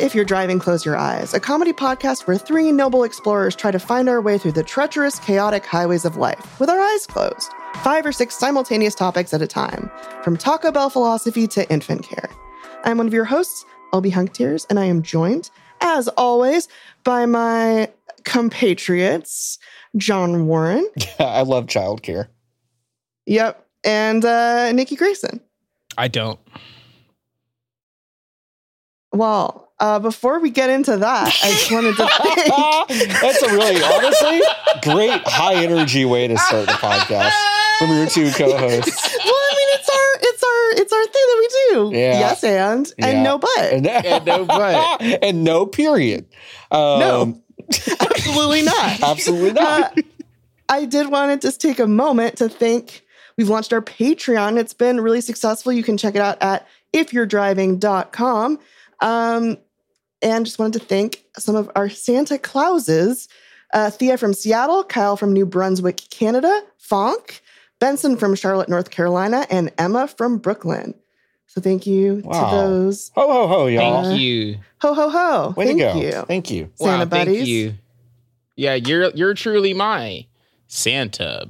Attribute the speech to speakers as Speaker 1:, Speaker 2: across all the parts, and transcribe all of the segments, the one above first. Speaker 1: If you're driving, close your eyes. A comedy podcast where three noble explorers try to find our way through the treacherous, chaotic highways of life with our eyes closed. Five or six simultaneous topics at a time, from Taco Bell philosophy to infant care. I'm one of your hosts, LB Hunk Tears, and I am joined, as always, by my compatriots, John Warren.
Speaker 2: I love childcare.
Speaker 1: Yep. And uh, Nikki Grayson.
Speaker 3: I don't.
Speaker 1: Well, uh, before we get into that, I just wanted to thank.
Speaker 2: Ah, That's a really, honestly, great high energy way to start the podcast from your two co hosts.
Speaker 1: Well, I mean, it's our it's our it's our thing that we do.
Speaker 2: Yeah.
Speaker 1: Yes, and and
Speaker 2: Yeah.
Speaker 1: no but.
Speaker 2: And,
Speaker 3: no but.
Speaker 2: And no period. Um,
Speaker 1: No. Absolutely not.
Speaker 2: Absolutely not.
Speaker 1: Uh, I did want to just take a moment to thank. We've launched our Patreon. It's been really successful. You can check it out at ifyou'redriving.com. Um, and just wanted to thank some of our Santa Clauses uh, Thea from Seattle, Kyle from New Brunswick, Canada, Fonk, Benson from Charlotte, North Carolina, and Emma from Brooklyn. So thank you
Speaker 2: Wow.
Speaker 1: to those.
Speaker 2: ho, ho, ho, y'all.
Speaker 1: Uh,
Speaker 3: Thank you.
Speaker 1: Ho, ho, ho.
Speaker 2: Way
Speaker 1: thank
Speaker 2: to go.
Speaker 1: you.
Speaker 2: Thank you.
Speaker 1: Santa
Speaker 3: wow,
Speaker 1: buddies.
Speaker 3: Thank you. Yeah, you're you're truly my Santa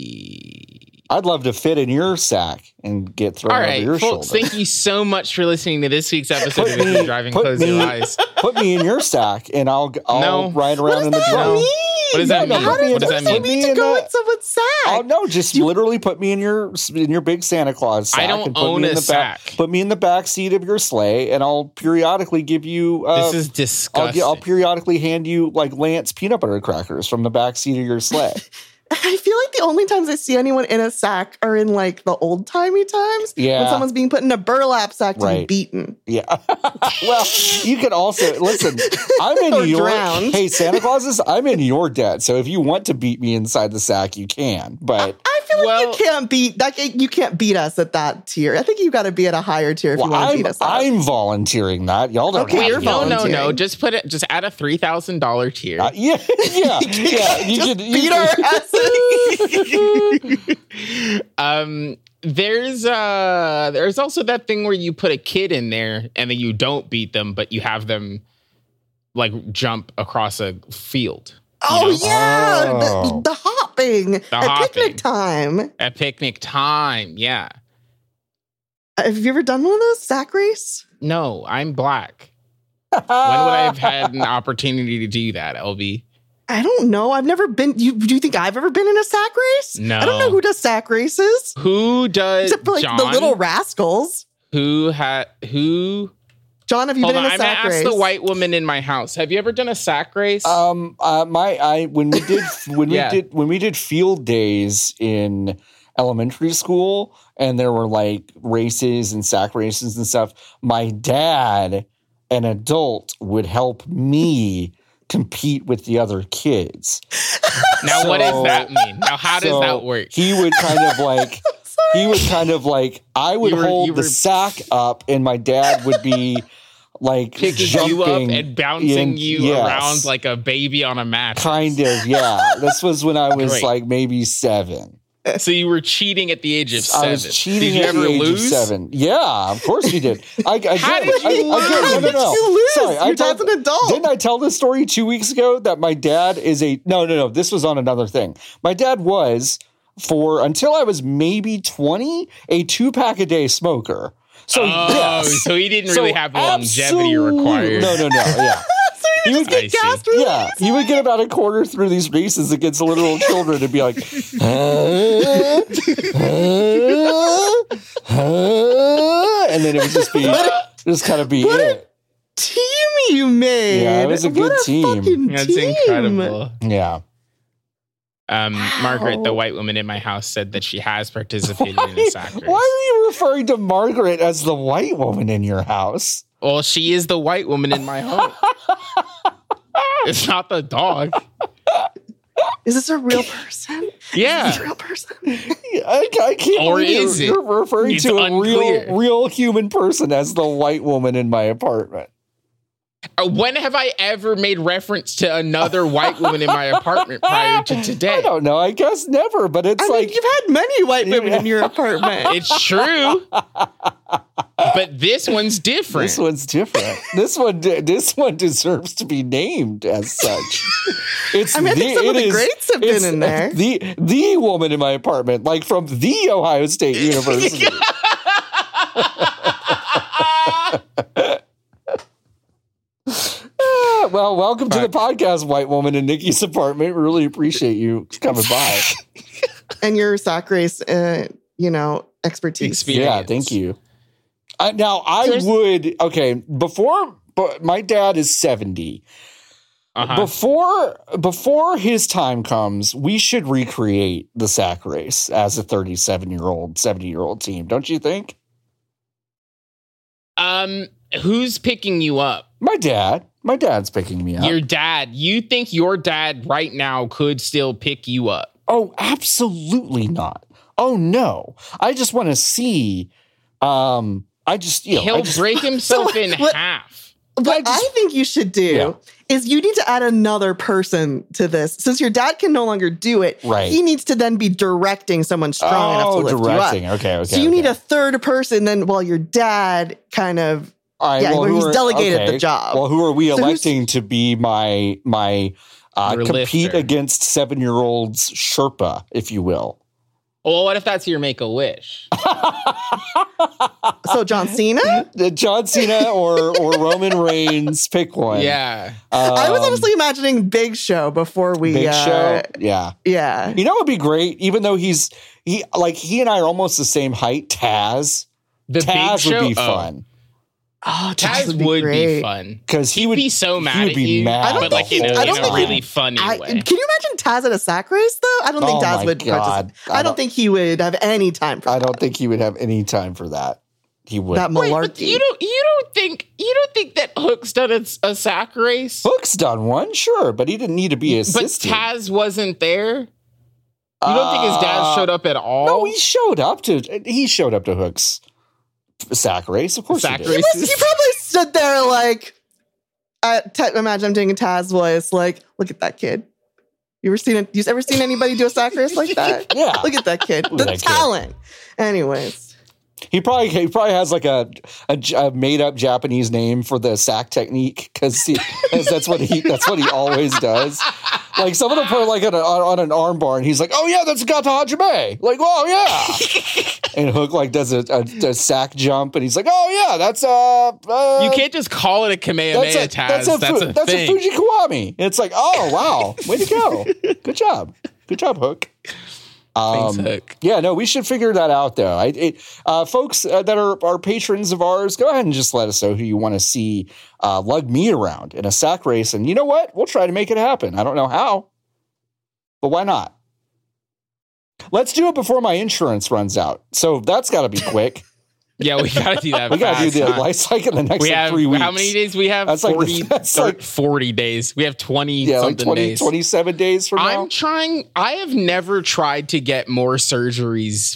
Speaker 3: buddy.
Speaker 2: I'd love to fit in your sack and get thrown
Speaker 3: All
Speaker 2: over
Speaker 3: right,
Speaker 2: your shoulder.
Speaker 3: folks. Thank you so much for listening to this week's episode
Speaker 2: Put
Speaker 3: of If
Speaker 2: me-
Speaker 3: You're Driving
Speaker 2: put
Speaker 3: Close
Speaker 2: me-
Speaker 3: Your Eyes.
Speaker 2: Put me in your sack and I'll, I'll
Speaker 3: No.
Speaker 2: ride around in the
Speaker 1: that
Speaker 2: drum.
Speaker 1: mean?
Speaker 3: What does that
Speaker 2: No,
Speaker 3: mean?
Speaker 2: no, put me in-
Speaker 3: What does that
Speaker 2: put
Speaker 3: mean?
Speaker 2: me
Speaker 1: need to
Speaker 2: in
Speaker 1: go
Speaker 2: that-
Speaker 1: in someone's sack.
Speaker 2: Oh no! Just literally put me in your in your big Santa Claus sack.
Speaker 3: I don't
Speaker 2: and put
Speaker 3: own
Speaker 2: me in
Speaker 3: a
Speaker 2: the back,
Speaker 3: sack.
Speaker 2: Put me in the back seat of your sleigh, and I'll periodically give you. Uh,
Speaker 3: This is
Speaker 2: I'll,
Speaker 3: disgusting.
Speaker 2: gi- I'll periodically hand you like Lance peanut butter crackers from the back seat of your sleigh.
Speaker 1: I feel like the only times I see anyone in a sack are in like the old timey times when
Speaker 2: Yeah,
Speaker 1: someone's being put in a burlap sack to be
Speaker 2: Right.
Speaker 1: beaten.
Speaker 2: yeah. well, you can also listen. I'm in
Speaker 1: Or
Speaker 2: your
Speaker 1: drowned.
Speaker 2: hey Santa Clauses. I'm in your debt. So if you want to beat me inside the sack, you can. But
Speaker 1: I feel like
Speaker 3: Well-
Speaker 1: you can't beat that. You can't beat us at that tier. I think you got to be at a higher tier if
Speaker 2: well,
Speaker 1: you want to beat
Speaker 2: I'm
Speaker 1: us. up.
Speaker 2: I'm volunteering that. Y'all don't
Speaker 1: Okay,
Speaker 2: have
Speaker 1: you're
Speaker 2: to
Speaker 3: no, no,
Speaker 2: volunteer.
Speaker 3: no.
Speaker 1: volunteering.
Speaker 3: Just put it. Just add a three thousand dollar tier.
Speaker 2: Uh, yeah, yeah, yeah. You
Speaker 1: Just
Speaker 2: can you
Speaker 1: beat
Speaker 2: can-
Speaker 1: our asses.
Speaker 3: um there's uh there's also that thing where you put a kid in there and then you don't beat them but you have them like jump across a field
Speaker 1: oh
Speaker 3: know?
Speaker 1: yeah,
Speaker 2: Oh.
Speaker 1: The, the hopping at
Speaker 3: hopping.
Speaker 1: picnic time.
Speaker 3: at picnic time yeah
Speaker 1: Have you ever done one of those sack race?
Speaker 3: no i'm black when would
Speaker 2: Uh,
Speaker 3: i
Speaker 2: Oh.
Speaker 3: have had an opportunity to do that lb
Speaker 1: I don't know. I've never been. You, do you think I've ever been in a sack race? I don't
Speaker 3: No.
Speaker 1: know who does sack races
Speaker 3: who
Speaker 2: Uh,
Speaker 3: does
Speaker 1: except for like
Speaker 3: John,
Speaker 1: the little rascals.
Speaker 3: who had who
Speaker 1: John, have you
Speaker 3: hold
Speaker 1: been
Speaker 3: on
Speaker 1: in a
Speaker 3: i'm gonna
Speaker 1: sack
Speaker 3: ask
Speaker 1: race?
Speaker 3: the white woman in my house have you ever done a sack race
Speaker 2: Um, uh, my I when we did when
Speaker 3: Yeah.
Speaker 2: we did when we did field days in elementary school, and there were like races and sack races and stuff. My dad, an adult, would help me compete with the other kids.
Speaker 3: now what does
Speaker 2: so-
Speaker 3: that mean now how
Speaker 2: So
Speaker 3: does that work
Speaker 2: He would kind of like he would kind of like I would
Speaker 3: You were-
Speaker 2: hold
Speaker 3: you
Speaker 2: the
Speaker 3: were-
Speaker 2: sack up, and my dad would be like
Speaker 3: picking
Speaker 2: jumping
Speaker 3: you up and bouncing
Speaker 2: in-
Speaker 3: you
Speaker 2: yes.
Speaker 3: around like a baby on a mat.
Speaker 2: Kind of, yeah. This was when I was
Speaker 3: Great.
Speaker 2: like maybe seven.
Speaker 3: So you were cheating at the age of seven.
Speaker 2: I was cheating
Speaker 3: Did you
Speaker 2: at
Speaker 3: ever
Speaker 2: the age
Speaker 3: lose?
Speaker 2: of seven. Yeah, of course you did. I, I
Speaker 3: How did
Speaker 2: I, I-
Speaker 3: you
Speaker 2: again,
Speaker 1: How
Speaker 2: no, no,
Speaker 1: did
Speaker 2: no.
Speaker 1: you lose?
Speaker 2: Sorry, I
Speaker 1: Your dad's
Speaker 2: told-
Speaker 1: an adult.
Speaker 2: Didn't I tell this story two weeks ago that my dad is a no, no, no? This was on another thing. My dad was for until I was maybe twenty, a two pack a day smoker. So
Speaker 3: Oh,
Speaker 2: yes,
Speaker 3: so he didn't really
Speaker 2: So
Speaker 3: have the longevity
Speaker 2: absolute-
Speaker 3: required.
Speaker 2: No, no, no. Yeah, he would
Speaker 3: get I see.
Speaker 1: gassed really
Speaker 2: yeah, he would get about a quarter through these races against literal children and be like, "Huh? Huh? Huh?" and then it would just be, just kind of be
Speaker 1: What a-
Speaker 2: it.
Speaker 1: team you made.
Speaker 2: Yeah, it was a good
Speaker 1: what a
Speaker 2: team.
Speaker 1: Fucking
Speaker 3: That's
Speaker 1: team.
Speaker 3: incredible.
Speaker 2: Yeah,
Speaker 3: Um, Margaret, the
Speaker 1: Wow.
Speaker 3: white woman in my house, said that she has participated in
Speaker 2: Why,
Speaker 3: a sack race.
Speaker 2: why are you referring to Margaret as the white woman in your house?
Speaker 3: Well, she is the white woman in my home. it's not the dog.
Speaker 1: Is this a real person? Is this
Speaker 3: Yeah.
Speaker 1: a real person?
Speaker 2: I, I can't.
Speaker 3: Or
Speaker 2: believe
Speaker 3: is it?
Speaker 2: you're, you're referring
Speaker 3: It's
Speaker 2: to a
Speaker 3: unclear.
Speaker 2: real, real human person as the white woman in my apartment?
Speaker 3: Uh, When have I ever made reference to another white woman in my apartment prior to
Speaker 2: I
Speaker 3: today?
Speaker 2: don't know. I guess never, but it's
Speaker 1: I
Speaker 2: like
Speaker 1: mean, you've had many white women in your apartment.
Speaker 3: It's true. But this one's different.
Speaker 2: this one's different. this one, de- this one deserves to be named as such. It's
Speaker 1: I mean, I think some of the
Speaker 2: is-
Speaker 1: greats have been
Speaker 2: it's
Speaker 1: in there.
Speaker 2: The the woman in my apartment, like from the Ohio State University. Ah, well, welcome to the podcast, white woman in Nikki's apartment. Really appreciate you coming by.
Speaker 1: and your sock race, uh, you know, expertise.
Speaker 3: Expe- experience.
Speaker 2: Yeah, thank you. I, now I
Speaker 1: There's-
Speaker 2: would okay before, but my dad is seventy.
Speaker 3: Uh-huh.
Speaker 2: Before before his time comes, we should recreate the sack race as a thirty-seven year old, seventy year old team. Don't you think?
Speaker 3: Um, who's picking you up?
Speaker 2: My dad, my dad's picking me up.
Speaker 3: Your dad. You think your dad right now could still pick you up?
Speaker 2: Oh, absolutely not. Oh no, I just want to see. Um, I just you know, I
Speaker 3: He'll
Speaker 2: just-
Speaker 3: break himself in
Speaker 1: what-
Speaker 3: half.
Speaker 1: What I,
Speaker 2: I just-
Speaker 1: think you should do
Speaker 2: Yeah.
Speaker 1: is you need to add another person to this. Since your dad can no longer do it,
Speaker 2: Right.
Speaker 1: he needs to then be directing someone strong enough to
Speaker 2: Oh,
Speaker 1: lift
Speaker 2: directing.
Speaker 1: you up.
Speaker 2: Okay, okay.
Speaker 1: so you need
Speaker 2: okay.
Speaker 1: a third person then while your dad kind of
Speaker 2: All right,
Speaker 1: yeah,
Speaker 2: well,
Speaker 1: where
Speaker 2: who
Speaker 1: he's
Speaker 2: are-
Speaker 1: delegated
Speaker 2: okay.
Speaker 1: the job.
Speaker 2: Well, who are we
Speaker 1: So who's-
Speaker 2: electing to be my my uh,
Speaker 3: Your
Speaker 2: compete
Speaker 3: lifter.
Speaker 2: against seven year olds Sherpa, if you will?
Speaker 3: Well, what if that's your make a wish?
Speaker 1: so John Cena?
Speaker 2: Uh, John Cena or or Roman Reigns, pick one.
Speaker 3: Yeah.
Speaker 1: I was
Speaker 2: Um,
Speaker 1: honestly imagining Big Show before we
Speaker 2: Big
Speaker 1: uh,
Speaker 2: Show. Yeah,
Speaker 1: Yeah.
Speaker 2: you know it'd be great. Even though he's he like he and I are almost the same height. Taz,
Speaker 3: The
Speaker 2: Taz
Speaker 3: big show
Speaker 2: would be
Speaker 3: oh,
Speaker 2: fun
Speaker 1: Oh, Taz
Speaker 3: Taz
Speaker 1: would
Speaker 3: would
Speaker 1: be great.
Speaker 3: be fun.
Speaker 2: because he
Speaker 3: He would
Speaker 2: would
Speaker 3: be so mad
Speaker 2: He would
Speaker 3: at
Speaker 2: be
Speaker 3: you,
Speaker 2: mad.
Speaker 1: I don't
Speaker 3: but like
Speaker 1: think
Speaker 3: in
Speaker 1: he-
Speaker 3: a,
Speaker 1: I
Speaker 3: in
Speaker 1: don't
Speaker 3: a
Speaker 1: think he-
Speaker 3: really funny
Speaker 1: I,
Speaker 3: way.
Speaker 1: can you imagine Taz at a sack race though? I don't think
Speaker 2: Oh
Speaker 1: Taz
Speaker 2: my
Speaker 1: would.
Speaker 2: God.
Speaker 1: participate. I don't think he would have any time for
Speaker 2: I don't think he would have any time for that. He would.
Speaker 1: that
Speaker 3: Wait,
Speaker 1: malarkey.
Speaker 3: but you don't you don't think you don't think that Hook's done a, a sack race?
Speaker 2: Hook's done one, sure, but he didn't need to be
Speaker 3: But
Speaker 2: assisted.
Speaker 3: Taz wasn't there. You don't think his
Speaker 2: Uh,
Speaker 3: dad showed up at all?
Speaker 2: No, he showed up to he showed up to Hook's sack race. Of course,
Speaker 3: Sack
Speaker 2: he did.
Speaker 1: he,
Speaker 3: race.
Speaker 1: was, he probably stood there like, uh, t- imagine I'm doing a Taz voice. Like, look at that kid. You ever seen it? You ever seen anybody do a sack race like that?
Speaker 2: Yeah,
Speaker 1: Look at that kid.
Speaker 2: Look
Speaker 1: the
Speaker 2: at that kid.
Speaker 1: talent. Anyways,
Speaker 2: he probably he probably has like a a, made up Japanese name for the sack technique because that's what he that's what he always does. Like someone will put like an, on, on an arm bar and he's like, "Oh yeah, that's Gata Hajime." Like, "Oh yeah," and Hook like does a, a, a sack jump and he's like, "Oh yeah, that's uh, uh
Speaker 3: you can't just call it a Kamehameha
Speaker 2: that's a,
Speaker 3: Taz.
Speaker 2: that's a, fu- that's a
Speaker 3: thing.
Speaker 2: Fujikiwami. It's like, oh wow, way to go, good job, good job, Hook. Um,
Speaker 3: Thanks, Hook.
Speaker 2: Yeah, no, we should figure that out though. I, it, uh, folks uh, that are, are patrons of ours, go ahead and just let us know who you want to see uh, lug me around in a sack race, and you know what? We'll try to make it happen. I don't know how, but why not? Let's do it before my insurance runs out. So that's got to be quick.
Speaker 3: Yeah, we gotta do that.
Speaker 2: We got to do
Speaker 3: fast,
Speaker 2: the
Speaker 3: huh?
Speaker 2: life cycle in the next
Speaker 3: We
Speaker 2: like,
Speaker 3: have
Speaker 2: three weeks.
Speaker 3: how many days? We have
Speaker 2: That's like-
Speaker 3: 40,
Speaker 2: that's
Speaker 3: thir-
Speaker 2: like-
Speaker 3: 40 days. We have twenty
Speaker 2: yeah, like
Speaker 3: something
Speaker 2: 20,
Speaker 3: days.
Speaker 2: 27 days from now.
Speaker 3: I'm trying. I have never tried to get more surgeries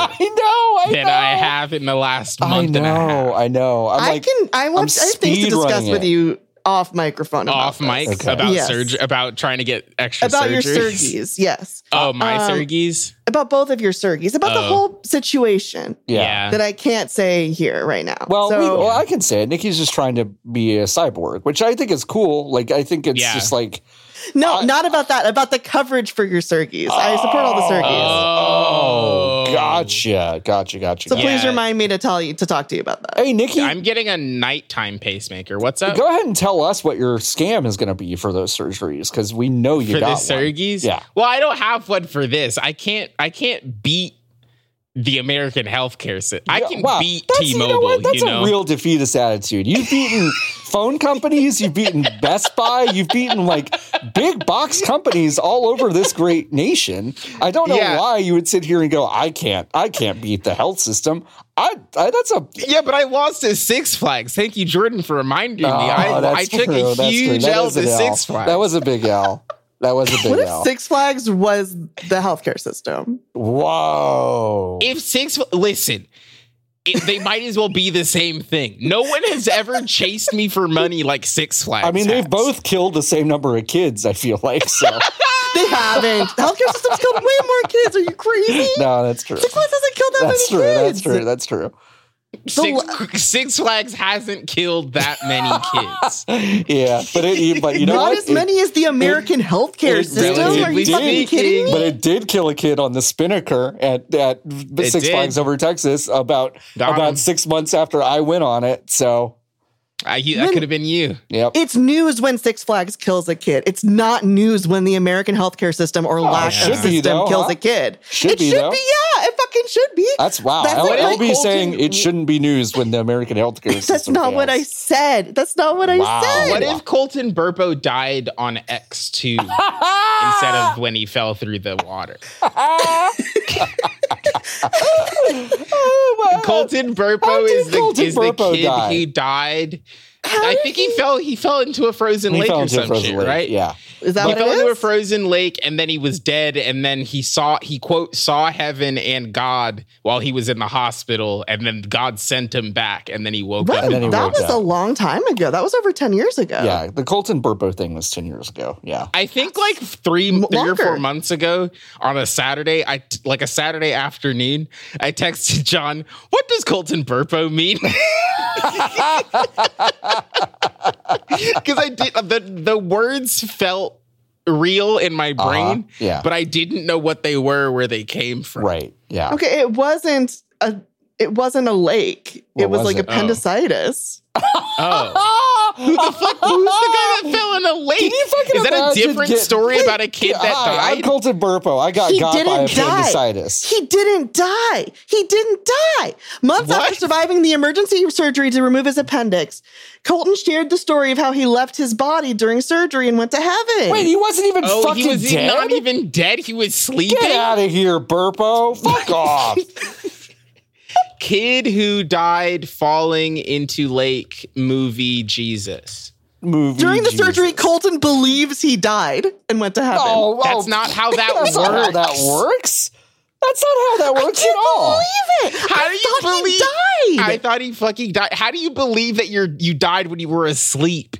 Speaker 2: I know. I
Speaker 3: than
Speaker 2: know.
Speaker 3: I have in the last
Speaker 2: I
Speaker 3: month and a
Speaker 2: know.
Speaker 3: half.
Speaker 2: I know. I'm
Speaker 1: i
Speaker 2: like,
Speaker 1: can. I want. I have things to
Speaker 2: speed
Speaker 1: discuss
Speaker 2: running
Speaker 1: with
Speaker 2: it.
Speaker 1: you off microphone. about
Speaker 3: Off
Speaker 1: this.
Speaker 3: mic
Speaker 2: Okay.
Speaker 3: about
Speaker 1: Yes.
Speaker 3: surgery, about trying to get extra
Speaker 1: about your
Speaker 3: surgeries.
Speaker 1: surgees. Yes,
Speaker 3: Oh, my
Speaker 1: Um,
Speaker 3: surgeries.
Speaker 1: about both of your surgees. About the
Speaker 3: Oh.
Speaker 1: whole situation
Speaker 2: yeah.
Speaker 1: that I can't say here right now.
Speaker 2: Well,
Speaker 1: So-
Speaker 2: we, well, I can say it. Nikki's just trying to be a cyborg, which I think is cool. Like, I think it's
Speaker 3: Yeah.
Speaker 2: just like,
Speaker 1: No,
Speaker 2: I-
Speaker 1: not about that. About the coverage for your Sergis. I support all the Sergis.
Speaker 2: oh,
Speaker 3: Oh.
Speaker 2: gotcha, gotcha, gotcha.
Speaker 1: so
Speaker 2: gotcha.
Speaker 1: please
Speaker 3: yeah.
Speaker 1: remind me to tell you to talk to you about that.
Speaker 2: Hey, Nikki,
Speaker 3: I'm uh, getting a nighttime pacemaker. What's up?
Speaker 2: go ahead and tell us what your scam is going to be for those surgeries because we know you
Speaker 3: for the
Speaker 2: got one.
Speaker 3: Sergis?
Speaker 2: Yeah.
Speaker 3: Well, I don't have one for this. I can't. I can't beat the American healthcare system. I
Speaker 2: Yeah,
Speaker 3: can
Speaker 2: wow.
Speaker 3: beat
Speaker 2: That's-
Speaker 3: T-Mobile.
Speaker 2: You know what? That's
Speaker 3: you know?
Speaker 2: a real defeatist attitude. You've beaten phone companies, you've beaten Best Buy, you've beaten like big box companies all over this great nation. I don't know
Speaker 3: Yeah.
Speaker 2: why you would sit here and go, I can't, I can't beat the health system. I, I that's a
Speaker 3: yeah, but I lost at Six Flags. Thank you, Jordan, for reminding me.
Speaker 2: Oh,
Speaker 3: I, I
Speaker 2: that's
Speaker 3: took
Speaker 2: true,
Speaker 3: a
Speaker 2: that's true.
Speaker 3: huge
Speaker 2: That
Speaker 3: L
Speaker 2: is an
Speaker 3: to
Speaker 2: L.
Speaker 3: Six Flags.
Speaker 2: That was a big L. That was a
Speaker 1: What
Speaker 2: big
Speaker 1: if
Speaker 2: L.
Speaker 1: Six Flags was the healthcare system?
Speaker 2: Whoa.
Speaker 3: if Six. Listen, it, they might as well be the same thing. No one has ever chased me for money like Six Flags.
Speaker 2: I mean,
Speaker 3: has.
Speaker 2: they've both killed the same number of kids, I feel like. So,
Speaker 1: They haven't. The healthcare system's killed way more kids. Are you crazy?
Speaker 2: no, that's true.
Speaker 1: Six Flags hasn't killed that
Speaker 2: That's true.
Speaker 1: many
Speaker 2: That's
Speaker 1: kids.
Speaker 2: true. That's true.
Speaker 3: Six, Six Flags hasn't killed that many kids.
Speaker 2: Yeah, but it, but you know
Speaker 1: Not
Speaker 2: what?
Speaker 1: as
Speaker 2: It-
Speaker 1: many as the American healthcare
Speaker 2: it
Speaker 1: system.
Speaker 2: really
Speaker 1: Are you
Speaker 2: did.
Speaker 1: fucking kidding me?
Speaker 2: But it did kill a kid on the Spinnaker at at Six
Speaker 3: did.
Speaker 2: Flags over Texas about
Speaker 3: Got
Speaker 2: about
Speaker 3: him.
Speaker 2: six months after I went on it. So
Speaker 3: I, you- that
Speaker 1: When-
Speaker 3: could have been you.
Speaker 2: yep.
Speaker 1: It's news when Six Flags kills a kid. It's not news when the American healthcare system or lack
Speaker 2: Oh, should
Speaker 1: of
Speaker 2: be,
Speaker 1: system
Speaker 2: though,
Speaker 1: kills
Speaker 2: huh?
Speaker 1: a kid.
Speaker 2: Should
Speaker 1: it
Speaker 2: be,
Speaker 1: should
Speaker 2: though.
Speaker 1: be, yeah. It fucking should be.
Speaker 2: that's wow.
Speaker 1: That's
Speaker 2: L-
Speaker 1: what
Speaker 2: LB
Speaker 1: Colton-
Speaker 2: saying it shouldn't be news when the American healthcare system.
Speaker 1: That's not what I
Speaker 2: fails.
Speaker 1: said. That's not what
Speaker 2: Wow.
Speaker 1: I
Speaker 3: What
Speaker 1: said.
Speaker 3: if Colton Burpo died on X2 instead of when he fell through the water?
Speaker 2: Oh, wow.
Speaker 3: Colton
Speaker 2: How
Speaker 3: Burpo
Speaker 2: did
Speaker 3: is the,
Speaker 2: Colton
Speaker 3: is the
Speaker 2: Burpo
Speaker 3: kid
Speaker 2: die?
Speaker 3: who died.
Speaker 1: How
Speaker 3: I
Speaker 1: did
Speaker 3: think he fell he fell into a frozen
Speaker 2: He
Speaker 3: lake
Speaker 2: fell
Speaker 3: or
Speaker 2: into a
Speaker 3: some
Speaker 2: frozen
Speaker 3: shit,
Speaker 2: lake,
Speaker 3: right?
Speaker 2: Yeah.
Speaker 1: Is that
Speaker 3: he
Speaker 1: what
Speaker 3: fell
Speaker 1: it
Speaker 3: into a
Speaker 1: is?
Speaker 3: frozen lake and then he was dead and then he saw he quote saw heaven and God while he was in the hospital and then God sent him back and then he woke
Speaker 1: What?
Speaker 3: up.
Speaker 2: And then he
Speaker 1: that
Speaker 2: wrote
Speaker 1: was
Speaker 2: that.
Speaker 1: a long time ago. That was over 10 years ago.
Speaker 2: Yeah, the Colton Burpo thing was 10 years ago. Yeah.
Speaker 3: I think like three,
Speaker 1: M-
Speaker 3: three or
Speaker 1: longer.
Speaker 3: four months ago on a Saturday, I t- like a Saturday afternoon, I texted John, "What does Colton Burpo mean?" Because I did the the words felt real in my
Speaker 2: Uh-huh.
Speaker 3: brain,
Speaker 2: Yeah.
Speaker 3: but I didn't know what they were, where they came from.
Speaker 2: right. Yeah.
Speaker 1: Okay, it wasn't a it wasn't a lake.
Speaker 2: What
Speaker 1: it was,
Speaker 2: was
Speaker 1: like
Speaker 2: it?
Speaker 1: appendicitis.
Speaker 3: Oh.
Speaker 2: Who
Speaker 3: The fuck, who's the guy that fell in a lake?
Speaker 2: Can you fucking
Speaker 3: Is that a
Speaker 2: imagine
Speaker 3: different
Speaker 2: get- uh,
Speaker 3: story about a kid that
Speaker 2: Hi, I'm
Speaker 3: died?
Speaker 2: Colton Burpo. I got
Speaker 1: He
Speaker 2: got by
Speaker 1: didn't die.
Speaker 2: appendicitis.
Speaker 1: He didn't die. He didn't die. Months after
Speaker 3: What?
Speaker 1: surviving the emergency surgery to remove his appendix, Colton shared the story of how he left his body during surgery and went to heaven.
Speaker 2: Wait, he wasn't even
Speaker 3: Oh,
Speaker 2: fucking
Speaker 3: he was
Speaker 2: dead.
Speaker 3: not even dead. He was sleeping.
Speaker 2: Get out of here, Burpo. Fuck off.
Speaker 3: kid who died falling into lake movie Jesus.
Speaker 2: Movie
Speaker 1: during the
Speaker 2: Jesus.
Speaker 1: surgery, Colton believes he died and went to heaven.
Speaker 2: Oh,
Speaker 3: That's
Speaker 2: oh,
Speaker 3: not how that
Speaker 2: that's not how that works. That's not how that works at all.
Speaker 1: Believe it.
Speaker 3: How
Speaker 1: I
Speaker 3: do you
Speaker 1: thought
Speaker 3: believe?
Speaker 1: he died?
Speaker 3: I thought he fucking died. How do you believe that you're you died when you were asleep?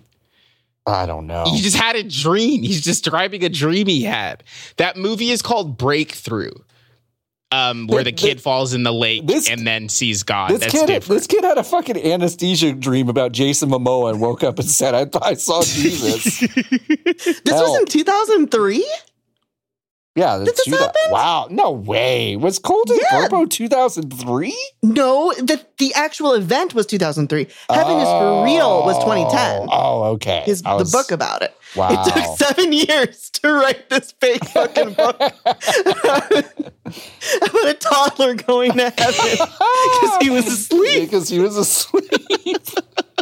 Speaker 2: I don't know.
Speaker 3: You just had a dream. He's describing a dream he had. That movie is called Breakthrough. Um, where the
Speaker 2: Th- th-
Speaker 3: kid falls in the lake
Speaker 2: this-
Speaker 3: and then sees God.
Speaker 2: This
Speaker 3: That's
Speaker 2: kid,
Speaker 3: different.
Speaker 2: this kid had a fucking anesthesia dream about Jason Momoa and woke up and said, "I, I saw Jesus."
Speaker 1: this was
Speaker 2: hell.
Speaker 1: in 2003?
Speaker 2: yeah, that's
Speaker 1: this
Speaker 2: you that-
Speaker 1: happen?
Speaker 2: Wow, no way. Was Colton
Speaker 1: Yeah.
Speaker 2: Burpo two thousand three?
Speaker 1: No, the the actual event was 2003. Heaven is for real was 2010.
Speaker 2: Oh, okay.
Speaker 1: Is
Speaker 2: Oh. I was-
Speaker 1: the book about it.
Speaker 2: Wow.
Speaker 1: It took seven years to write this fake fucking book about a toddler going to heaven
Speaker 3: Ah!
Speaker 1: because he was asleep.
Speaker 2: because he was asleep.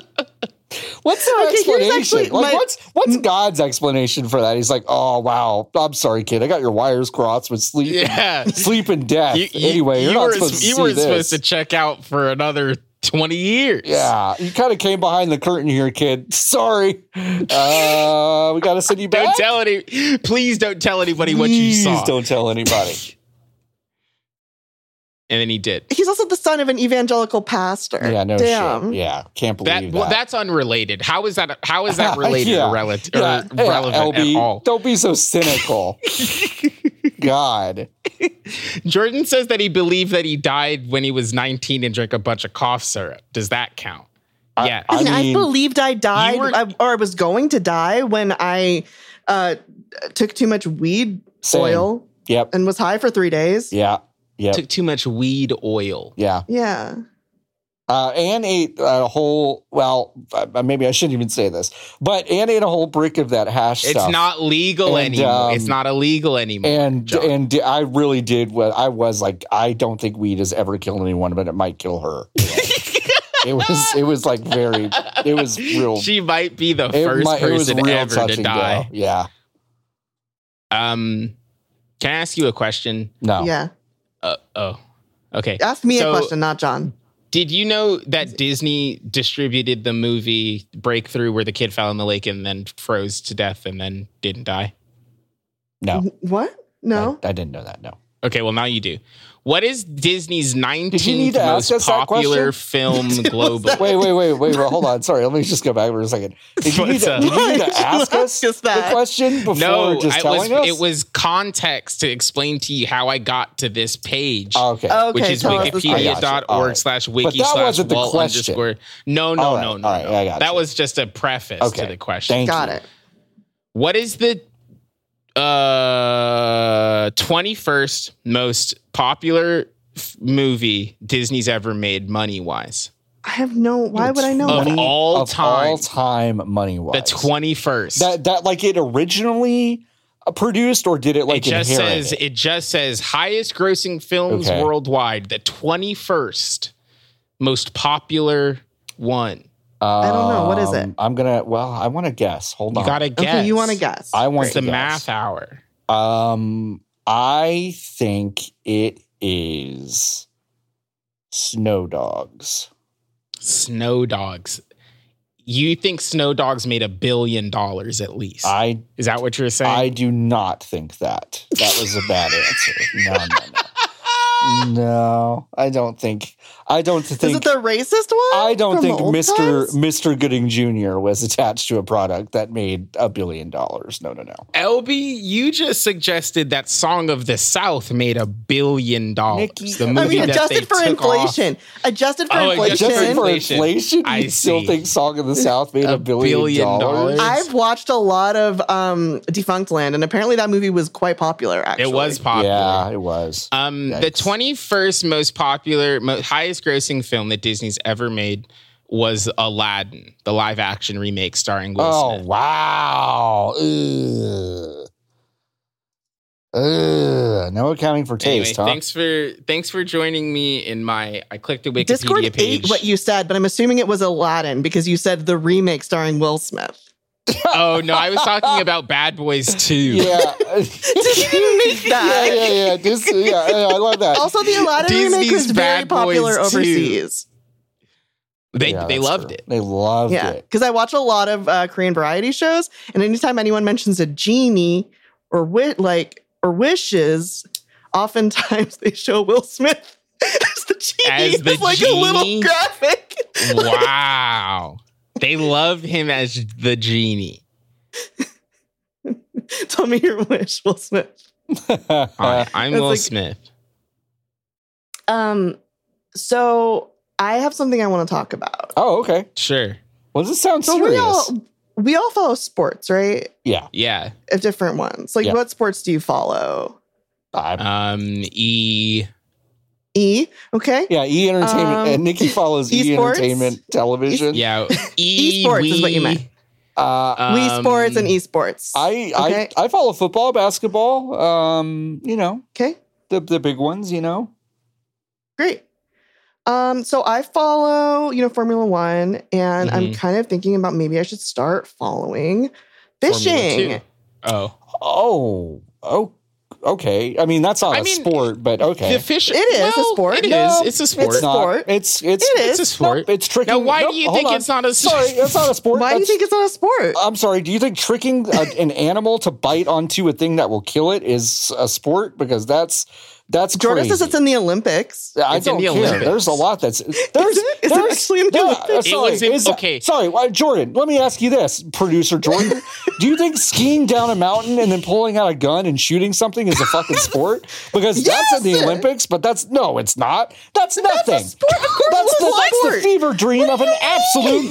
Speaker 2: what's their
Speaker 1: Okay, here's
Speaker 2: explanation?
Speaker 1: actually
Speaker 2: like,
Speaker 1: my-
Speaker 2: what's what's God's explanation for that? He's like, "Oh wow, I'm sorry, kid. I got your wires crossed with sleep,
Speaker 3: yeah.
Speaker 2: sleep and death."
Speaker 3: You- you-
Speaker 2: anyway, you're
Speaker 3: you
Speaker 2: not
Speaker 3: were,
Speaker 2: supposed to
Speaker 3: you
Speaker 2: see
Speaker 3: were
Speaker 2: this.
Speaker 3: supposed to check out for another 20 years.
Speaker 2: Yeah, you kind of came behind the curtain here, kid. Sorry, uh, we got to send you back.
Speaker 3: Don't tell any. Please don't tell anybody what you
Speaker 2: Please
Speaker 3: saw.
Speaker 2: Don't tell anybody.
Speaker 3: And then he did.
Speaker 1: He's also the son of an evangelical pastor.
Speaker 2: yeah, no
Speaker 1: Damn.
Speaker 2: shit. Yeah, can't believe
Speaker 3: That,
Speaker 2: that.
Speaker 3: well, that's unrelated. How is that? How is that related
Speaker 2: Yeah.
Speaker 3: or relevant?
Speaker 2: Yeah,
Speaker 3: Or
Speaker 2: yeah,
Speaker 3: relevant
Speaker 2: LB,
Speaker 3: at all?
Speaker 2: Don't be so cynical. God.
Speaker 3: Jordan says that he believed that he died when he was 19 and drank a bunch of cough syrup. Does that count? yeah.
Speaker 1: I,
Speaker 2: I
Speaker 1: mean, I
Speaker 2: mean-
Speaker 1: believed I died
Speaker 3: You were-
Speaker 1: I- or I was going to die when I uh, took too much weed
Speaker 2: Same.
Speaker 1: oil
Speaker 2: Yep.
Speaker 1: and was high for three days.
Speaker 2: Yeah. Yep.
Speaker 3: took too much weed oil.
Speaker 2: Yeah.
Speaker 1: Yeah.
Speaker 2: Uh, Anne ate a whole, well, uh, maybe I shouldn't even say this, but Anne ate a whole brick of that hash
Speaker 3: It's
Speaker 2: stuff.
Speaker 3: not legal
Speaker 2: And,
Speaker 3: anymore.
Speaker 2: um,
Speaker 3: it's not illegal anymore.
Speaker 2: And
Speaker 3: John.
Speaker 2: and I really did what I was like. I don't think weed has ever killed anyone, but it might kill her. it was it was like very. It was real.
Speaker 3: she might be the
Speaker 2: it,
Speaker 3: first
Speaker 2: might- it was
Speaker 3: person
Speaker 2: real
Speaker 3: ever
Speaker 2: touch
Speaker 3: to
Speaker 2: and
Speaker 3: die.
Speaker 2: go. Yeah.
Speaker 3: Um, can I ask you a question?
Speaker 2: No.
Speaker 1: Yeah.
Speaker 3: Uh, oh, okay.
Speaker 1: Ask me
Speaker 3: So-
Speaker 1: a question, not John.
Speaker 3: Did you know that Disney distributed the movie Breakthrough where the kid fell in the lake and then froze to death and then didn't die?
Speaker 2: No.
Speaker 1: What? No.
Speaker 2: I, I didn't know that. No.
Speaker 3: Okay, well now you do. What is Disney's
Speaker 2: you need
Speaker 3: 19th
Speaker 2: to ask us
Speaker 3: most
Speaker 2: that
Speaker 3: popular
Speaker 2: question?
Speaker 3: film globally?
Speaker 2: Wait, wait, wait, wait. Well, hold on. Sorry, let me just go back for a second. Did you need
Speaker 3: What's
Speaker 2: to,
Speaker 3: up?
Speaker 2: did you need
Speaker 1: Why
Speaker 2: to
Speaker 1: did you
Speaker 2: ask us
Speaker 1: ask us
Speaker 2: the
Speaker 1: that?
Speaker 2: question before
Speaker 3: No,
Speaker 2: just
Speaker 3: I was,
Speaker 2: telling us?
Speaker 3: it was context to explain to you how I got to this page.
Speaker 2: Oh, okay.
Speaker 1: Okay,
Speaker 3: which is
Speaker 1: tell us the story.
Speaker 2: I gotcha. All
Speaker 3: wikipedia.org
Speaker 2: right.
Speaker 3: slash wiki
Speaker 2: But that
Speaker 3: slash
Speaker 2: wasn't the
Speaker 3: wall
Speaker 2: question.
Speaker 3: underscore. No, no,
Speaker 2: All right,
Speaker 3: no, no.
Speaker 2: all right,
Speaker 3: no.
Speaker 2: I gotcha.
Speaker 3: That was just a preface
Speaker 2: Okay,
Speaker 3: to the question.
Speaker 2: Thank
Speaker 1: Got
Speaker 2: you.
Speaker 1: it.
Speaker 3: What is the uh 21st most popular f- movie Disney's ever made money wise?
Speaker 1: I have no. Why would I know?
Speaker 3: Of
Speaker 1: that?
Speaker 2: Money-
Speaker 3: all
Speaker 2: of
Speaker 3: time.
Speaker 2: all time, money wise.
Speaker 3: The 21st.
Speaker 2: That that like it originally uh, produced, or did it
Speaker 3: it
Speaker 2: like
Speaker 3: just
Speaker 2: inherit
Speaker 3: says
Speaker 2: it?
Speaker 3: it just says highest grossing films
Speaker 2: Okay.
Speaker 3: worldwide, the 21st most popular one.
Speaker 1: I don't know. What is it?
Speaker 2: Um, I'm gonna. Well, I want to guess. Hold
Speaker 3: You
Speaker 2: on.
Speaker 3: got to guess.
Speaker 1: Okay, you want to guess?
Speaker 2: I want
Speaker 3: It's
Speaker 2: to
Speaker 3: the
Speaker 2: guess.
Speaker 3: math hour.
Speaker 2: Um, I think it is Snow Dogs.
Speaker 3: Snow Dogs. You think Snow Dogs made a billion dollars at least?
Speaker 2: I
Speaker 3: Is that what you're saying?
Speaker 2: I do not think that. That was a bad answer. No, no, no. No, I don't think. I don't
Speaker 1: Is
Speaker 2: think.
Speaker 1: it the racist one?
Speaker 2: I don't
Speaker 1: from
Speaker 2: think
Speaker 1: old
Speaker 2: Mr.
Speaker 1: times?
Speaker 2: Mr. Gooding Jr. was attached to a product that made a billion dollars. No, no, no.
Speaker 3: LB, you just suggested that Song of the South made a billion dollars.
Speaker 2: Nikki-
Speaker 3: the
Speaker 2: I
Speaker 3: movie
Speaker 1: I mean,
Speaker 3: that
Speaker 1: adjusted
Speaker 3: they
Speaker 1: for
Speaker 3: took off
Speaker 1: inflation. Adjusted for
Speaker 3: Oh,
Speaker 1: inflation.
Speaker 3: adjusted
Speaker 2: Just for
Speaker 3: Inflation.
Speaker 2: inflation,
Speaker 3: I
Speaker 2: you still
Speaker 3: see.
Speaker 2: think Song of the South made a,
Speaker 3: A
Speaker 2: billion,
Speaker 3: billion
Speaker 2: dollars?
Speaker 3: dollars?
Speaker 1: I've watched a lot of um, Defunct Land, and apparently that movie was quite popular. Actually,
Speaker 3: It was popular.
Speaker 2: Yeah, it was.
Speaker 3: Um, the
Speaker 2: Yikes.
Speaker 3: 21st most popular, mo- highest grossing film that Disney's ever made was Aladdin, the live action remake starring Will
Speaker 2: Oh
Speaker 3: Smith.
Speaker 2: wow! Ugh. Ugh. No accounting for
Speaker 3: Anyway,
Speaker 2: taste, huh?
Speaker 3: thanks for thanks for joining me in my. I clicked the Wikipedia
Speaker 1: Discord
Speaker 3: page.
Speaker 1: ate what you said, but I'm assuming it was Aladdin because you said the remake starring Will Smith.
Speaker 3: oh no, I was talking about Bad Boys 2.
Speaker 2: Yeah,
Speaker 1: Did you make
Speaker 2: yeah,
Speaker 1: that?
Speaker 2: yeah, yeah. This, yeah, yeah, I love that.
Speaker 1: Also, the Aladdin remake
Speaker 3: Uh, Disney's
Speaker 1: was very
Speaker 3: Bad Boys
Speaker 1: popular
Speaker 3: too.
Speaker 1: overseas.
Speaker 3: They
Speaker 2: Yeah,
Speaker 3: they
Speaker 2: that's
Speaker 3: loved
Speaker 2: true.
Speaker 3: it.
Speaker 2: They loved
Speaker 1: Yeah,
Speaker 2: it.
Speaker 1: because I watch a lot of uh, Korean variety shows, and anytime anyone mentions a genie or wit like or wishes, oftentimes they show Will Smith as the genie.
Speaker 3: As the
Speaker 1: it's like a little
Speaker 3: genie?
Speaker 1: graphic.
Speaker 3: Wow. they love him as the genie.
Speaker 1: Tell me your wish, Will Smith.
Speaker 3: All right, I'm
Speaker 1: It's
Speaker 3: Will
Speaker 1: like-
Speaker 3: Smith.
Speaker 1: Um, so I have something I want to talk about.
Speaker 2: oh, okay.
Speaker 3: Sure.
Speaker 2: Well, this sounds
Speaker 1: So we
Speaker 2: serious.
Speaker 1: all we all follow sports, right?
Speaker 2: yeah,
Speaker 3: Yeah.
Speaker 1: Of different ones. Like,
Speaker 2: Yeah.
Speaker 1: what sports do you follow?
Speaker 2: I,
Speaker 3: Um E
Speaker 1: E. Okay.
Speaker 2: yeah. E Entertainment.
Speaker 1: um,
Speaker 2: and Nikki follows E
Speaker 1: esports?
Speaker 2: Entertainment Television.
Speaker 3: yeah. E
Speaker 1: Esports is what you meant.
Speaker 2: Uh,
Speaker 3: um,
Speaker 1: Wii sports and esports.
Speaker 2: I,
Speaker 1: Okay.
Speaker 2: I I follow football, basketball. Um, you know
Speaker 1: okay.
Speaker 2: the the big ones. You know.
Speaker 1: Great. Um, so I follow, you know, Formula One, and I'm
Speaker 3: Mhm.
Speaker 1: kind of thinking about maybe I should start following
Speaker 3: Formula
Speaker 1: fishing.
Speaker 3: Two. Oh.
Speaker 2: Oh, oh, okay. I mean, that's not
Speaker 3: I
Speaker 2: a
Speaker 3: mean,
Speaker 2: sport, but okay.
Speaker 3: The fish
Speaker 1: It is a
Speaker 3: well,
Speaker 1: sport.
Speaker 3: It is.
Speaker 1: No,
Speaker 3: it's a sport.
Speaker 1: it's not. sport.
Speaker 2: It's it's
Speaker 1: It
Speaker 3: It's a
Speaker 1: is.
Speaker 3: sport.
Speaker 2: nope, it's tricking.
Speaker 3: now why
Speaker 2: nope,
Speaker 3: do you
Speaker 2: hold
Speaker 3: think
Speaker 2: on.
Speaker 3: it's not a
Speaker 2: Sorry, it's not a sport.
Speaker 1: Why do you
Speaker 2: That's-
Speaker 1: think it's not a sport?
Speaker 2: I'm sorry. Do you think tricking a, an animal to bite onto a thing that will kill it is a sport? Because that's that's
Speaker 1: Jordan
Speaker 2: crazy.
Speaker 1: says it's in the Olympics.
Speaker 2: I
Speaker 3: It's in
Speaker 2: don't
Speaker 3: the
Speaker 2: care.
Speaker 3: Olympics.
Speaker 2: There's a lot that's there's
Speaker 1: Is it- is it
Speaker 2: there's,
Speaker 1: actually in the
Speaker 2: there-
Speaker 1: Olympics?
Speaker 2: uh,
Speaker 3: It
Speaker 2: sorry,
Speaker 3: was in-
Speaker 2: is that-
Speaker 3: okay.
Speaker 2: Sorry, why- Jordan. Let me ask you this, producer Jordan. do you think skiing down a mountain and then pulling out a gun and shooting something is a fucking sport? Because that's in the
Speaker 1: Yes!
Speaker 2: Olympics, but that's no, it's not. That's nothing. That's,
Speaker 1: sport. Of course it's a
Speaker 2: the, that's the
Speaker 1: sport.
Speaker 2: fever dream of an absolute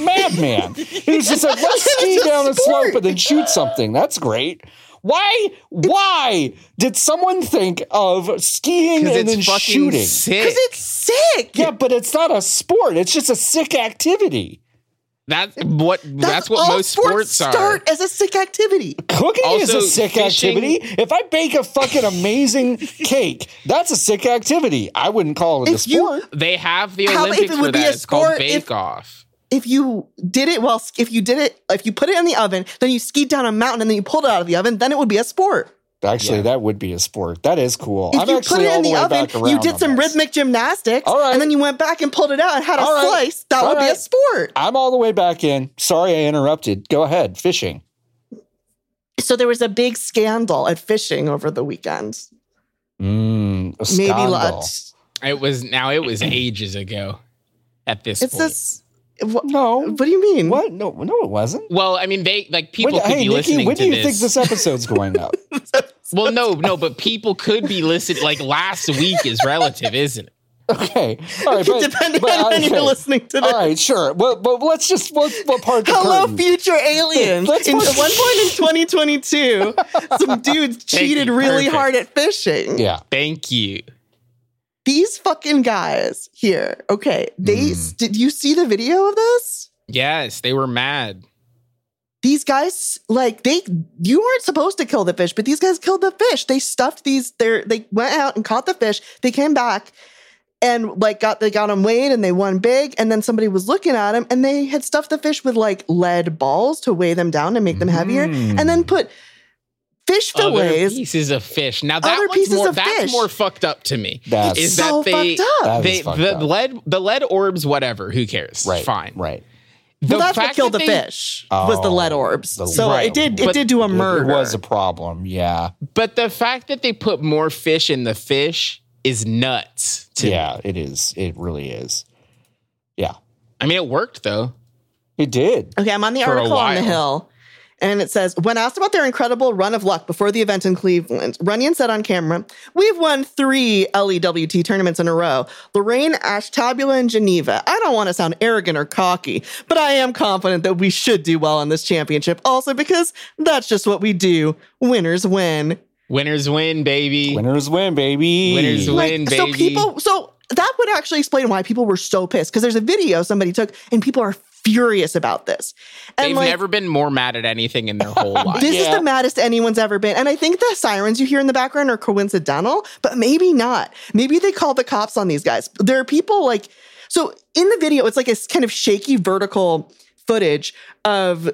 Speaker 2: madman. He's just like, let's ski
Speaker 1: It's a
Speaker 2: down a
Speaker 1: sport.
Speaker 2: slope and then shoot something. That's great. Why? Why did someone think of skiing
Speaker 3: Because
Speaker 2: and then
Speaker 3: it's fucking
Speaker 2: shooting?
Speaker 3: sick.
Speaker 1: Because it's sick.
Speaker 2: Yeah, but it's not a sport. It's just a sick activity.
Speaker 3: That's what that's, what
Speaker 1: all
Speaker 3: most sports, are.
Speaker 1: start as a sick activity.
Speaker 2: Cooking is
Speaker 3: Also,
Speaker 2: a sick
Speaker 3: fishing-
Speaker 2: activity. If I bake a fucking amazing cake, that's a sick activity. I wouldn't call it a
Speaker 1: If you-
Speaker 2: sport.
Speaker 3: They have the
Speaker 1: How- if
Speaker 3: Olympics
Speaker 1: it
Speaker 3: for
Speaker 1: would be
Speaker 3: that.
Speaker 1: a
Speaker 3: It's called
Speaker 1: sport
Speaker 3: Bake
Speaker 1: if-
Speaker 3: Off.
Speaker 1: If you did it well, if you did it, if you put it in the oven, then you skied down a mountain and then you pulled it out of the oven, then it would be a sport.
Speaker 2: actually,
Speaker 3: Yeah.
Speaker 2: that would be a sport. That is cool.
Speaker 1: If
Speaker 2: I'm
Speaker 1: you put
Speaker 2: actually
Speaker 1: it
Speaker 2: all
Speaker 1: in
Speaker 2: the,
Speaker 1: the
Speaker 2: way
Speaker 1: oven,
Speaker 2: back around.
Speaker 1: you did
Speaker 2: on
Speaker 1: some
Speaker 2: this.
Speaker 1: rhythmic gymnastics,
Speaker 2: All right.
Speaker 1: and then you went back and pulled it out and had a
Speaker 2: All right.
Speaker 1: slice. That
Speaker 2: All
Speaker 1: would be a
Speaker 2: right.
Speaker 1: sport.
Speaker 2: I'm all the way back in. Sorry, I interrupted. Go ahead. Fishing.
Speaker 1: So there was a big scandal at fishing over the weekend.
Speaker 2: Mm, um,
Speaker 1: Maybe
Speaker 2: a scandal.
Speaker 1: lots.
Speaker 3: It was now. It was ages ago. At this
Speaker 1: It's
Speaker 3: point.
Speaker 1: this. What,
Speaker 2: No,
Speaker 1: what do you mean?
Speaker 2: what? No, no, it wasn't.
Speaker 3: well, I mean, they like people
Speaker 2: When-
Speaker 3: could
Speaker 2: hey,
Speaker 3: be
Speaker 2: Nikki,
Speaker 3: listening
Speaker 2: when
Speaker 3: to
Speaker 2: do you
Speaker 3: this.
Speaker 2: think this episode's going up?
Speaker 3: Well, no, no, but people could be listening. Like last week is relative, isn't it?
Speaker 2: okay, all right, but,
Speaker 1: Depending
Speaker 2: but,
Speaker 1: on when
Speaker 2: okay.
Speaker 1: you're listening to
Speaker 2: All
Speaker 1: this.
Speaker 2: right, sure. Well, but let's just what what part? The
Speaker 1: Hello,
Speaker 2: curtain?
Speaker 1: future aliens.
Speaker 2: Let's
Speaker 1: In-
Speaker 2: put-
Speaker 1: At one point in 2022, some dudes
Speaker 3: Thank you.
Speaker 1: cheated really
Speaker 3: Perfect.
Speaker 1: hard at fishing.
Speaker 2: Yeah,
Speaker 3: Thank you.
Speaker 1: These fucking guys here. Okay, they
Speaker 2: Mm.
Speaker 1: did you see the video of this?
Speaker 3: Yes, they were mad.
Speaker 1: These guys, like they, you weren't supposed to kill the fish, but these guys killed the fish. They stuffed these. They they went out and caught the fish. They came back and like got they got them weighed and they won big. And then somebody was looking at them and they had stuffed the fish with like lead balls to weigh them down and make them heavier. and then put fish
Speaker 3: Other
Speaker 1: fillets.
Speaker 3: pieces of fish. Now that
Speaker 1: Other
Speaker 3: one's
Speaker 1: pieces
Speaker 3: more.
Speaker 1: of
Speaker 3: That's
Speaker 1: fish.
Speaker 3: more fucked up to me.
Speaker 2: That's
Speaker 3: Is
Speaker 1: so
Speaker 3: that they-
Speaker 1: fucked up.
Speaker 2: That
Speaker 3: They,
Speaker 2: is fucked
Speaker 3: the
Speaker 2: up.
Speaker 3: lead, the lead orbs, whatever. Who cares?
Speaker 2: right,
Speaker 3: Fine.
Speaker 2: right.
Speaker 1: well, that's what
Speaker 3: fact
Speaker 1: killed the
Speaker 3: that they-
Speaker 1: fish was the lead
Speaker 2: Oh,
Speaker 1: orbs.
Speaker 2: the
Speaker 1: so
Speaker 3: lead
Speaker 1: it did it
Speaker 3: orbs.
Speaker 1: did do a
Speaker 2: It-
Speaker 1: murder.
Speaker 2: It was a problem. Yeah,
Speaker 3: But the fact that they put more fish in the fish is nuts. To me.
Speaker 2: yeah. It is. It really is. Yeah,
Speaker 3: I mean, it worked though.
Speaker 2: it did.
Speaker 1: okay, I'm on the
Speaker 3: for a
Speaker 1: article on the
Speaker 3: while.
Speaker 1: hill. And it says, when asked about their incredible run of luck before the event in Cleveland, Runyon said on camera, We've won three LEWT tournaments in a row Lorraine, Ashtabula, and Geneva. I don't want to sound arrogant or cocky, but I am confident that we should do well in this championship, also because that's just what we do. Winners win.
Speaker 3: Winners win, baby.
Speaker 2: Winners win, baby.
Speaker 3: Winners win.
Speaker 1: so
Speaker 3: baby.
Speaker 1: people so that would actually explain why people were so pissed because there's a video somebody took and people are furious about this and
Speaker 3: They've
Speaker 1: like
Speaker 3: never been more mad at anything in their whole life.
Speaker 1: this is
Speaker 2: Yeah.
Speaker 1: the maddest anyone's ever been and i think the sirens you hear in the background are coincidental but maybe not maybe they called the cops on these guys there are people like so in the video it's like a s- kind of shaky vertical footage of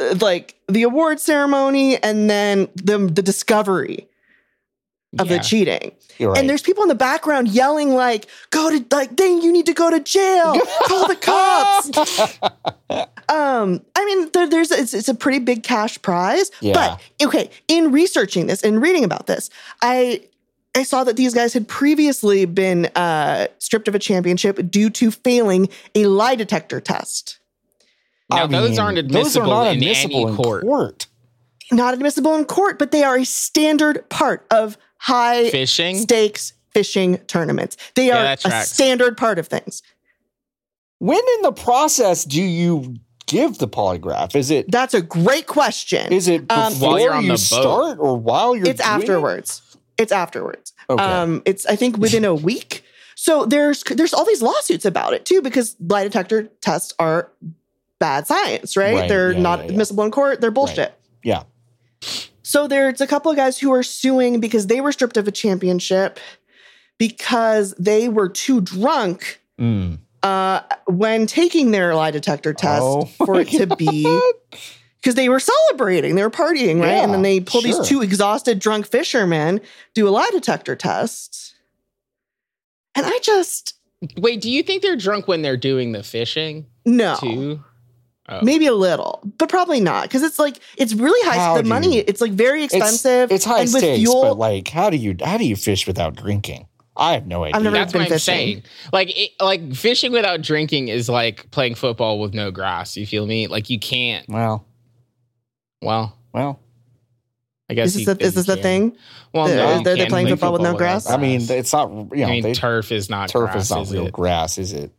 Speaker 1: uh, like the award ceremony and then the, the discovery of
Speaker 3: Yeah.
Speaker 1: the cheating
Speaker 2: You're
Speaker 1: and
Speaker 2: right.
Speaker 1: there's people in the background yelling like, "Go to like, then you need to go to jail. Call the cops." um, I mean, there, there's it's, it's a pretty big cash prize.
Speaker 2: Yeah.
Speaker 1: But okay, in researching this and reading about this, I I saw that these guys had previously been uh, stripped of a championship due to failing a lie detector test.
Speaker 3: Now,
Speaker 2: I
Speaker 3: those
Speaker 2: mean,
Speaker 3: aren't
Speaker 2: those are
Speaker 3: admissible,
Speaker 2: not
Speaker 3: in
Speaker 2: admissible
Speaker 3: any
Speaker 2: in
Speaker 3: court.
Speaker 2: court.
Speaker 1: Not admissible in court, but they are a standard part of high
Speaker 3: Fishing?
Speaker 1: stakes fishing tournaments. They
Speaker 3: Yeah,
Speaker 1: are
Speaker 3: that
Speaker 1: a
Speaker 3: tracks.
Speaker 1: standard part of things.
Speaker 2: When in the process do you give the polygraph? Is it
Speaker 1: That's a great question.
Speaker 2: is it before
Speaker 1: Um,
Speaker 3: While you're on
Speaker 2: you
Speaker 3: the boat.
Speaker 2: start or while you're?
Speaker 1: it's
Speaker 2: doing it?
Speaker 1: afterwards. It's afterwards.
Speaker 2: Okay.
Speaker 1: Um, it's I think within a week. So there's there's all these lawsuits about it too because lie detector tests are bad science, right?
Speaker 2: Right,
Speaker 1: They're
Speaker 2: yeah,
Speaker 1: not
Speaker 2: yeah, yeah.
Speaker 1: admissible in court. They're bullshit.
Speaker 2: Yeah.
Speaker 1: So there's a couple of guys who are suing because they were stripped of a championship because they were too drunk
Speaker 3: Hmm.
Speaker 2: Mm.
Speaker 1: uh, when taking their lie detector test
Speaker 2: Oh
Speaker 1: for it to be because they were celebrating, they were partying, right? and then
Speaker 2: Yeah,
Speaker 1: they pull
Speaker 2: sure.
Speaker 1: these two exhausted, drunk fishermen, do a lie detector test. And I just,
Speaker 3: Wait, do you think they're drunk when they're doing the fishing
Speaker 1: no.
Speaker 3: too? Oh.
Speaker 1: Maybe a little, but probably not, because it's like it's really high.
Speaker 2: How
Speaker 1: the
Speaker 2: do
Speaker 1: money,
Speaker 2: you-
Speaker 1: it's like very expensive.
Speaker 2: It's, it's high
Speaker 1: and with
Speaker 2: stakes,
Speaker 1: fuel-
Speaker 2: but like, how do you how do you fish without drinking? I have no idea.
Speaker 1: never-
Speaker 3: That's
Speaker 1: been
Speaker 3: what I'm
Speaker 1: fishing.
Speaker 3: saying. Like, it, like fishing without drinking is like playing football with no grass. You feel me? Like you can't.
Speaker 2: well,
Speaker 3: Well,
Speaker 2: well,
Speaker 3: I guess
Speaker 1: is this
Speaker 3: you-
Speaker 1: the, is this the
Speaker 3: you can.
Speaker 1: thing?
Speaker 3: Well,
Speaker 1: Uh,
Speaker 3: no,
Speaker 1: is
Speaker 3: you
Speaker 1: there- they're
Speaker 3: can't
Speaker 1: playing
Speaker 3: play
Speaker 1: football with no grass?
Speaker 2: I mean, it's not you know,
Speaker 3: I mean,
Speaker 2: they, turf,
Speaker 3: turf is not grass,
Speaker 2: is not
Speaker 3: is
Speaker 2: real
Speaker 3: it?
Speaker 2: grass, is it?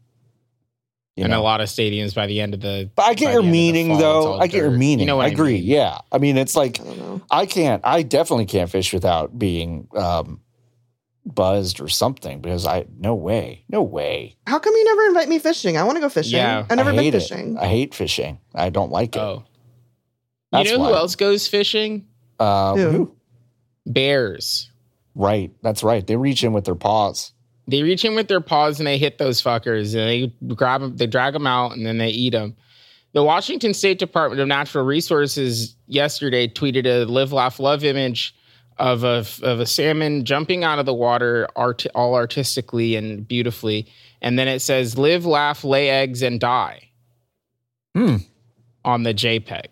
Speaker 2: You
Speaker 3: In a
Speaker 2: know.
Speaker 3: lot of stadiums, by the end of the
Speaker 2: But I get
Speaker 3: by
Speaker 2: your
Speaker 3: the end of the
Speaker 2: meaning
Speaker 3: fall, it's
Speaker 2: though.
Speaker 3: all
Speaker 2: I get your
Speaker 3: dirt. You
Speaker 2: meaning.
Speaker 3: know what
Speaker 2: I
Speaker 3: I
Speaker 2: agree.
Speaker 3: mean.
Speaker 2: Yeah. I mean, it's like
Speaker 1: I don't know.
Speaker 2: I can't. I definitely can't fish without being um, buzzed or something because I no way, no way.
Speaker 1: How come you never invite me fishing? I want to go fishing.
Speaker 3: Yeah,
Speaker 1: I've never
Speaker 2: I
Speaker 1: been
Speaker 2: hate it.
Speaker 1: fishing.
Speaker 2: I hate fishing. I don't like it.
Speaker 3: oh,
Speaker 2: That's
Speaker 3: you know
Speaker 2: why.
Speaker 3: who else goes fishing?
Speaker 2: Uh,
Speaker 1: Who?
Speaker 2: who?
Speaker 3: Bears.
Speaker 2: Right. That's right. They reach in with their paws.
Speaker 3: They reach in with their paws and they hit those fuckers and they grab them, they drag them out and then they eat them. The Washington State Department of Natural Resources yesterday tweeted a live, laugh, love image of a, of a salmon jumping out of the water art, all artistically and beautifully. And then it says, live, laugh, lay eggs, and die
Speaker 2: Hmm.
Speaker 3: on the JPEG.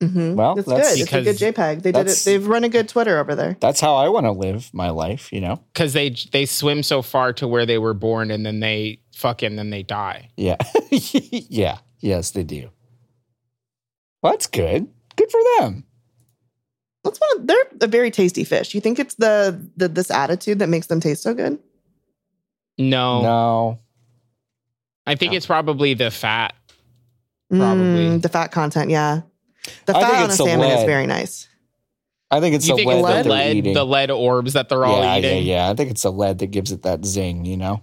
Speaker 1: Mm-hmm.
Speaker 2: Well,
Speaker 1: it's
Speaker 2: that's-
Speaker 1: good. It's a good
Speaker 3: Because
Speaker 1: JPEG. They did it.
Speaker 2: that's-
Speaker 1: They've run a good Twitter over there.
Speaker 2: That's how I want to live my life, you know?
Speaker 3: because they they swim so far to where they were born and then they fucking then they die.
Speaker 2: Yeah. yeah. Yes, they do. Well, that's good. Good for them.
Speaker 1: That's one. Of, they're a very tasty fish. You think it's the, the this attitude that makes them taste so good?
Speaker 3: No,
Speaker 2: No.
Speaker 3: I think
Speaker 2: No.
Speaker 3: it's probably the fat. Probably.
Speaker 1: Mm, the fat content. Yeah, the
Speaker 2: I
Speaker 1: fat
Speaker 2: think
Speaker 1: on a
Speaker 2: it's the
Speaker 1: salmon is
Speaker 2: lead.
Speaker 1: very nice.
Speaker 2: I think it's
Speaker 3: you
Speaker 2: the
Speaker 3: think
Speaker 2: lead,
Speaker 3: it's
Speaker 2: that
Speaker 3: the
Speaker 2: they're
Speaker 3: lead,
Speaker 2: eating.
Speaker 3: the lead orbs that they're all
Speaker 2: yeah,
Speaker 3: eating?
Speaker 2: yeah, yeah. I think it's the lead that gives it that zing, you know?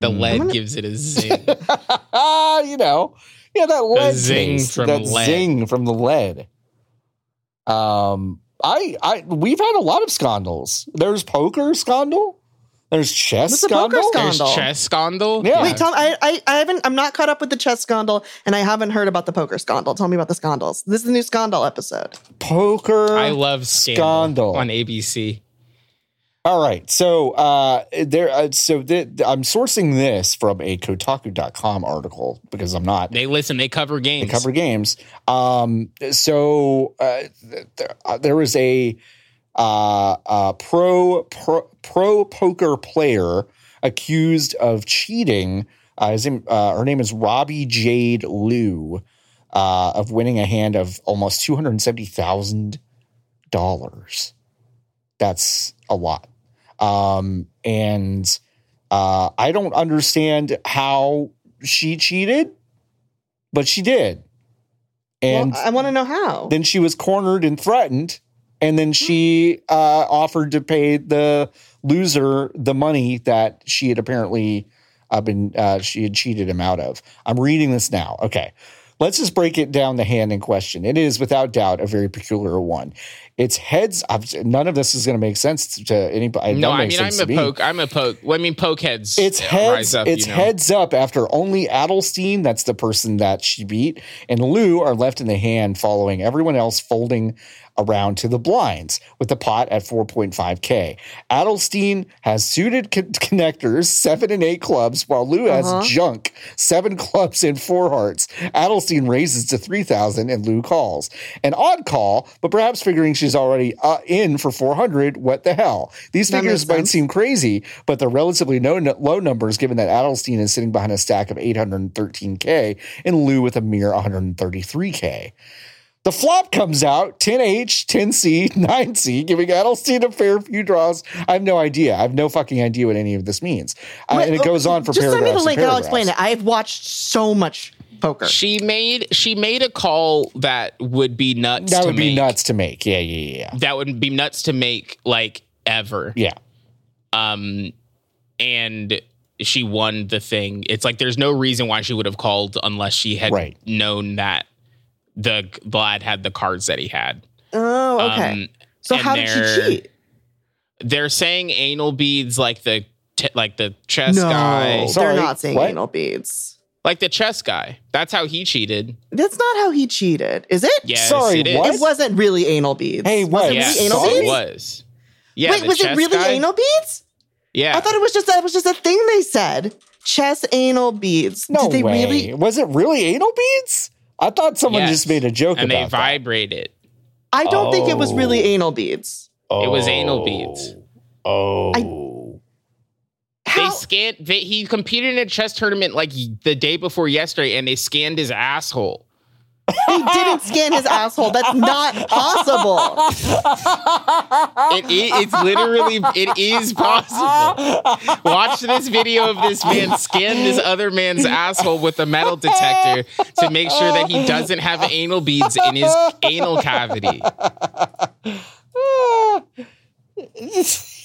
Speaker 3: The
Speaker 2: Mm.
Speaker 3: lead
Speaker 1: I'm gonna-
Speaker 3: gives it a zing.
Speaker 2: you know, yeah, that lead
Speaker 3: zing
Speaker 2: taste,
Speaker 3: from
Speaker 2: that
Speaker 3: lead.
Speaker 2: zing from the lead. Um, I, I, we've had a lot of scandals. There's poker scandal. There's chess
Speaker 1: What's a poker
Speaker 2: scandal.
Speaker 3: There's
Speaker 1: Scandal.
Speaker 3: chess scandal.
Speaker 2: Yeah.
Speaker 1: Wait, Tom, I, I I haven't. I'm not caught up with the chess scandal, and I haven't heard about the poker scandal. Tell me about the scandals. This is the new scandal episode.
Speaker 2: Poker.
Speaker 3: I love scandal
Speaker 2: Scandal.
Speaker 3: on ABC.
Speaker 2: All right. So uh, there. Uh, so th- I'm sourcing this from a Kotaku.com article because I'm not
Speaker 3: They listen. They cover
Speaker 2: They
Speaker 3: games.
Speaker 2: cover games. Um, so uh, th- th- uh, there was a uh, uh, pro, pro pro poker player accused of cheating. Uh, his name, uh, her name is Robbie Jade Liu, uh, of winning a hand of almost two hundred seventy thousand dollars. That's a lot. Um, and uh, I don't understand how she cheated, but she did. And
Speaker 1: well, I want to know how.
Speaker 2: then she was cornered and threatened. And then she uh, offered to pay the loser the money that she had apparently uh, been, uh, she had cheated him out of. I'm reading this now. Okay. Let's just break it down the hand in question. It is without doubt a very peculiar one. It's heads. I've, none of this is going to make sense to anybody. None
Speaker 3: No, I
Speaker 2: makes
Speaker 3: mean I'm
Speaker 2: sense to
Speaker 3: a
Speaker 2: me.
Speaker 3: poke. I'm a poke. Well, I mean poke heads.
Speaker 2: It's
Speaker 3: rise
Speaker 2: heads.
Speaker 3: up,
Speaker 2: it's
Speaker 3: you know.
Speaker 2: heads up after only Adelstein, that's the person that she beat, and Lou are left in the hand, following everyone else folding around to the blinds with the pot at 4.5k. Adelstein has suited con- connectors, seven and eight clubs, while Lou
Speaker 1: Uh-huh.
Speaker 2: has junk, seven clubs and four hearts. Adelstein raises to 3,000 and Lou calls. An odd call, but perhaps figuring she's already uh, in for 400, what the hell? These
Speaker 1: That
Speaker 2: figures
Speaker 1: makes
Speaker 2: might
Speaker 1: sense.
Speaker 2: seem crazy, but they're relatively no, low numbers given that Adelstein is sitting behind a stack of 813K and Lou with a mere 133K. The flop comes out 10H, 10C, 9C, giving Adelstein a fair few draws. I have no idea. I have no fucking idea what any of this means. Uh,
Speaker 1: Wait,
Speaker 2: and it
Speaker 1: oh,
Speaker 2: goes on for
Speaker 1: Just
Speaker 2: paragraphs.
Speaker 1: send me the
Speaker 2: and
Speaker 1: link, and I'll explain
Speaker 2: paragraphs.
Speaker 1: it. I've watched so much poker.
Speaker 3: She made she made a call that would be nuts.
Speaker 2: That
Speaker 3: to
Speaker 2: would be
Speaker 3: make.
Speaker 2: nuts to make. Yeah, yeah, yeah,
Speaker 3: That would be nuts to make like ever.
Speaker 2: yeah.
Speaker 3: Um, and she won the thing. It's like there's no reason why she would have called unless she had
Speaker 2: Right.
Speaker 3: known that the Vlad had the cards that he had.
Speaker 1: oh, okay.
Speaker 3: Um,
Speaker 1: so
Speaker 3: and
Speaker 1: how did she
Speaker 3: they're-
Speaker 1: cheat?
Speaker 3: they're saying anal beads like the t- like the chess guy,
Speaker 1: they're
Speaker 2: Sorry,
Speaker 1: not saying
Speaker 2: what?
Speaker 1: anal beads.
Speaker 3: like the chess guy. That's how he cheated.
Speaker 1: That's not how he cheated, is it?
Speaker 3: Yes,
Speaker 2: Sorry,
Speaker 3: it is.
Speaker 2: what?
Speaker 1: It wasn't really anal beads.
Speaker 2: Hey,
Speaker 1: was
Speaker 2: what?
Speaker 1: it
Speaker 3: Yeah,
Speaker 1: really anal
Speaker 2: sorry?
Speaker 1: beads?
Speaker 3: it was. Yeah,
Speaker 1: Wait,
Speaker 3: the
Speaker 1: was it
Speaker 3: chess
Speaker 1: really
Speaker 3: guy?
Speaker 1: anal beads?
Speaker 3: Yeah,
Speaker 1: I thought it was just that was just a thing they said. Chess anal beads.
Speaker 2: No
Speaker 1: Did they
Speaker 2: way.
Speaker 1: really?
Speaker 2: Was it really anal beads? I thought someone
Speaker 3: Yes.
Speaker 2: just made a joke
Speaker 3: and they
Speaker 2: about that.
Speaker 3: vibrated.
Speaker 1: I don't think it was really
Speaker 2: Oh.
Speaker 1: anal beads.
Speaker 3: It was anal beads.
Speaker 2: Oh.
Speaker 1: How?
Speaker 3: They scanned. They, he competed in a chess tournament like the day before yesterday, and they scanned his asshole.
Speaker 1: They didn't scan his asshole. That's not possible.
Speaker 3: It, i- it's literally. It is possible. Watch this video of this man scan this other man's asshole with a metal detector to make sure that he doesn't have anal beads in his anal cavity.
Speaker 2: Ah.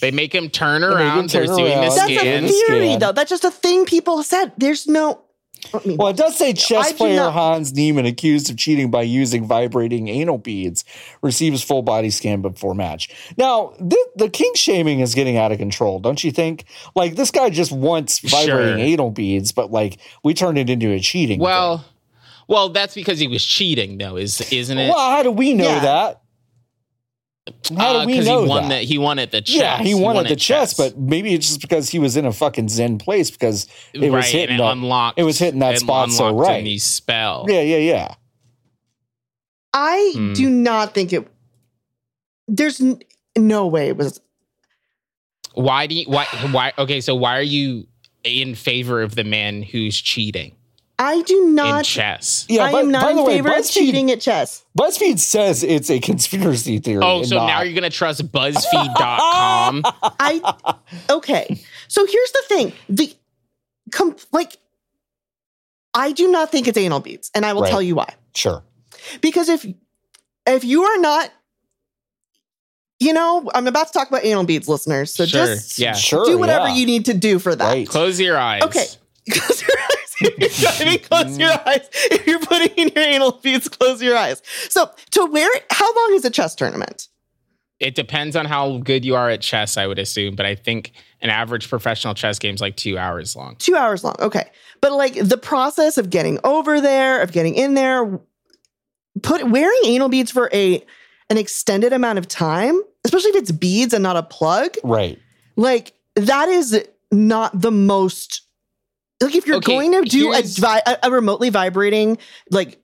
Speaker 3: They make him turn
Speaker 2: him
Speaker 3: around.
Speaker 2: turn
Speaker 3: They're doing the
Speaker 2: around.
Speaker 1: That's
Speaker 2: Scan,
Speaker 1: a
Speaker 3: scan.
Speaker 1: theory,
Speaker 2: scan.
Speaker 1: though. That's just a thing people said. There's no. I mean,
Speaker 2: well, it does say
Speaker 1: I
Speaker 2: chess
Speaker 1: do
Speaker 2: player
Speaker 1: not-
Speaker 2: Hans Niemann accused of cheating by using vibrating anal beads receives full body scan before match. Now, th- the king shaming is getting out of control, don't you think? Like this guy just wants vibrating
Speaker 3: Sure.
Speaker 2: anal beads, but like we turned it into a cheating. thing.
Speaker 3: Well, well, that's because he was cheating, though, is isn't it?
Speaker 2: Well, how do we know
Speaker 1: Yeah.
Speaker 2: that? How do
Speaker 3: Uh,
Speaker 2: we
Speaker 3: 'cause
Speaker 2: know
Speaker 3: he won
Speaker 2: that?
Speaker 3: The, he won at the chess.
Speaker 2: yeah, he won, at the chess,
Speaker 3: chess,
Speaker 2: but maybe it's just because he was in a fucking zen place because it was
Speaker 3: right,
Speaker 2: hitting
Speaker 3: and it
Speaker 2: that.
Speaker 3: unlocked.
Speaker 2: it was hitting that
Speaker 3: it
Speaker 2: spot so
Speaker 3: unlocked
Speaker 2: right.
Speaker 3: in the spell.
Speaker 2: yeah, yeah, yeah.
Speaker 1: I
Speaker 3: Hmm.
Speaker 1: do not think it. There's n- no way it was.
Speaker 3: Why do you why why okay, so why are you in favor of the man who's cheating
Speaker 1: I do
Speaker 3: in
Speaker 1: not.
Speaker 3: chess?
Speaker 2: Yeah,
Speaker 1: I
Speaker 2: but-
Speaker 1: am not
Speaker 2: by
Speaker 1: in
Speaker 2: the way,
Speaker 1: favor of
Speaker 2: BuzzFeed-
Speaker 1: cheating at chess.
Speaker 2: BuzzFeed says it's a conspiracy theory.
Speaker 3: Oh,
Speaker 2: and
Speaker 3: so now
Speaker 2: not- Ah!
Speaker 3: you're gonna trust BuzzFeed.com?
Speaker 1: I okay. So here's the thing: the com- like, I do not think it's anal beads, and I will
Speaker 2: Right.
Speaker 1: tell you why.
Speaker 2: sure.
Speaker 1: Because if if you are not, you know, I'm about to talk about anal beads, listeners. So
Speaker 3: Sure,
Speaker 1: just
Speaker 3: yeah.
Speaker 2: Sure.
Speaker 1: do whatever
Speaker 2: yeah.
Speaker 1: you need to do for that.
Speaker 2: Right.
Speaker 3: Close your eyes.
Speaker 1: Okay. Close your eyes. If you're driving, close your eyes. If you're putting in your anal beads, close your eyes. So to where? How long is a chess tournament?
Speaker 3: It depends on how good you are at chess, I would assume, but I think an average professional chess game's like two hours long.
Speaker 1: two hours long. Okay. But like the process of getting over there, of getting in there, put wearing anal beads for a an extended amount of time, especially if it's beads and not a plug,
Speaker 2: Right.
Speaker 1: like that is not the most like if you're
Speaker 3: Okay,
Speaker 1: going to do a,
Speaker 3: here's-
Speaker 1: vi- a a remotely vibrating like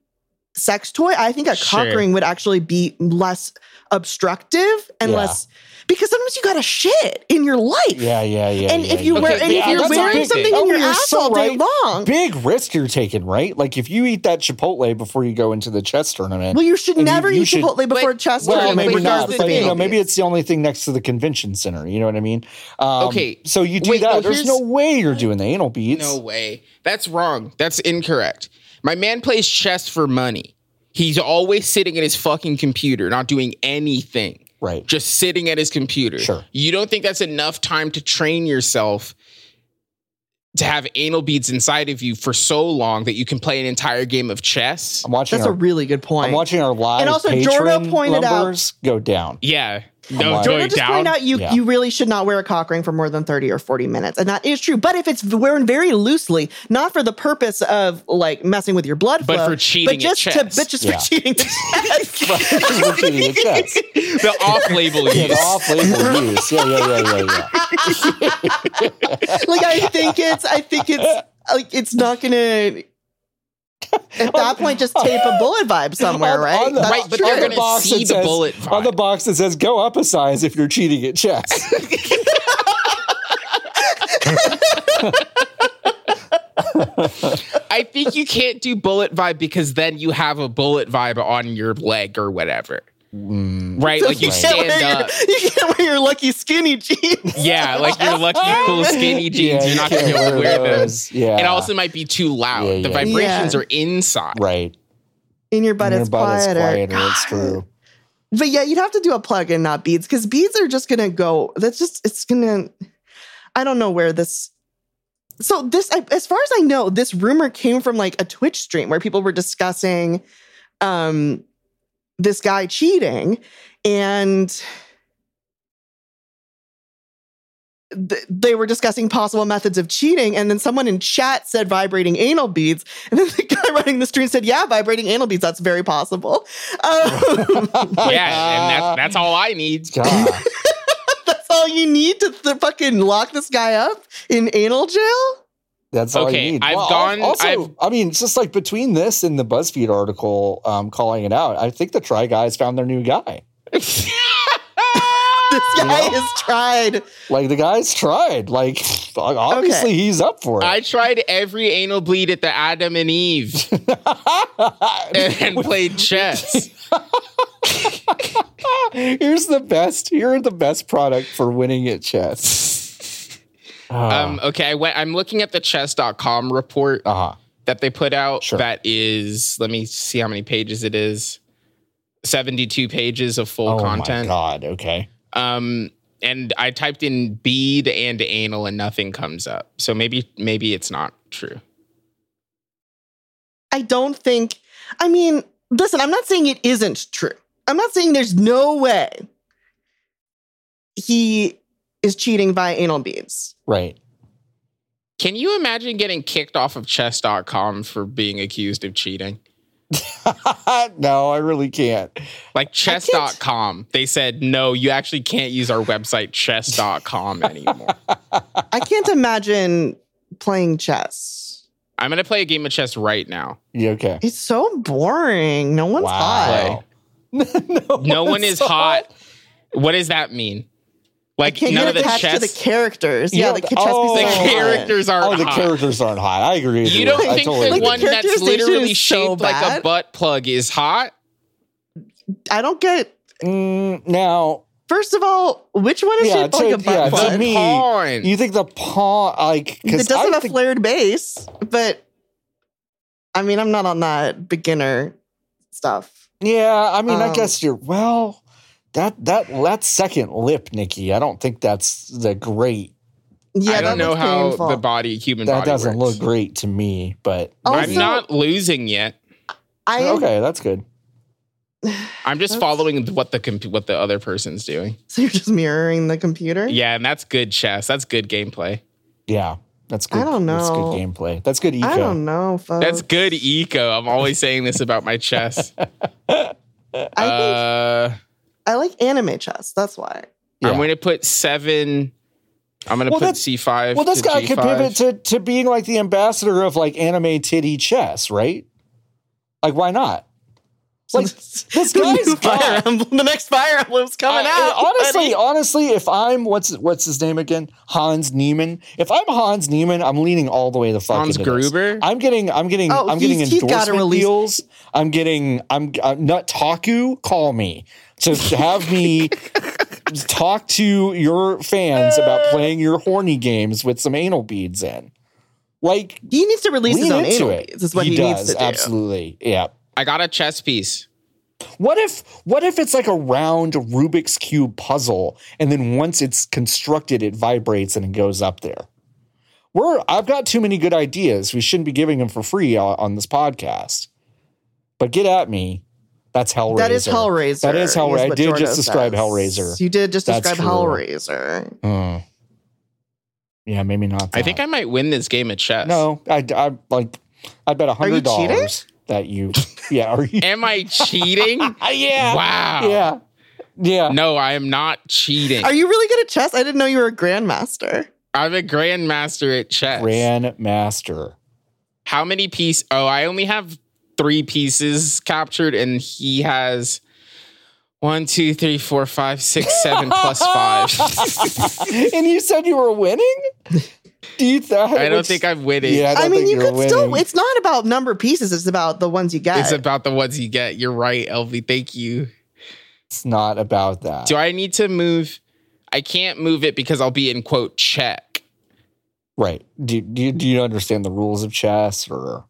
Speaker 1: sex toy, I think a cock
Speaker 3: Sure.
Speaker 1: ring would actually be less obstructive and
Speaker 2: Yeah.
Speaker 1: less because sometimes you got to shit in your life.
Speaker 2: Yeah, yeah, yeah.
Speaker 1: And
Speaker 2: yeah,
Speaker 1: if you
Speaker 2: yeah.
Speaker 1: wear
Speaker 3: Okay,
Speaker 1: and if
Speaker 3: yeah,
Speaker 1: you're
Speaker 3: that's a
Speaker 1: wearing
Speaker 3: big
Speaker 1: something
Speaker 3: thing.
Speaker 1: in
Speaker 2: Oh,
Speaker 1: your
Speaker 2: you're
Speaker 1: ass
Speaker 2: so
Speaker 1: all day
Speaker 2: right.
Speaker 1: long,
Speaker 2: big risk you're taking, right? Like if you eat that Chipotle before you go into the chess tournament.
Speaker 1: well, you should
Speaker 2: And you-
Speaker 1: never
Speaker 2: you
Speaker 1: eat
Speaker 2: should-
Speaker 1: Chipotle before a
Speaker 4: But-
Speaker 1: chess
Speaker 4: well,
Speaker 1: tournament,
Speaker 2: maybe not,
Speaker 1: regardless
Speaker 4: regardless
Speaker 2: but
Speaker 1: of
Speaker 2: you
Speaker 1: being.
Speaker 2: know, maybe it's the only thing next to the convention center. You know what I mean? Um,
Speaker 3: Okay.
Speaker 2: so you do
Speaker 3: Wait,
Speaker 2: that.
Speaker 3: no,
Speaker 2: There's
Speaker 3: here's-
Speaker 2: no way you're doing the anal beads.
Speaker 3: No way. That's wrong. That's incorrect. My man plays chess for money. He's always sitting at his fucking computer, not doing anything,
Speaker 2: Right.
Speaker 3: just sitting at his computer.
Speaker 2: Sure.
Speaker 3: You don't think that's enough time to train yourself to have anal beads inside of you for so long that you can play an entire game of chess?
Speaker 2: I'm watching.
Speaker 1: That's a
Speaker 2: Our,
Speaker 1: really good point.
Speaker 2: I'm watching our live.
Speaker 1: And also,
Speaker 2: Patreon
Speaker 1: Jordo pointed out-
Speaker 2: numbers go down.
Speaker 3: Yeah.
Speaker 2: Come
Speaker 3: No,
Speaker 2: on.
Speaker 1: Jordan
Speaker 3: going
Speaker 1: just
Speaker 3: down.
Speaker 1: pointed out you
Speaker 2: Yeah.
Speaker 1: you really should not wear a cock ring for more than thirty or forty minutes, and that is true. But if it's wearing very loosely, not for the purpose of like messing with your blood
Speaker 3: But
Speaker 1: flow,
Speaker 3: for cheating
Speaker 1: but
Speaker 3: at
Speaker 1: just to,
Speaker 3: chess.
Speaker 1: but just
Speaker 2: Yeah.
Speaker 1: for cheating at chess.
Speaker 2: We're cheating at chess.
Speaker 3: the off-label
Speaker 2: Yeah,
Speaker 3: use.
Speaker 2: off label use. Yeah, yeah, yeah, yeah, yeah.
Speaker 1: like I think it's I think it's like it's not gonna. At that point, just tape a bullet vibe somewhere,
Speaker 2: On-
Speaker 1: right?
Speaker 2: on the-
Speaker 1: That's
Speaker 3: Right, but
Speaker 1: true.
Speaker 3: they're gonna see
Speaker 2: it
Speaker 3: the
Speaker 2: says,
Speaker 3: bullet
Speaker 2: On the
Speaker 3: vibe.
Speaker 2: box that says go up a size if you're cheating at chess.
Speaker 3: I think you can't do bullet vibe because then you have a bullet vibe on your leg or whatever.
Speaker 2: Mm.
Speaker 3: Right? Like you
Speaker 2: Right.
Speaker 3: stand up.
Speaker 1: Your, you can't wear your lucky skinny jeans.
Speaker 3: Yeah, like your lucky cool skinny
Speaker 2: Yeah,
Speaker 3: jeans. you're
Speaker 2: you
Speaker 3: not gonna be
Speaker 2: can't
Speaker 3: able to
Speaker 2: wear
Speaker 3: wear them.
Speaker 2: those. Yeah.
Speaker 3: It also might be too loud.
Speaker 2: Yeah,
Speaker 3: The
Speaker 2: yeah.
Speaker 3: vibrations
Speaker 1: Yeah.
Speaker 3: are inside.
Speaker 2: right.
Speaker 1: In your butt,
Speaker 2: Your
Speaker 1: it's,
Speaker 2: butt is
Speaker 1: quieter.
Speaker 2: It's true.
Speaker 1: But yeah, you'd have to do a plug in, not beads, because beads are just gonna go. That's just it's gonna. I don't know where this. So this, I, as far as I know, this rumor came from like a Twitch stream where people were discussing, um, this guy cheating, and th- they were discussing possible methods of cheating, and then someone in chat said vibrating anal beads, and then the guy running the stream said, "Yeah, vibrating anal beads. That's very possible." Um,
Speaker 3: Yeah, and that's that's all I need.
Speaker 2: God.
Speaker 1: That's all you need to th- fucking lock this guy up in anal jail?
Speaker 2: That's all
Speaker 3: Okay,
Speaker 2: you need.
Speaker 3: I've
Speaker 2: al-
Speaker 3: gone-
Speaker 2: Also,
Speaker 3: I've-
Speaker 2: I mean, it's just like between this and the BuzzFeed article um, calling it out, I think the Try Guys found their new guy.
Speaker 1: This guy
Speaker 2: know?
Speaker 1: is tried.
Speaker 2: Like the guy's tried. Like obviously he's up for it.
Speaker 3: I tried every anal bleed at the Adam and Eve and, and played chess.
Speaker 2: Here's the best. Here are the best product for winning at chess.
Speaker 3: Um, okay, I went, I'm looking at the chess.com report.
Speaker 2: uh huh.
Speaker 3: that they put out
Speaker 2: Sure.
Speaker 3: that is let me see how many pages it is 72 pages of full
Speaker 2: Oh my
Speaker 3: content
Speaker 2: god. Okay.
Speaker 3: um and i typed in bead and anal and nothing comes up so maybe maybe it's not true
Speaker 1: I don't think, I mean, listen, I'm not saying it isn't true. I'm not saying there's no way he is cheating via anal beads.
Speaker 2: Right.
Speaker 3: can you imagine getting kicked off of chess.com for being accused of cheating
Speaker 2: no, I really can't.
Speaker 3: like chess.com they said no you actually can't use our website chess.com anymore
Speaker 1: I can't imagine playing chess.
Speaker 3: I'm gonna play a game of chess right now.
Speaker 2: Yeah, okay.
Speaker 1: It's so boring. No one's hot.
Speaker 2: no,
Speaker 3: No one
Speaker 2: one's
Speaker 3: is hot. What does that mean? Like
Speaker 1: Can't
Speaker 3: none
Speaker 1: get
Speaker 3: of the
Speaker 1: attached
Speaker 3: chess,
Speaker 1: to the characters.
Speaker 2: You
Speaker 1: Yeah,
Speaker 2: don't-
Speaker 1: the chess
Speaker 2: oh,
Speaker 1: pieces
Speaker 3: the
Speaker 1: are
Speaker 2: characters.
Speaker 1: hot.
Speaker 3: characters are
Speaker 2: Oh, the
Speaker 3: hot.
Speaker 2: characters aren't hot. I agree. With you,
Speaker 3: You don't
Speaker 2: I
Speaker 3: think
Speaker 2: totally
Speaker 1: Like,
Speaker 3: that
Speaker 2: agree.
Speaker 1: the
Speaker 3: one that's
Speaker 1: characterization
Speaker 3: literally
Speaker 1: is so
Speaker 3: shaped like a
Speaker 1: bad.
Speaker 3: butt plug is hot?
Speaker 1: I don't get.
Speaker 2: Mm, now
Speaker 1: First of all, which one is
Speaker 2: Yeah,
Speaker 1: shaped like
Speaker 2: so-
Speaker 1: a butt
Speaker 2: yeah,
Speaker 1: plug?
Speaker 2: to me,
Speaker 3: Pawn.
Speaker 2: you think the pawn like
Speaker 1: It
Speaker 2: because
Speaker 1: does
Speaker 2: I
Speaker 1: have a
Speaker 2: think
Speaker 1: flared base, but I mean, I'm not on that beginner stuff.
Speaker 2: yeah. I mean, I
Speaker 1: Um,
Speaker 2: guess you're well. That that that second lip, Nikki. I don't think that's the great.
Speaker 1: Yeah,
Speaker 3: I
Speaker 1: that
Speaker 3: don't know
Speaker 1: looks
Speaker 3: how
Speaker 1: painful.
Speaker 3: the body, human
Speaker 2: That
Speaker 3: body,
Speaker 2: doesn't
Speaker 3: works.
Speaker 2: look great to me. But
Speaker 1: Also,
Speaker 3: I'm not losing yet.
Speaker 1: I
Speaker 2: okay, that's good.
Speaker 3: I'm just
Speaker 1: That's-
Speaker 3: following what the comp- what the other person's doing.
Speaker 1: so you're just mirroring the computer.
Speaker 3: Yeah, and that's good chess. That's good gameplay.
Speaker 2: Yeah, that's good.
Speaker 1: I don't
Speaker 2: That's good
Speaker 1: know.
Speaker 2: gameplay. That's good eco.
Speaker 1: I don't know, folks.
Speaker 3: That's
Speaker 2: Oh,
Speaker 3: good eco. I'm always saying this about my chess.
Speaker 1: I think
Speaker 3: uh,
Speaker 1: I like anime chess. That's why.
Speaker 3: I'm
Speaker 2: Yeah.
Speaker 3: going to put seven. I'm going
Speaker 2: Well,
Speaker 3: to put
Speaker 2: that's-
Speaker 3: C5.
Speaker 2: Well, this
Speaker 3: to
Speaker 2: guy could
Speaker 3: G5.
Speaker 2: pivot to, to being like the ambassador of like anime titty chess, right? Like, why not? Like, this
Speaker 1: The
Speaker 2: guy's
Speaker 1: new Fire
Speaker 2: got-
Speaker 1: Emblem- the next Fire Emblem's coming
Speaker 2: I-
Speaker 1: out.
Speaker 2: honestly,
Speaker 1: buddy.
Speaker 2: honestly, if I'm what's what's his name again? Hans Niemann. If I'm Hans Niemann, I'm leaning all the way the fuck
Speaker 3: Hans
Speaker 2: into this.
Speaker 3: Gruber.
Speaker 2: I'm getting, I'm getting,
Speaker 1: Oh,
Speaker 2: I'm getting
Speaker 1: he's- he's gotta
Speaker 2: endorsement
Speaker 1: release-
Speaker 2: deals. I'm getting, I'm uh, not Taku. Call me to have me talk to your fans
Speaker 1: Uh.
Speaker 2: about playing your horny games with some anal beads in. Like
Speaker 1: he needs to release his
Speaker 2: lean
Speaker 1: own
Speaker 2: into
Speaker 1: anal
Speaker 2: it.
Speaker 1: beads. Is what he, needs to do.
Speaker 2: Absolutely, yeah.
Speaker 3: I got a chess piece.
Speaker 2: What if what if it's like a round Rubik's cube puzzle, and then once it's constructed, it vibrates and it goes up there? We're I've got too many good ideas. We shouldn't be giving them for free on, on this podcast. But get at me. That's Hellraiser.
Speaker 1: That is Hellraiser.
Speaker 2: That is Hellraiser. I
Speaker 1: what
Speaker 2: did just
Speaker 1: Jordo
Speaker 2: describe
Speaker 1: says.
Speaker 2: Hellraiser.
Speaker 1: You did just
Speaker 2: That's
Speaker 1: describe
Speaker 2: true.
Speaker 1: Hellraiser.
Speaker 2: Hmm. Yeah, maybe not.
Speaker 3: I think
Speaker 2: that.
Speaker 3: I might win this game of chess.
Speaker 2: no. I, I like. I bet a
Speaker 1: Are you
Speaker 2: hundred dollars that you. Yeah. Are you?
Speaker 3: Am I cheating?
Speaker 2: Ah, yeah.
Speaker 3: wow.
Speaker 2: Yeah. Yeah.
Speaker 3: No, I am not cheating.
Speaker 1: Are you really good at chess? I didn't know you were a grandmaster.
Speaker 3: I'm a grandmaster at chess.
Speaker 2: Grandmaster.
Speaker 3: How many piece? Oh, I only have three pieces captured, and he has one, two, three, four, five, six, seven plus five.
Speaker 2: and you said you were winning. Do you? Th-
Speaker 3: I don't think I'm winning.
Speaker 2: Yeah, I don't
Speaker 1: I, mean,
Speaker 2: think
Speaker 1: you
Speaker 2: you're
Speaker 1: could still.
Speaker 2: winning.
Speaker 1: It's not about number of pieces. It's about the ones you get.
Speaker 3: It's about the ones you get. You're right, LV. Thank you.
Speaker 2: It's not about that.
Speaker 3: Do I need to move? I can't move it because I'll be in quote check.
Speaker 2: right? Do, do you do you understand the rules of chess or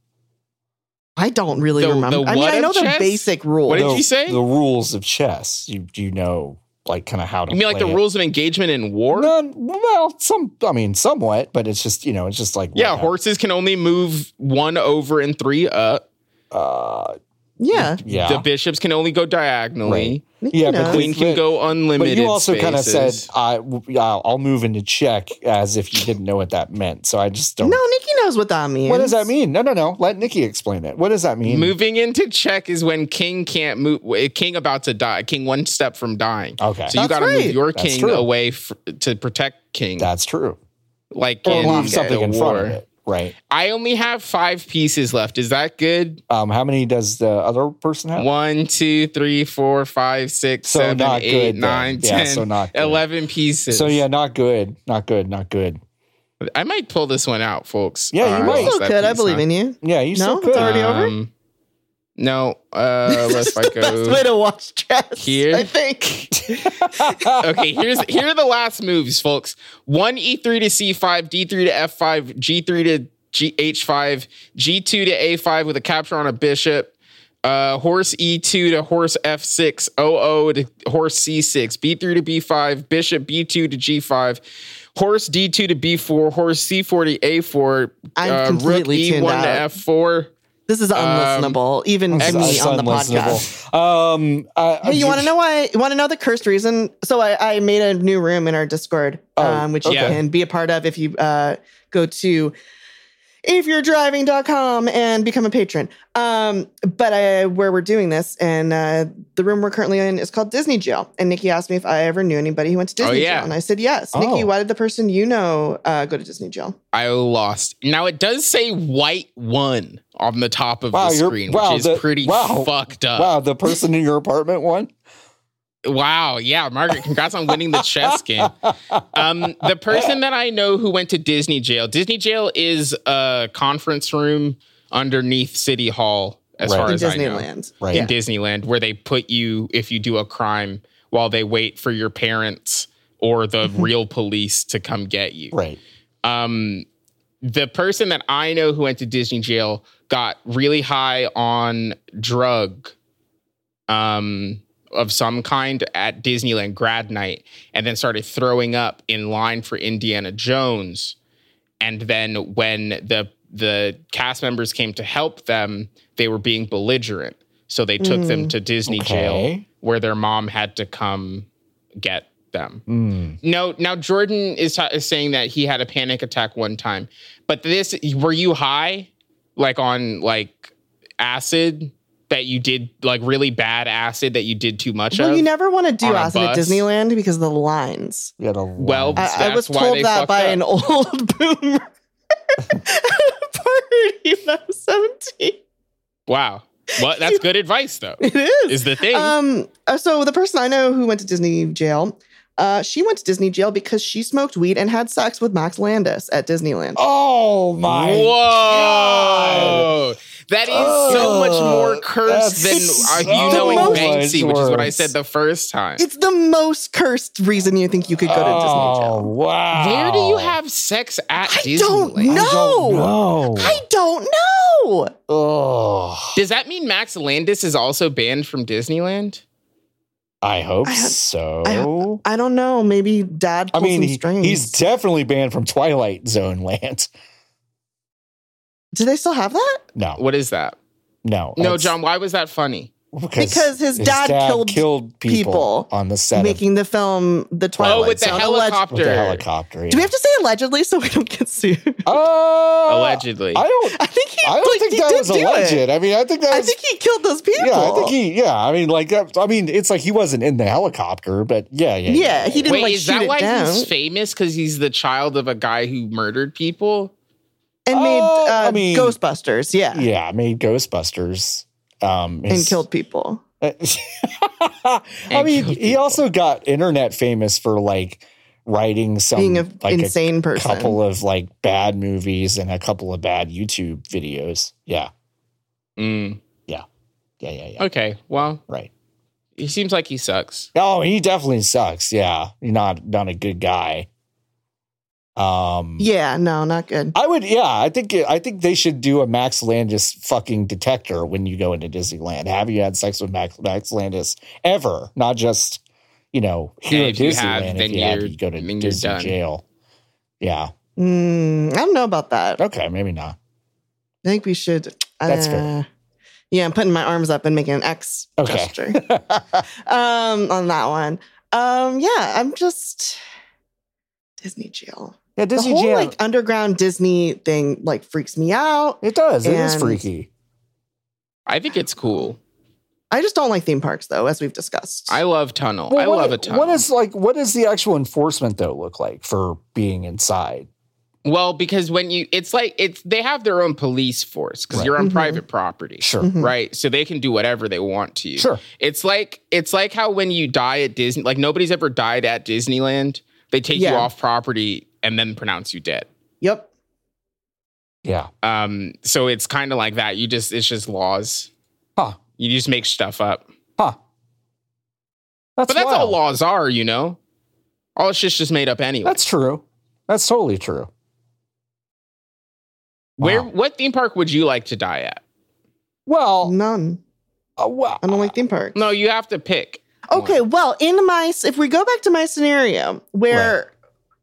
Speaker 1: I don't really
Speaker 3: The-
Speaker 1: remember.
Speaker 3: the
Speaker 1: I mean,
Speaker 3: what
Speaker 1: I
Speaker 3: of
Speaker 1: know the
Speaker 3: chess?
Speaker 1: basic rules.
Speaker 3: What did
Speaker 2: the,
Speaker 3: you say?
Speaker 2: The rules of chess. You do you know like kind of how to?
Speaker 3: You mean like the
Speaker 2: play it?
Speaker 3: rules of engagement in war?
Speaker 2: None, well, some. I mean, somewhat, but it's just you know, it's just like
Speaker 3: yeah,
Speaker 2: what-
Speaker 3: horses can only move one over and three up.
Speaker 2: Uh,
Speaker 1: yeah,
Speaker 2: yeah,
Speaker 3: The bishops can only go diagonally.
Speaker 1: Nikki
Speaker 2: yeah, but
Speaker 1: knows.
Speaker 3: Queen can
Speaker 2: But-
Speaker 3: go
Speaker 2: but
Speaker 3: unlimited.
Speaker 2: you also kind of said
Speaker 3: spaces.
Speaker 2: I, I'll move into check as if you didn't know what that meant. So I just don't.
Speaker 1: no, Nikki knows what that means.
Speaker 2: What does that mean? No, no, no. Let Nikki explain it. What does that mean?
Speaker 3: Moving into check is when king can't move. a King about to die. King one step from dying.
Speaker 2: Okay.
Speaker 3: So you
Speaker 1: That's
Speaker 3: got to
Speaker 1: right.
Speaker 3: move your
Speaker 2: That's
Speaker 3: king
Speaker 2: true.
Speaker 3: away f- to protect king.
Speaker 2: That's true.
Speaker 3: like
Speaker 2: Or
Speaker 3: in
Speaker 2: leave
Speaker 3: the
Speaker 2: something in
Speaker 3: war.
Speaker 2: front of it. Right.
Speaker 3: I only have five pieces left. Is that good?
Speaker 2: Um, how many does the other person have?
Speaker 3: One, two, three, four, five, six,
Speaker 2: So
Speaker 3: seven,
Speaker 2: not
Speaker 3: eight,
Speaker 2: good then.
Speaker 3: nine,
Speaker 2: Yeah,
Speaker 3: 10,
Speaker 2: so not good.
Speaker 3: 11 pieces.
Speaker 2: So yeah, not good. Not good. Not good.
Speaker 3: I might pull this one out, folks.
Speaker 2: Yeah, you
Speaker 3: I
Speaker 2: might.
Speaker 3: lost
Speaker 1: So
Speaker 3: that
Speaker 1: good. I
Speaker 3: piece,
Speaker 1: believe
Speaker 3: huh?
Speaker 1: in you.
Speaker 2: Yeah, you
Speaker 1: No,
Speaker 2: still
Speaker 1: it's
Speaker 2: could.
Speaker 1: already over?
Speaker 3: Um, no, uh,
Speaker 1: This is
Speaker 3: let's
Speaker 1: the best way
Speaker 3: go.
Speaker 1: to watch chess.
Speaker 3: Here.
Speaker 1: I think.
Speaker 3: Okay, here's here are the last moves, folks. One E3 to C5, D3 to F5, G3 to G H5, G2 to A5 with a capture on a bishop. Uh, horse E2 to horse F6, OO to horse C6, B3 to B5, bishop B2 to G5, horse D2 to B4, horse C4 to A4,
Speaker 1: I'm
Speaker 3: uh,
Speaker 1: completely
Speaker 3: rook
Speaker 1: tuned
Speaker 3: E1
Speaker 1: out.
Speaker 3: to F4.
Speaker 1: This is unlistenable, even to
Speaker 2: It's
Speaker 1: me on the
Speaker 2: unlistenable.
Speaker 1: podcast.
Speaker 2: Um, uh,
Speaker 1: Hey, you want to know why? You want to know the cursed reason? So I, I made a new room in our Discord,
Speaker 2: Oh,
Speaker 1: um, which
Speaker 3: okay.
Speaker 1: you can be a part of if you uh, go to ifyou'redriving.com and become a patron. Um, but I, where we're doing this, and uh, the room we're currently in is called Disney Jail. And Nikki asked me if I ever knew anybody who went to
Speaker 3: Oh,
Speaker 1: Disney
Speaker 3: yeah.
Speaker 1: Jail, and I said yes. Nikki,
Speaker 2: Oh.
Speaker 1: why did the person you know uh, go to Disney Jail?
Speaker 3: I lost. Now it does say white one on the top of
Speaker 2: Wow,
Speaker 3: the
Speaker 2: you're-
Speaker 3: screen,
Speaker 2: wow,
Speaker 3: which is
Speaker 2: the-
Speaker 3: pretty
Speaker 2: wow.
Speaker 3: fucked up.
Speaker 2: wow, the person in your apartment won.
Speaker 3: Wow. Yeah, Margaret, congrats on winning the chess game. Um, the person that I know who went to Disney jail, Disney jail is a conference room underneath City Hall, as
Speaker 2: Right.
Speaker 3: far
Speaker 1: In
Speaker 3: as I know.
Speaker 1: Disneyland.
Speaker 2: Right.
Speaker 3: In Disneyland, where they put you, if you do a crime, while they wait for your parents or the
Speaker 2: Mm-hmm.
Speaker 3: real police to come get you
Speaker 2: Right.
Speaker 3: um, the person that I know who went to Disney jail got really high on drug um, of some kind at Disneyland grad night and then started throwing up in line for Indiana Jones. And then when the the cast members came to help them, they were being belligerent. So they took them to Disney jail
Speaker 2: Okay.
Speaker 3: where their mom had to come get them. No, now Jordan is, is saying that he had a panic attack one time, but this were you high, like on like acid that you did like really bad acid that you did too much
Speaker 1: Well,
Speaker 3: of.
Speaker 1: you never want to do
Speaker 3: on a
Speaker 1: acid at
Speaker 3: bus.
Speaker 1: Disneyland because of the lines.
Speaker 2: You had a
Speaker 3: Well,
Speaker 2: line.
Speaker 1: I, I was
Speaker 3: That's why they
Speaker 1: told that
Speaker 3: fucked
Speaker 1: by
Speaker 3: up.
Speaker 1: an old boomer at a party when I was 17.
Speaker 3: wow, well that's good advice though.
Speaker 1: It is.
Speaker 3: Is the thing
Speaker 1: Um, uh, so the person I know who went to Disney jail, uh, she went to Disney jail because she smoked weed and had sex with Max Landis at Disneyland.
Speaker 2: oh my.
Speaker 3: Whoa! That is so much more
Speaker 2: Ugh,
Speaker 3: cursed than
Speaker 2: that's
Speaker 3: uh, you
Speaker 1: Oh, so
Speaker 3: knowing
Speaker 1: much
Speaker 3: Banksy, which is what I
Speaker 2: worse.
Speaker 3: said the first time.
Speaker 1: It's the most cursed reason you think you could go to Disney
Speaker 2: Oh,
Speaker 1: jail.
Speaker 2: wow. Oh,
Speaker 3: Where do you have Oh, sex at
Speaker 1: I
Speaker 3: Disneyland?
Speaker 1: don't know.
Speaker 2: No.
Speaker 1: I don't know.
Speaker 2: Oh,
Speaker 3: Does that mean Max Landis is also banned from Disneyland?
Speaker 2: I hope
Speaker 1: I have-
Speaker 2: so.
Speaker 1: I
Speaker 3: Oh.
Speaker 2: I,
Speaker 1: I don't know. Maybe Dad pulled
Speaker 2: mean,
Speaker 1: some
Speaker 2: he-
Speaker 1: strings.
Speaker 2: he's definitely banned from Twilight Zone land.
Speaker 1: Do they still have that?
Speaker 2: No,
Speaker 3: What is that?
Speaker 2: no,
Speaker 3: No,
Speaker 2: it's-
Speaker 3: John, why was that funny?
Speaker 1: Because his dad killed people
Speaker 2: on the set of,
Speaker 1: Making the film The Twilight
Speaker 3: Oh, with the
Speaker 1: Zone. Alleg-
Speaker 3: helicopter.
Speaker 2: with the helicopter.
Speaker 1: Do we
Speaker 2: yeah.
Speaker 1: have to say allegedly so we don't get sued?
Speaker 2: Uh,
Speaker 3: Oh, Allegedly.
Speaker 2: I don't.
Speaker 1: I think he.
Speaker 2: I
Speaker 1: like,
Speaker 2: don't think
Speaker 1: he
Speaker 2: that
Speaker 1: did
Speaker 2: was
Speaker 1: do it.
Speaker 2: alleged. I mean, I think that
Speaker 1: I
Speaker 2: was.
Speaker 1: think he killed those people.
Speaker 2: yeah, I think he. Yeah, I mean, like, that- I mean, it's like he wasn't in the helicopter, but yeah, yeah,
Speaker 1: Yeah, he didn't
Speaker 3: Wait,
Speaker 1: like
Speaker 3: is
Speaker 1: shoot
Speaker 3: that
Speaker 1: it
Speaker 3: why
Speaker 1: down.
Speaker 3: he's famous? Because he's the child of a guy who murdered people?
Speaker 1: and made
Speaker 2: Oh,
Speaker 1: uh,
Speaker 2: I mean-
Speaker 1: Ghostbusters, yeah,
Speaker 2: yeah, made Ghostbusters. Um,
Speaker 1: and
Speaker 2: his-
Speaker 1: killed people.
Speaker 2: Uh, I
Speaker 3: And
Speaker 2: mean,
Speaker 3: killed
Speaker 2: he also got internet famous for like writing some
Speaker 1: Being an
Speaker 2: like a
Speaker 1: insane person.
Speaker 2: couple of like bad movies and a couple of bad YouTube videos. Yeah,
Speaker 3: Mm,
Speaker 2: yeah, yeah, yeah.
Speaker 3: okay, well,
Speaker 2: Right.
Speaker 3: he seems like he sucks.
Speaker 2: Oh, he definitely sucks. Yeah, not not a good guy. Um.
Speaker 1: Yeah, no, not good.
Speaker 2: I would, yeah. I think I think they should do a Max Landis fucking detector when you go into Disneyland. Have you had sex with Max, Max Landis ever? Not just you know here
Speaker 3: Yeah,
Speaker 2: at
Speaker 3: if you have,
Speaker 2: Disneyland.
Speaker 3: then
Speaker 2: if you have,
Speaker 3: you're-
Speaker 2: you go to
Speaker 3: then you're
Speaker 2: Disney
Speaker 3: done.
Speaker 2: jail. Yeah.
Speaker 1: Mm, I don't know about that. I
Speaker 2: Okay. Maybe not.
Speaker 1: think we should. Uh,
Speaker 2: That's fair.
Speaker 1: Yeah, I'm putting my arms up and making an X
Speaker 2: Okay.
Speaker 1: gesture um, on that one. Um, yeah, I'm just Disney jail.
Speaker 2: yeah, Disney
Speaker 1: the whole
Speaker 2: jail.
Speaker 1: like underground Disney thing like freaks me out.
Speaker 2: it does. It is
Speaker 1: and-
Speaker 2: freaky.
Speaker 3: I think it's cool.
Speaker 1: I just don't like theme parks though, as we've discussed.
Speaker 3: I love tunnel. I
Speaker 2: Well, what
Speaker 3: love
Speaker 2: i-
Speaker 3: a tunnel.
Speaker 2: What is like? What does the actual enforcement though look like for being inside?
Speaker 3: well, because when you, it's like, it's they have their own police force because
Speaker 2: Right.
Speaker 3: you're on
Speaker 1: Mhm.
Speaker 3: private property.
Speaker 2: Sure.
Speaker 1: Mhm.
Speaker 3: Right. So they can do whatever they want to you.
Speaker 2: Sure.
Speaker 3: It's like it's like how when you die at Disney, like nobody's ever died at Disneyland. They take
Speaker 1: Yeah.
Speaker 3: you off property and then pronounce you dead.
Speaker 1: Yep.
Speaker 2: Yeah.
Speaker 3: Um, so it's kind of like that. You just it's just laws.
Speaker 2: Huh.
Speaker 3: You just make stuff up.
Speaker 2: Huh. That's
Speaker 3: But that's
Speaker 2: wild.
Speaker 3: all laws are, you know. All it's just just made up anyway.
Speaker 2: That's true. That's totally true.
Speaker 3: Where
Speaker 2: Wow.
Speaker 3: what theme park would you like to die at?
Speaker 2: Well,
Speaker 1: None.
Speaker 2: uh, well,
Speaker 1: I don't like theme parks.
Speaker 3: No, you have to pick.
Speaker 1: Okay, well, in my if we go back to my scenario where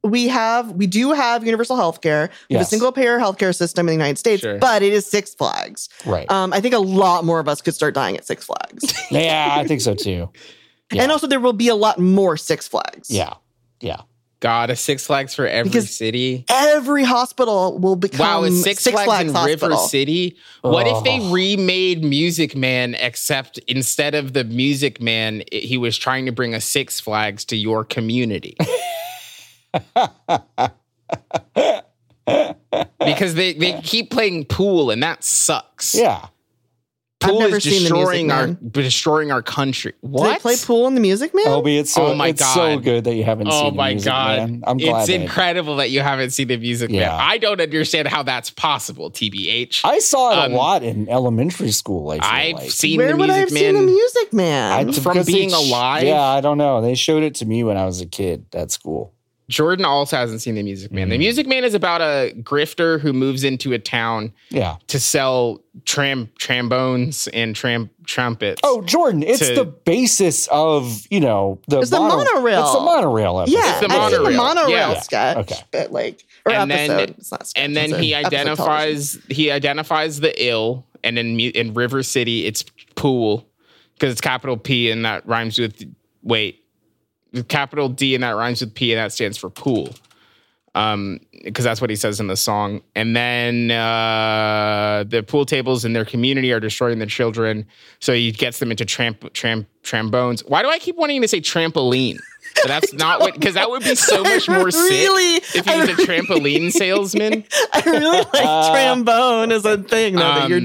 Speaker 1: we have we do have universal health care, we have a
Speaker 2: Yes.
Speaker 1: single payer healthcare system in the United States,
Speaker 3: Sure.
Speaker 1: but it is Six Flags.
Speaker 2: right.
Speaker 1: Um, I think a lot more of us could start dying at Six Flags,
Speaker 2: yeah, I think so too. Yeah.
Speaker 1: and also there will be a lot more Six Flags.
Speaker 2: Yeah.
Speaker 3: God, a Six Flags for every
Speaker 1: Because-
Speaker 3: city.
Speaker 1: Every hospital will become
Speaker 3: Wow, it's Six, Flags, in River
Speaker 1: Hospital. Oh.
Speaker 3: City. What if they
Speaker 2: Ugh.
Speaker 3: remade Music Man, except instead of the Music Man, i- he was trying to bring a Six Flags to your community? because they, they keep playing pool, and that sucks.
Speaker 2: yeah.
Speaker 3: pool
Speaker 1: I've never
Speaker 3: is
Speaker 1: seen the Music
Speaker 3: destroying our
Speaker 1: Man.
Speaker 3: destroying our country.
Speaker 1: Do
Speaker 3: What?
Speaker 1: they play pool in the Music Man?
Speaker 2: Obi, it's so
Speaker 3: Oh my
Speaker 2: it's so
Speaker 3: God.
Speaker 2: good that you haven't seen
Speaker 3: Oh
Speaker 2: the
Speaker 3: my
Speaker 2: music,
Speaker 3: god!
Speaker 2: man. I'm glad
Speaker 3: it's
Speaker 2: that-
Speaker 3: incredible that you haven't seen the music man.
Speaker 2: Yeah.
Speaker 3: I don't understand how that's possible. Tbh,
Speaker 2: I saw it
Speaker 3: Um,
Speaker 2: a lot in elementary school. I feel
Speaker 3: I've
Speaker 2: like.
Speaker 3: seen
Speaker 1: Where
Speaker 3: the
Speaker 1: would I have
Speaker 3: music
Speaker 1: seen the
Speaker 3: man.
Speaker 1: Music Man?
Speaker 2: I-
Speaker 3: from
Speaker 2: because they
Speaker 3: being
Speaker 2: sh-
Speaker 3: alive?
Speaker 2: Yeah, I don't know. They showed it to me when I was a kid at school.
Speaker 3: Jordan also hasn't seen the music man. The
Speaker 1: Mm-hmm.
Speaker 2: Mm.
Speaker 3: music man is about a grifter who moves into a town
Speaker 2: Yeah.
Speaker 3: to sell tram trombones and tram trumpets.
Speaker 2: Oh, Jordan, it's
Speaker 3: To-
Speaker 2: the basis of you know the
Speaker 1: It's the monorail.
Speaker 2: It's the monorail. Episode.
Speaker 1: yeah,
Speaker 3: the
Speaker 1: I've seen the
Speaker 3: monorail.
Speaker 1: monorail
Speaker 3: Yeah.
Speaker 1: sketch,
Speaker 2: Okay.
Speaker 1: but like or
Speaker 3: And then-
Speaker 1: episode. it's not sketch,
Speaker 3: and then
Speaker 1: it's a
Speaker 3: he
Speaker 1: episode television.
Speaker 3: identifies he identifies the ill and in mu- in river city it's pool because it's capital p and that rhymes with wait capital d and that rhymes with p and that stands for pool um because that's what he says in the song and then uh the pool tables in their community are destroying the children so he gets them into tramp tram trambones why do i keep wanting to say trampoline but that's not what because that would be so much more sick
Speaker 1: really,
Speaker 3: if he was a
Speaker 1: I,
Speaker 3: trampoline salesman
Speaker 1: I really like trombone as a thing now that you're
Speaker 3: Uh, Um,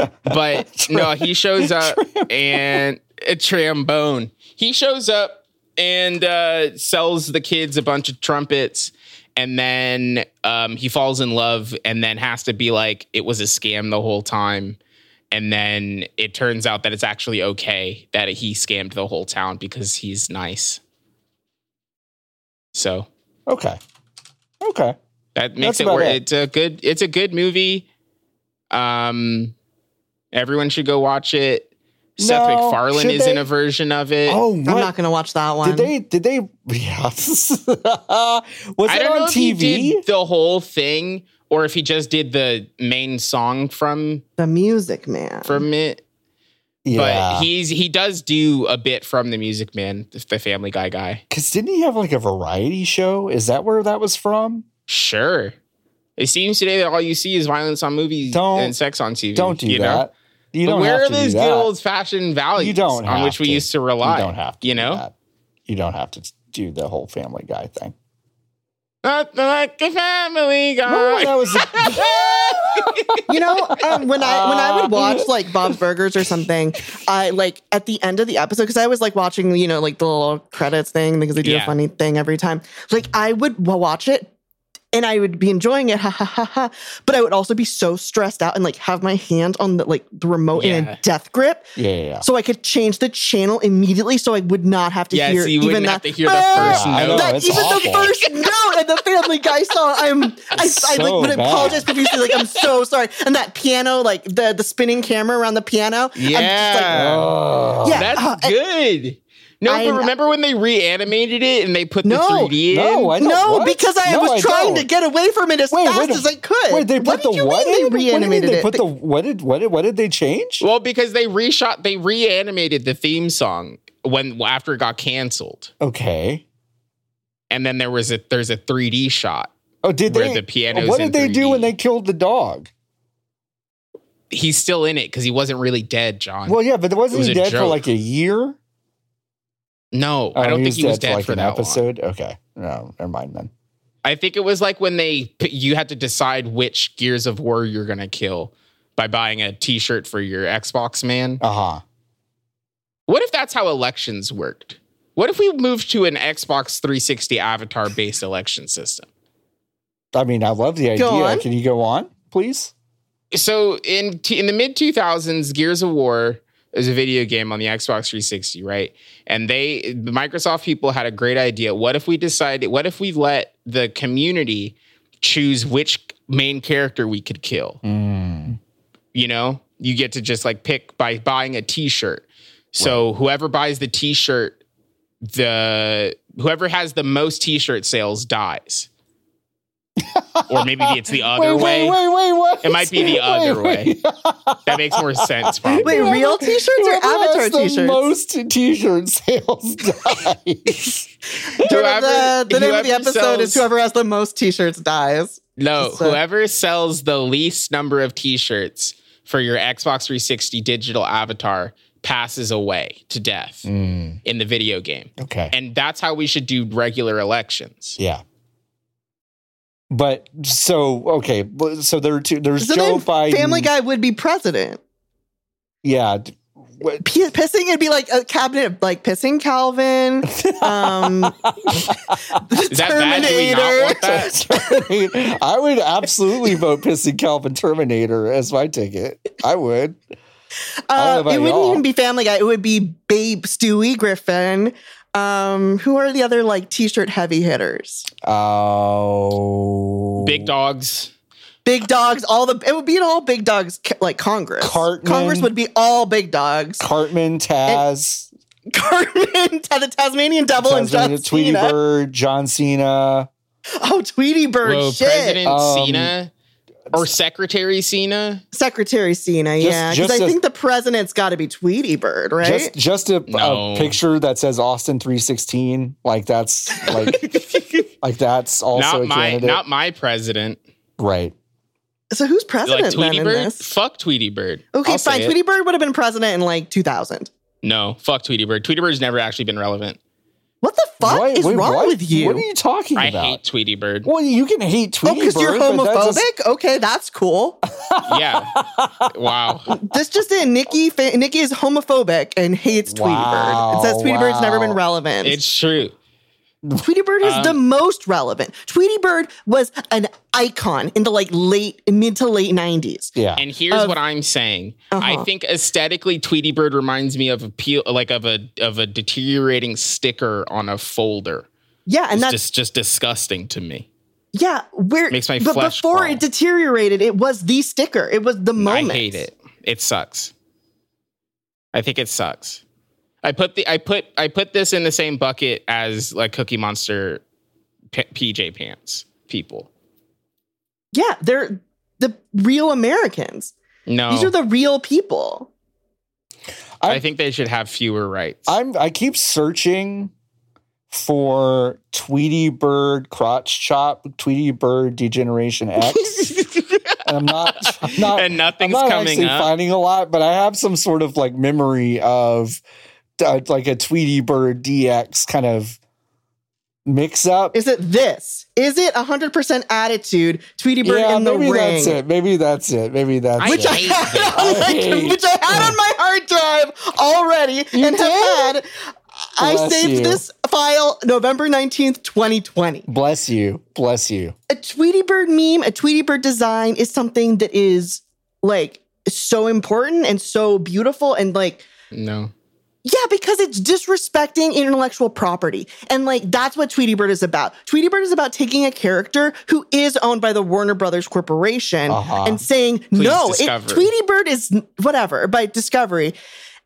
Speaker 1: doing.
Speaker 3: But no, he shows up and a trombone. He shows up and uh, sells the kids a bunch of trumpets. And then um, he falls in love and then has to be like, it was a scam the whole time. And then it turns out that it's actually okay that he scammed the whole town because he's nice. So
Speaker 2: Okay. Okay.
Speaker 3: that makes
Speaker 2: That's
Speaker 3: it
Speaker 2: about
Speaker 3: worth
Speaker 2: it.
Speaker 3: it's a good it's a good movie. Um everyone should go watch it. Seth
Speaker 2: No,
Speaker 3: MacFarlane
Speaker 2: should
Speaker 3: is in
Speaker 2: they?
Speaker 3: a version of it.
Speaker 2: Oh,
Speaker 1: I'm
Speaker 2: what?
Speaker 1: not going to watch that one.
Speaker 2: did they? Did they? Yeah. Was it
Speaker 3: I don't know
Speaker 2: on
Speaker 3: if he
Speaker 2: TV?
Speaker 3: did the whole thing or if he just did the main song from
Speaker 1: the Music Man.
Speaker 3: from it.
Speaker 2: Yeah.
Speaker 3: But he's he does do a bit from the Music Man, the Family Guy guy.
Speaker 2: Because didn't he have like a variety show? Is that where that was from?
Speaker 3: Sure. It seems today that all you see is violence on movies
Speaker 2: Don't-
Speaker 3: and sex on TV.
Speaker 2: Don't do
Speaker 3: you know?
Speaker 2: that. You
Speaker 3: But
Speaker 2: don't
Speaker 3: where
Speaker 2: have
Speaker 3: are
Speaker 2: to do
Speaker 3: those
Speaker 2: that.
Speaker 3: good old fashioned values
Speaker 2: don't
Speaker 3: on
Speaker 2: have
Speaker 3: which we
Speaker 2: to.
Speaker 3: used to rely?
Speaker 2: You don't have to.
Speaker 3: You
Speaker 2: do
Speaker 3: know?
Speaker 2: that. You don't have to do the whole Family Guy thing.
Speaker 3: Nothing like a family
Speaker 2: Remember when
Speaker 3: guy.
Speaker 2: that was
Speaker 1: You know, um, when I when I would
Speaker 3: Uh.
Speaker 1: watch like Bob's Burgers or something, I like at the end of the episode because I was like watching you know like the little credits thing because they do
Speaker 3: Yeah.
Speaker 1: a funny thing every time. Like I would w- watch it and I would be enjoying it, ha ha ha ha. But I would also be so stressed out and like have my hand on the like the remote in
Speaker 3: Yeah.
Speaker 1: a death grip
Speaker 2: yeah, yeah, yeah.
Speaker 1: so I could change the channel immediately so I would not have to
Speaker 3: Yes,
Speaker 1: hear
Speaker 3: you
Speaker 1: even
Speaker 3: wouldn't have
Speaker 1: that.
Speaker 3: to hear the
Speaker 1: Ah!
Speaker 3: first
Speaker 2: Yeah, I
Speaker 3: note.
Speaker 2: know.
Speaker 1: that
Speaker 2: it's
Speaker 1: even
Speaker 2: awful.
Speaker 1: the first note in the Family Guy song. I'm I, I
Speaker 2: so
Speaker 1: like would
Speaker 2: bad.
Speaker 1: apologize profusely. Like I'm so sorry. And that piano, like the the spinning camera around the piano.
Speaker 3: Yeah.
Speaker 2: Oh.
Speaker 1: Yeah.
Speaker 3: That's
Speaker 1: uh, I-
Speaker 3: good. No,
Speaker 1: I-
Speaker 3: but remember when they reanimated it and they put the
Speaker 1: No.
Speaker 3: 3D in?
Speaker 2: No, Oh, I
Speaker 1: I'm
Speaker 2: don't.
Speaker 1: just like, no,
Speaker 2: what?
Speaker 1: because I
Speaker 2: No,
Speaker 1: was trying to
Speaker 2: don't.
Speaker 1: get away from it as
Speaker 2: Wait,
Speaker 1: fast
Speaker 2: wait a-
Speaker 1: as I could.
Speaker 2: Wait, they put
Speaker 1: what
Speaker 2: the
Speaker 1: did you
Speaker 2: what
Speaker 1: mean
Speaker 2: in?
Speaker 1: they reanimated
Speaker 2: what do you mean they
Speaker 1: it?
Speaker 2: put
Speaker 1: They-
Speaker 2: the what did what did what did they change?
Speaker 3: Well, because they reshot, they reanimated the theme song when after it got canceled,
Speaker 2: okay.
Speaker 3: and then there was a there's a 3D shot.
Speaker 2: Oh, did
Speaker 3: Where
Speaker 2: they?
Speaker 3: the piano's
Speaker 2: what
Speaker 3: in
Speaker 2: did they do
Speaker 3: 3D.
Speaker 2: when they killed the dog?
Speaker 3: He's still in it because he wasn't really dead, John.
Speaker 2: Well, yeah, but wasn't
Speaker 3: was
Speaker 2: he
Speaker 3: a
Speaker 2: dead for
Speaker 3: joke.
Speaker 2: like a year?
Speaker 3: No, I
Speaker 2: Oh,
Speaker 3: don't think he was dead,
Speaker 2: for like
Speaker 3: for
Speaker 2: an
Speaker 3: that long.
Speaker 2: episode. Okay, no, never mind then.
Speaker 3: I think it was like when they p- you had to decide which Gears of War you're gonna kill by buying a T-shirt for your Xbox man.
Speaker 2: Uh huh.
Speaker 3: What if that's how elections worked? What if we moved to an Xbox 360 avatar based election system?
Speaker 2: I mean, I love the
Speaker 1: Go
Speaker 2: idea.
Speaker 1: on.
Speaker 2: Can you go on, please?
Speaker 3: So in t- in the mid 2000s, Gears of War is a video game on the Xbox 360, right? And they the Microsoft people had a great idea. What if we decided? What if we let the community choose which main character we could kill?
Speaker 2: Mm.
Speaker 3: you know you get to just like pick by buying a t-shirt so whoever buys the t-shirt the whoever has the most t-shirt sales dies or maybe it's the other
Speaker 2: wait, wait,
Speaker 3: way.
Speaker 2: wait, wait, what?
Speaker 3: It might be the other That makes more sense, probably.
Speaker 1: Wait, real t-shirts or
Speaker 2: Whoever has
Speaker 1: avatar
Speaker 2: the
Speaker 1: t-shirts?
Speaker 2: Most t-shirt sales dies.
Speaker 1: Turn up
Speaker 3: Whoever-
Speaker 1: the, the name of the
Speaker 3: whoever
Speaker 1: episode
Speaker 3: sells-
Speaker 1: is whoever has the most t-shirts dies.
Speaker 3: No,
Speaker 1: So-
Speaker 3: whoever sells the least number of t-shirts for your Xbox 360 digital avatar passes away to death
Speaker 2: Mm,
Speaker 3: in the video game.
Speaker 2: okay.
Speaker 3: And that's how we should do regular elections.
Speaker 2: Yeah. But so okay, but- so there are two. There's
Speaker 1: So
Speaker 2: Joe
Speaker 1: then
Speaker 2: Biden.
Speaker 1: Family Guy would be president.
Speaker 2: Yeah. d- what-
Speaker 1: P- pissing it'd be like a cabinet of, like pissing Calvin. Um, the
Speaker 3: Is that bad? Do we not want that?
Speaker 2: I would absolutely vote pissing Calvin Terminator as my ticket. I would.
Speaker 1: Uh,
Speaker 2: I don't know about
Speaker 1: it wouldn't
Speaker 2: y'all.
Speaker 1: even be Family Guy. It would be Babe Stewie Griffin. Um, who are the other like t-shirt heavy hitters?
Speaker 2: Oh,
Speaker 3: Big dogs.
Speaker 1: Big dogs. All the it would be in all big dogs c- like Congress.
Speaker 2: Cartman.
Speaker 1: Congress would be all big dogs.
Speaker 2: Cartman, Taz,
Speaker 1: Cartman, the Tasmanian Devil, and John
Speaker 2: Tasmania, Tweety
Speaker 1: Cena.
Speaker 2: Bird, John Cena.
Speaker 1: Oh, Tweety Bird.
Speaker 3: Whoa,
Speaker 1: shit.
Speaker 3: President
Speaker 2: Um,
Speaker 3: Cena or Secretary Cena.
Speaker 1: Secretary Cena, yeah. Because
Speaker 2: just
Speaker 1: I
Speaker 2: a-
Speaker 1: think the president's got to be Tweety Bird, right?
Speaker 2: Just just a,
Speaker 3: No.
Speaker 2: a picture that says Austin three sixteen. Like that's like like that's also
Speaker 3: Not
Speaker 2: a
Speaker 3: my
Speaker 2: candidate.
Speaker 3: not my president.
Speaker 2: right.
Speaker 1: so who's
Speaker 3: Like
Speaker 1: president then
Speaker 3: Tweety
Speaker 1: in
Speaker 3: Bird?
Speaker 1: this?
Speaker 3: Fuck Tweety Bird.
Speaker 1: Okay,
Speaker 3: I'll say
Speaker 1: fine.
Speaker 3: it.
Speaker 1: Tweety Bird would have been president in like 2000.
Speaker 3: No, fuck Tweety Bird. Tweety Bird's never actually been relevant.
Speaker 1: What the fuck
Speaker 2: Why-
Speaker 1: is
Speaker 2: wait,
Speaker 1: wrong
Speaker 2: what?
Speaker 1: with you?
Speaker 2: What are you talking
Speaker 3: I
Speaker 2: about?
Speaker 3: hate Tweety Bird.
Speaker 2: well, you can hate
Speaker 1: Oh,
Speaker 2: Tweety
Speaker 1: because you're
Speaker 2: Bird, but that
Speaker 1: homophobic?
Speaker 2: doesn't-
Speaker 1: okay, that's cool.
Speaker 3: yeah. Wow.
Speaker 1: this just in. Nikki fa- Nikki is homophobic and hates Tweety Bird. It says
Speaker 2: Wow,
Speaker 1: Tweety Bird's never
Speaker 2: wow.
Speaker 1: been relevant.
Speaker 3: It's true.
Speaker 1: Tweety Bird is
Speaker 3: Um,
Speaker 1: the most relevant. Tweety Bird was an icon in the like late mid to late 90s.
Speaker 2: Yeah.
Speaker 3: And here's
Speaker 1: Of-
Speaker 3: what I'm saying. I
Speaker 1: Uh-huh.
Speaker 3: think aesthetically, Tweety Bird reminds me of a peel, like of a of a deteriorating sticker on a folder.
Speaker 1: Yeah, and
Speaker 3: it's
Speaker 1: that's
Speaker 3: just just disgusting to me.
Speaker 1: Yeah, where
Speaker 3: Makes my
Speaker 1: but
Speaker 3: flesh
Speaker 1: before
Speaker 3: crawl.
Speaker 1: it deteriorated, it was the sticker. It was the moment.
Speaker 3: I hate it. It sucks. I think it sucks. I put the I put I put this in the same bucket as like Cookie Monster p- PJ pants people.
Speaker 1: Yeah, they're the real Americans.
Speaker 3: No,
Speaker 1: These are the real people.
Speaker 3: I think they should have fewer rights.
Speaker 2: I'm I keep searching for Tweety Bird crotch chop, Tweety Bird degeneration X. and I'm not I'm not,
Speaker 3: and
Speaker 2: I'm
Speaker 3: nothing's
Speaker 2: not
Speaker 3: coming
Speaker 2: actually
Speaker 3: up.
Speaker 2: finding a lot, but I have some sort of like memory of uh, like a Tweety Bird DX kind of mix up.
Speaker 1: Is it this? Is it 100% attitude, Tweety Bird
Speaker 2: yeah,
Speaker 1: in the
Speaker 2: maybe
Speaker 1: ring?
Speaker 2: that's it. Maybe that's it. Maybe that's
Speaker 3: I
Speaker 2: it.
Speaker 1: Which I,
Speaker 3: hate
Speaker 1: had
Speaker 3: that.
Speaker 1: on
Speaker 2: I
Speaker 1: my-
Speaker 2: hate
Speaker 1: which I had on my hard drive already
Speaker 2: You
Speaker 1: and have had. I
Speaker 2: Bless
Speaker 1: saved
Speaker 2: you.
Speaker 1: this file November 19th, 2020.
Speaker 2: Bless you. Bless you.
Speaker 1: a Tweety Bird meme, a Tweety Bird design is something that is like so important and so beautiful and like
Speaker 3: no,
Speaker 1: yeah, because it's disrespecting intellectual property. And like that's what Tweety Bird is about. Tweety Bird is about taking a character who is owned by the Warner Brothers Corporation
Speaker 2: Uh-huh.
Speaker 1: and saying, "No, it,
Speaker 3: Discovery."
Speaker 1: Tweety Bird is n- whatever by Discovery."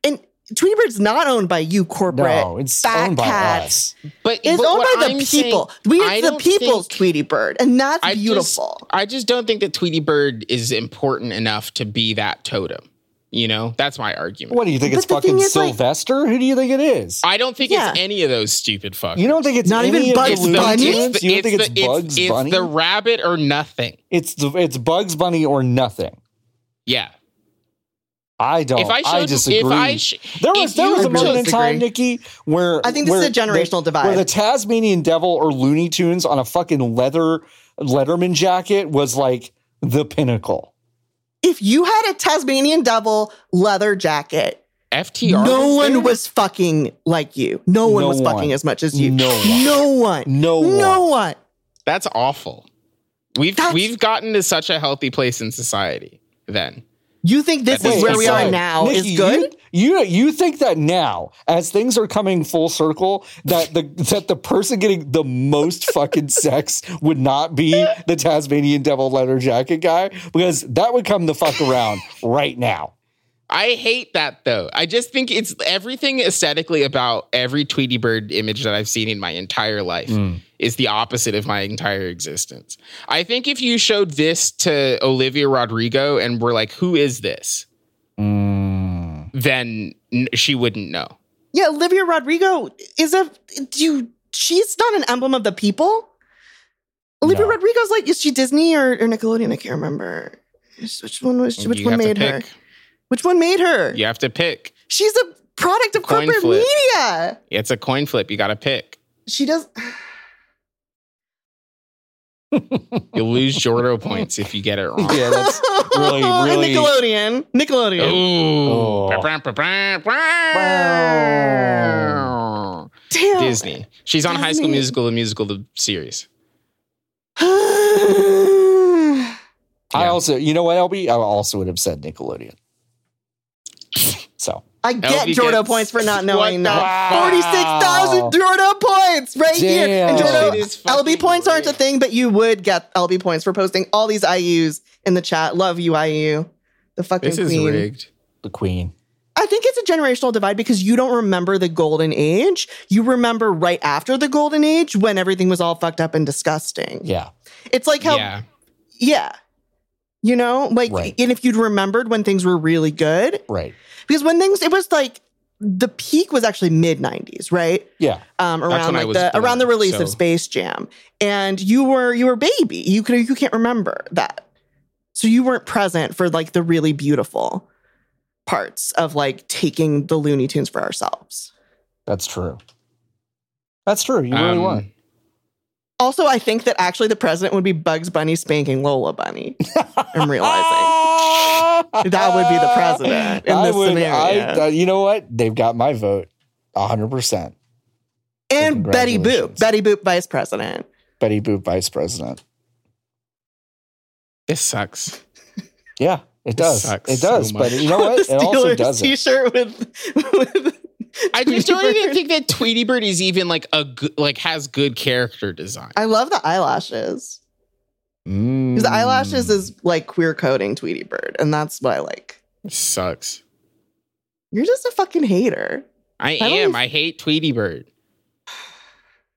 Speaker 1: And Tweety Bird's not owned by you corporate.
Speaker 2: No, it's
Speaker 1: fat
Speaker 2: owned by
Speaker 1: cats.
Speaker 2: us.
Speaker 3: but
Speaker 1: It's
Speaker 3: but
Speaker 1: owned
Speaker 3: what
Speaker 1: by the
Speaker 3: I'm saying-
Speaker 1: people. we
Speaker 3: I
Speaker 1: it's the
Speaker 3: don't
Speaker 1: people's
Speaker 3: think-
Speaker 1: Tweety Bird, and that's
Speaker 3: I just-
Speaker 1: beautiful.
Speaker 3: I just don't think that Tweety Bird is important enough to be that totem. You know, that's my argument.
Speaker 2: What do you think?
Speaker 1: But
Speaker 2: it's
Speaker 1: the thing
Speaker 2: fucking
Speaker 1: is, like-
Speaker 2: Sylvester? Who do you think it is?
Speaker 3: I don't think
Speaker 1: Yeah.
Speaker 3: it's any of those stupid fucks.
Speaker 2: You don't think it's
Speaker 1: Not
Speaker 2: any
Speaker 1: even
Speaker 2: of
Speaker 1: Bugs
Speaker 2: the Looney
Speaker 1: Bunny?
Speaker 2: Tunes? You don't think it's, Bugs
Speaker 3: it's
Speaker 2: Bunny?
Speaker 3: the rabbit or nothing.
Speaker 2: it's the it's Bugs Bunny or nothing.
Speaker 3: Yeah.
Speaker 2: I don't.
Speaker 3: if
Speaker 2: Oh,
Speaker 3: I
Speaker 2: I
Speaker 3: showed,
Speaker 2: disagree.
Speaker 3: if I, sh-
Speaker 2: there
Speaker 3: if
Speaker 2: was there
Speaker 3: you
Speaker 2: was a moment in
Speaker 1: disagree.
Speaker 2: time, Nikki, where
Speaker 1: I think this
Speaker 2: where
Speaker 1: is a generational
Speaker 2: the,
Speaker 1: divide.
Speaker 2: Where the Tasmanian Devil or Looney Tunes on a fucking leather Letterman jacket was like the pinnacle.
Speaker 1: if you had a Tasmanian devil leather jacket,
Speaker 3: FTR,
Speaker 1: no one
Speaker 3: there,
Speaker 1: was fucking like you. No one
Speaker 2: No
Speaker 1: was fucking
Speaker 2: one.
Speaker 1: as much as you.
Speaker 2: No one.
Speaker 1: No one.
Speaker 2: No,
Speaker 1: No
Speaker 2: one.
Speaker 1: one.
Speaker 3: That's awful. We've
Speaker 1: That's-
Speaker 3: we've gotten to such a healthy place in society. Then
Speaker 1: You think this
Speaker 3: Wait,
Speaker 1: is where
Speaker 3: I'm
Speaker 1: we
Speaker 3: sorry.
Speaker 1: are now
Speaker 2: Nikki,
Speaker 1: is good?
Speaker 2: You, you you think that now, as things are coming full circle, that the that the person getting the most fucking sex would not be the Tasmanian devil leather jacket guy because that would come the fuck around right now.
Speaker 3: I hate that though. I just think it's everything aesthetically about every Tweety Bird image that I've seen in my entire life
Speaker 2: Mm.
Speaker 3: is the opposite of my entire existence. I think if you showed this to Olivia Rodrigo and were like, who is this?
Speaker 2: Mm.
Speaker 3: Then n- she wouldn't know.
Speaker 1: Yeah, Olivia Rodrigo is a do you she's not an emblem of the people. Olivia
Speaker 2: No.
Speaker 1: Rodrigo's like is she Disney or, or Nickelodeon? I can't remember. Which which one was she, which
Speaker 3: You
Speaker 1: one
Speaker 3: have to
Speaker 1: made her?
Speaker 3: pick.
Speaker 1: Which one made her?
Speaker 3: You have to pick.
Speaker 1: She's a product of
Speaker 3: Coin
Speaker 1: corporate
Speaker 3: flip.
Speaker 1: media.
Speaker 3: It's a coin flip. You got to pick.
Speaker 1: She does
Speaker 3: You'll lose Jordo points if you get it wrong.
Speaker 2: Yeah, that's really, really.
Speaker 1: Nickelodeon. Nickelodeon.
Speaker 3: Ooh.
Speaker 2: Oh. Wow.
Speaker 1: Damn.
Speaker 3: Disney. She's on High School
Speaker 1: Disney.
Speaker 3: Musical, the musical, the series.
Speaker 2: I
Speaker 3: Yeah.
Speaker 2: also, you know what, LB? I also would have said Nickelodeon. So
Speaker 1: I get
Speaker 3: LB
Speaker 1: Jordo
Speaker 3: gets-
Speaker 1: points for not
Speaker 3: What
Speaker 1: knowing
Speaker 3: the
Speaker 1: that.
Speaker 2: fuck?
Speaker 1: 46,000 Jordo points right here. And
Speaker 2: Damn.
Speaker 1: Jordo,
Speaker 2: It
Speaker 3: is fucking
Speaker 1: LB points aren't a
Speaker 3: great.
Speaker 1: thing, but you would get LB points for posting all these IUs in the chat. Love you, IU. The fucking
Speaker 3: This is
Speaker 1: queen.
Speaker 3: rigged.
Speaker 2: the Queen.
Speaker 1: I think it's a generational divide because you don't remember the golden age. You remember right after the golden age when everything was all fucked up and disgusting.
Speaker 2: Yeah.
Speaker 1: It's like how
Speaker 3: Yeah.
Speaker 1: Yeah. You know, like,
Speaker 2: Right.
Speaker 1: and if you'd remembered when things were really good,
Speaker 2: Right.
Speaker 1: because when things, it was like the peak was actually mid 90s, right?
Speaker 2: Yeah.
Speaker 1: Um, around
Speaker 3: when I
Speaker 1: like
Speaker 3: was
Speaker 1: the
Speaker 3: born,
Speaker 1: around the release
Speaker 3: so-
Speaker 1: of Space Jam, and you were you were a baby. You could you can't remember that, so you weren't present for like the really beautiful parts of like taking the Looney Tunes for ourselves.
Speaker 2: That's true. That's true. You really
Speaker 3: Um,
Speaker 2: were.
Speaker 1: Also, I think that actually the president would be Bugs Bunny spanking Lola Bunny. I'm realizing. That would be the president in
Speaker 2: I
Speaker 1: this
Speaker 2: would,
Speaker 1: scenario.
Speaker 2: I, uh, you know what? They've got my vote. 100%.
Speaker 1: And Betty Boop,
Speaker 2: Congratulations.
Speaker 1: Betty Boop, vice president.
Speaker 2: Betty Boop, vice president.
Speaker 3: This sucks.
Speaker 2: Yeah, it does.
Speaker 3: sucks
Speaker 2: It does.
Speaker 3: so
Speaker 2: but
Speaker 3: much.
Speaker 2: you know what? Oh, It
Speaker 1: Steelers
Speaker 2: also doesn't.
Speaker 1: T-shirt with. with
Speaker 3: I just don't
Speaker 1: Tweety
Speaker 3: even
Speaker 1: Bird.
Speaker 3: think that Tweety Bird is even like a good, like has good character design.
Speaker 1: I love the eyelashes
Speaker 2: Mm.
Speaker 1: because the eyelashes is like queer coding Tweety Bird, and that's what I like.
Speaker 3: This sucks.
Speaker 1: You're just a fucking hater.
Speaker 3: I
Speaker 1: don't
Speaker 3: am.
Speaker 1: even-
Speaker 3: I hate Tweety Bird.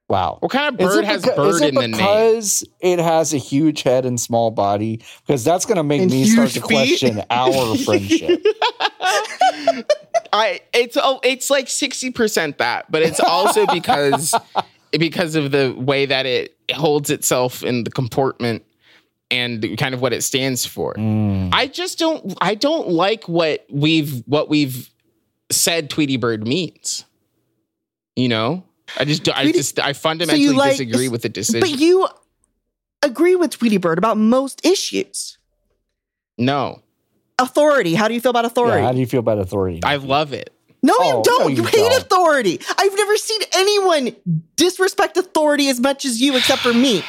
Speaker 2: Wow.
Speaker 3: What kind of
Speaker 2: Is
Speaker 3: bird
Speaker 2: it
Speaker 3: has
Speaker 2: becau- is
Speaker 3: bird
Speaker 2: it
Speaker 3: in the name?
Speaker 2: because it has a huge head and small body? Because that's going to make
Speaker 1: And
Speaker 2: me start to
Speaker 1: huge feet.
Speaker 2: question our friendship.
Speaker 3: I it's oh it's like sixty percent that, but it's also because because of the way that it holds itself in the comportment and kind of what it stands for.
Speaker 2: Mm.
Speaker 3: I just don't I don't like what we've what we've said Tweety Bird means. You know? I just I
Speaker 1: Tweety-
Speaker 3: just I fundamentally
Speaker 1: like-
Speaker 3: disagree with the decision.
Speaker 1: But you agree with Tweety Bird about most issues.
Speaker 3: no.
Speaker 1: Authority. How do you feel about authority?
Speaker 2: Yeah, how do you feel about authority?
Speaker 3: I love it.
Speaker 1: no,
Speaker 2: Oh,
Speaker 1: you don't.
Speaker 2: no,
Speaker 1: you
Speaker 2: you
Speaker 1: hate
Speaker 2: don't.
Speaker 1: authority. I've never seen anyone disrespect authority as much as you, except for me.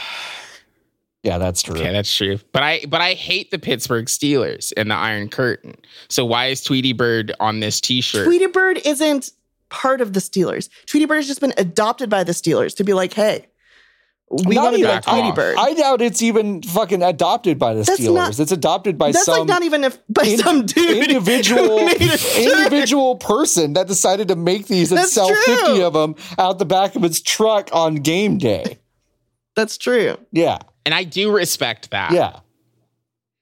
Speaker 2: yeah, that's true.
Speaker 3: Yeah, that's true. But I but I hate the Pittsburgh Steelers and the Iron Curtain. So why is Tweety Bird on this t-shirt?
Speaker 1: Tweety Bird isn't part of the Steelers. Tweety Bird has just been adopted by the Steelers to be like, hey, we
Speaker 2: Not
Speaker 1: want to be
Speaker 2: even-
Speaker 1: like Tweety
Speaker 3: off.
Speaker 1: Bird.
Speaker 2: I doubt it's even fucking adopted by the
Speaker 1: That's
Speaker 2: Steelers.
Speaker 1: not-
Speaker 2: it's adopted by
Speaker 1: That's like
Speaker 2: some
Speaker 1: not even if by
Speaker 2: in-
Speaker 1: some dude who
Speaker 2: individual
Speaker 1: made a shirt.
Speaker 2: individual person that decided to make these and
Speaker 1: That's
Speaker 2: sell
Speaker 1: true.
Speaker 2: 50 of them out the back of its truck on game day.
Speaker 1: That's true.
Speaker 2: Yeah.
Speaker 3: And I do respect that.
Speaker 2: Yeah.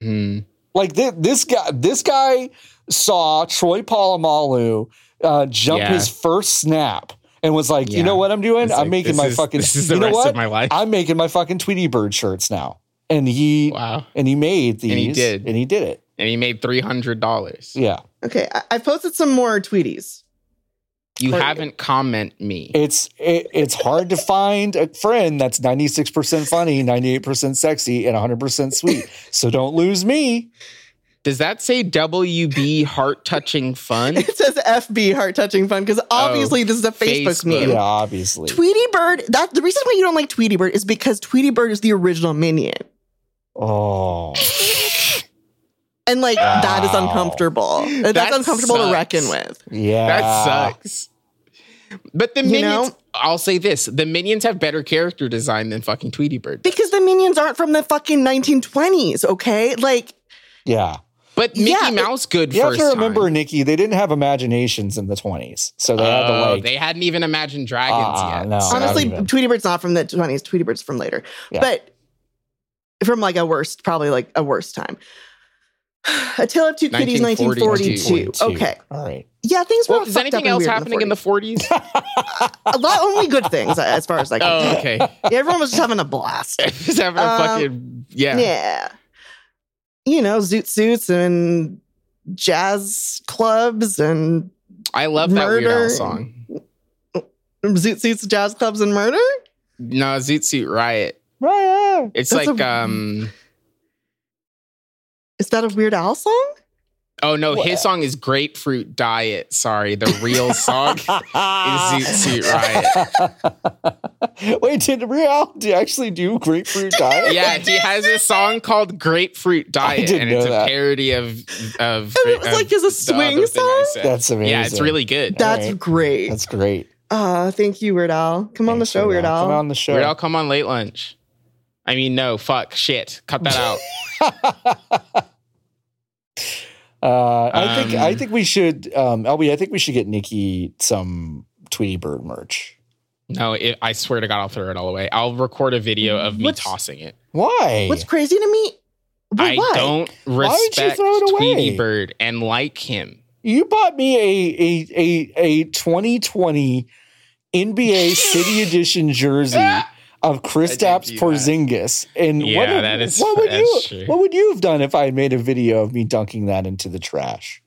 Speaker 3: Hmm.
Speaker 2: Like thi- this guy this guy saw Troy Polamalu uh, jump
Speaker 3: Yeah.
Speaker 2: his first snap and was like, "You
Speaker 3: Yeah.
Speaker 2: know what I'm doing?
Speaker 3: It's
Speaker 2: I'm
Speaker 3: like,
Speaker 2: making
Speaker 3: this
Speaker 2: my
Speaker 3: is-
Speaker 2: fucking
Speaker 3: this is the
Speaker 2: you know
Speaker 3: rest
Speaker 2: what?
Speaker 3: of my life.
Speaker 2: I'm making my fucking Tweety bird shirts now." And he
Speaker 3: Wow.
Speaker 2: and he made these
Speaker 3: he did.
Speaker 2: and he did it.
Speaker 3: And he made three hundred dollars.
Speaker 2: Yeah.
Speaker 1: Okay, I, I posted some more Tweeties.
Speaker 3: You
Speaker 1: Or-
Speaker 3: haven't comment me.
Speaker 2: it's it, it's hard to find a friend that's 96% funny 98% sexy and 100% sweet so don't lose me
Speaker 3: Does that say WB heart touching fun?
Speaker 1: It says FB heart touching fun because obviously this is a Facebook,
Speaker 3: Facebook.
Speaker 1: meme.
Speaker 2: yeah obviously
Speaker 1: Tweety Bird. That the reason why you don't like Tweety Bird is because Tweety Bird is the original minion,
Speaker 2: oh
Speaker 1: and like that is
Speaker 2: Wow.
Speaker 1: uncomfortable. That's
Speaker 3: That
Speaker 1: uncomfortable to
Speaker 3: sucks.
Speaker 1: reckon with.
Speaker 2: yeah
Speaker 3: That sucks. But the
Speaker 1: You
Speaker 3: minions,
Speaker 1: know?
Speaker 3: I'll say this the minions have better character design than fucking Tweety Bird.
Speaker 1: Because the minions aren't from the fucking 1920s, okay? Like
Speaker 2: yeah
Speaker 3: But Mickey
Speaker 1: Yeah, it-
Speaker 3: Mouse good
Speaker 2: You have
Speaker 3: first
Speaker 2: to remember,
Speaker 3: time.
Speaker 2: Nikki, they didn't have imaginations in the 20s. So they had to
Speaker 3: Oh,
Speaker 2: like.
Speaker 3: they hadn't even imagined dragons
Speaker 2: Ah,
Speaker 3: yet.
Speaker 2: no.
Speaker 3: So-
Speaker 2: Honest-
Speaker 1: Honestly,
Speaker 2: not even.
Speaker 1: Tweety Bird's not from the 20s. Tweety Bird's from later.
Speaker 2: Yeah.
Speaker 1: But from like a worst, probably like a worst time. A Tale of Two Kitties,
Speaker 3: 1942.
Speaker 1: 1942. Okay.
Speaker 2: All right.
Speaker 1: Yeah, things were
Speaker 3: well,
Speaker 1: all
Speaker 3: is
Speaker 1: fucked up
Speaker 3: anything
Speaker 1: and
Speaker 3: else
Speaker 1: weird
Speaker 3: happening in the 40s?
Speaker 1: a lot only good things as far as like
Speaker 3: oh, okay.
Speaker 1: everyone was just having a blast.
Speaker 3: Just having a
Speaker 1: Um,
Speaker 3: fucking yeah.
Speaker 1: Yeah. You know, zoot suits and jazz clubs and
Speaker 3: I love that Weird Al
Speaker 1: Murder.
Speaker 3: song.
Speaker 1: zoot suits, jazz clubs and murder.
Speaker 3: No, Zoot Suit Riot.
Speaker 2: Right.
Speaker 3: It's
Speaker 1: That's
Speaker 3: like
Speaker 1: a-
Speaker 3: um
Speaker 1: Is that a Weird Al song?
Speaker 3: oh no,
Speaker 2: What?
Speaker 3: his song is Grapefruit Diet. Sorry, the real song. Suit
Speaker 2: Riot. Wait, did reality actually do grapefruit diet?
Speaker 3: Yeah, he has a song called Grapefruit Diet,
Speaker 2: didn't
Speaker 3: and it's
Speaker 2: know
Speaker 3: a
Speaker 2: that.
Speaker 3: parody of of.
Speaker 1: And it was
Speaker 3: of
Speaker 1: like as a
Speaker 3: the other
Speaker 1: swing
Speaker 3: thing I
Speaker 1: song.
Speaker 3: said.
Speaker 2: That's amazing.
Speaker 3: yeah, it's really good.
Speaker 2: That-
Speaker 1: That's
Speaker 2: Alright.
Speaker 1: great.
Speaker 2: That's great.
Speaker 1: Ah, thank you, Weird Al. Come on the
Speaker 2: Thanks,
Speaker 1: show, Weird Al.
Speaker 2: Come on the show.
Speaker 3: Weird Al, come on late lunch. I mean, no, fuck, shit, cut that out.
Speaker 2: Uh, I think I
Speaker 3: Um,
Speaker 2: think we should, um, LB. I think we should get Nikki some Tweety Bird merch.
Speaker 3: no, it, I swear to God, I'll throw it all away. I'll record a video of me
Speaker 1: What's-
Speaker 3: tossing it.
Speaker 2: Why?
Speaker 1: What's crazy to me? Well,
Speaker 3: I
Speaker 1: why?
Speaker 3: don't
Speaker 2: Why would you
Speaker 3: respect
Speaker 2: throw it away?
Speaker 3: Tweety Bird and like him.
Speaker 2: you bought me a a a, a 2020 NBA City Edition jersey of
Speaker 3: Ah! do
Speaker 2: Kristaps
Speaker 3: that.
Speaker 2: Porzingis, and what,
Speaker 3: Yeah,
Speaker 2: have-
Speaker 3: that is-
Speaker 2: what would you
Speaker 3: that's true.
Speaker 2: what would you have done if I had made a video of me dunking that into the trash?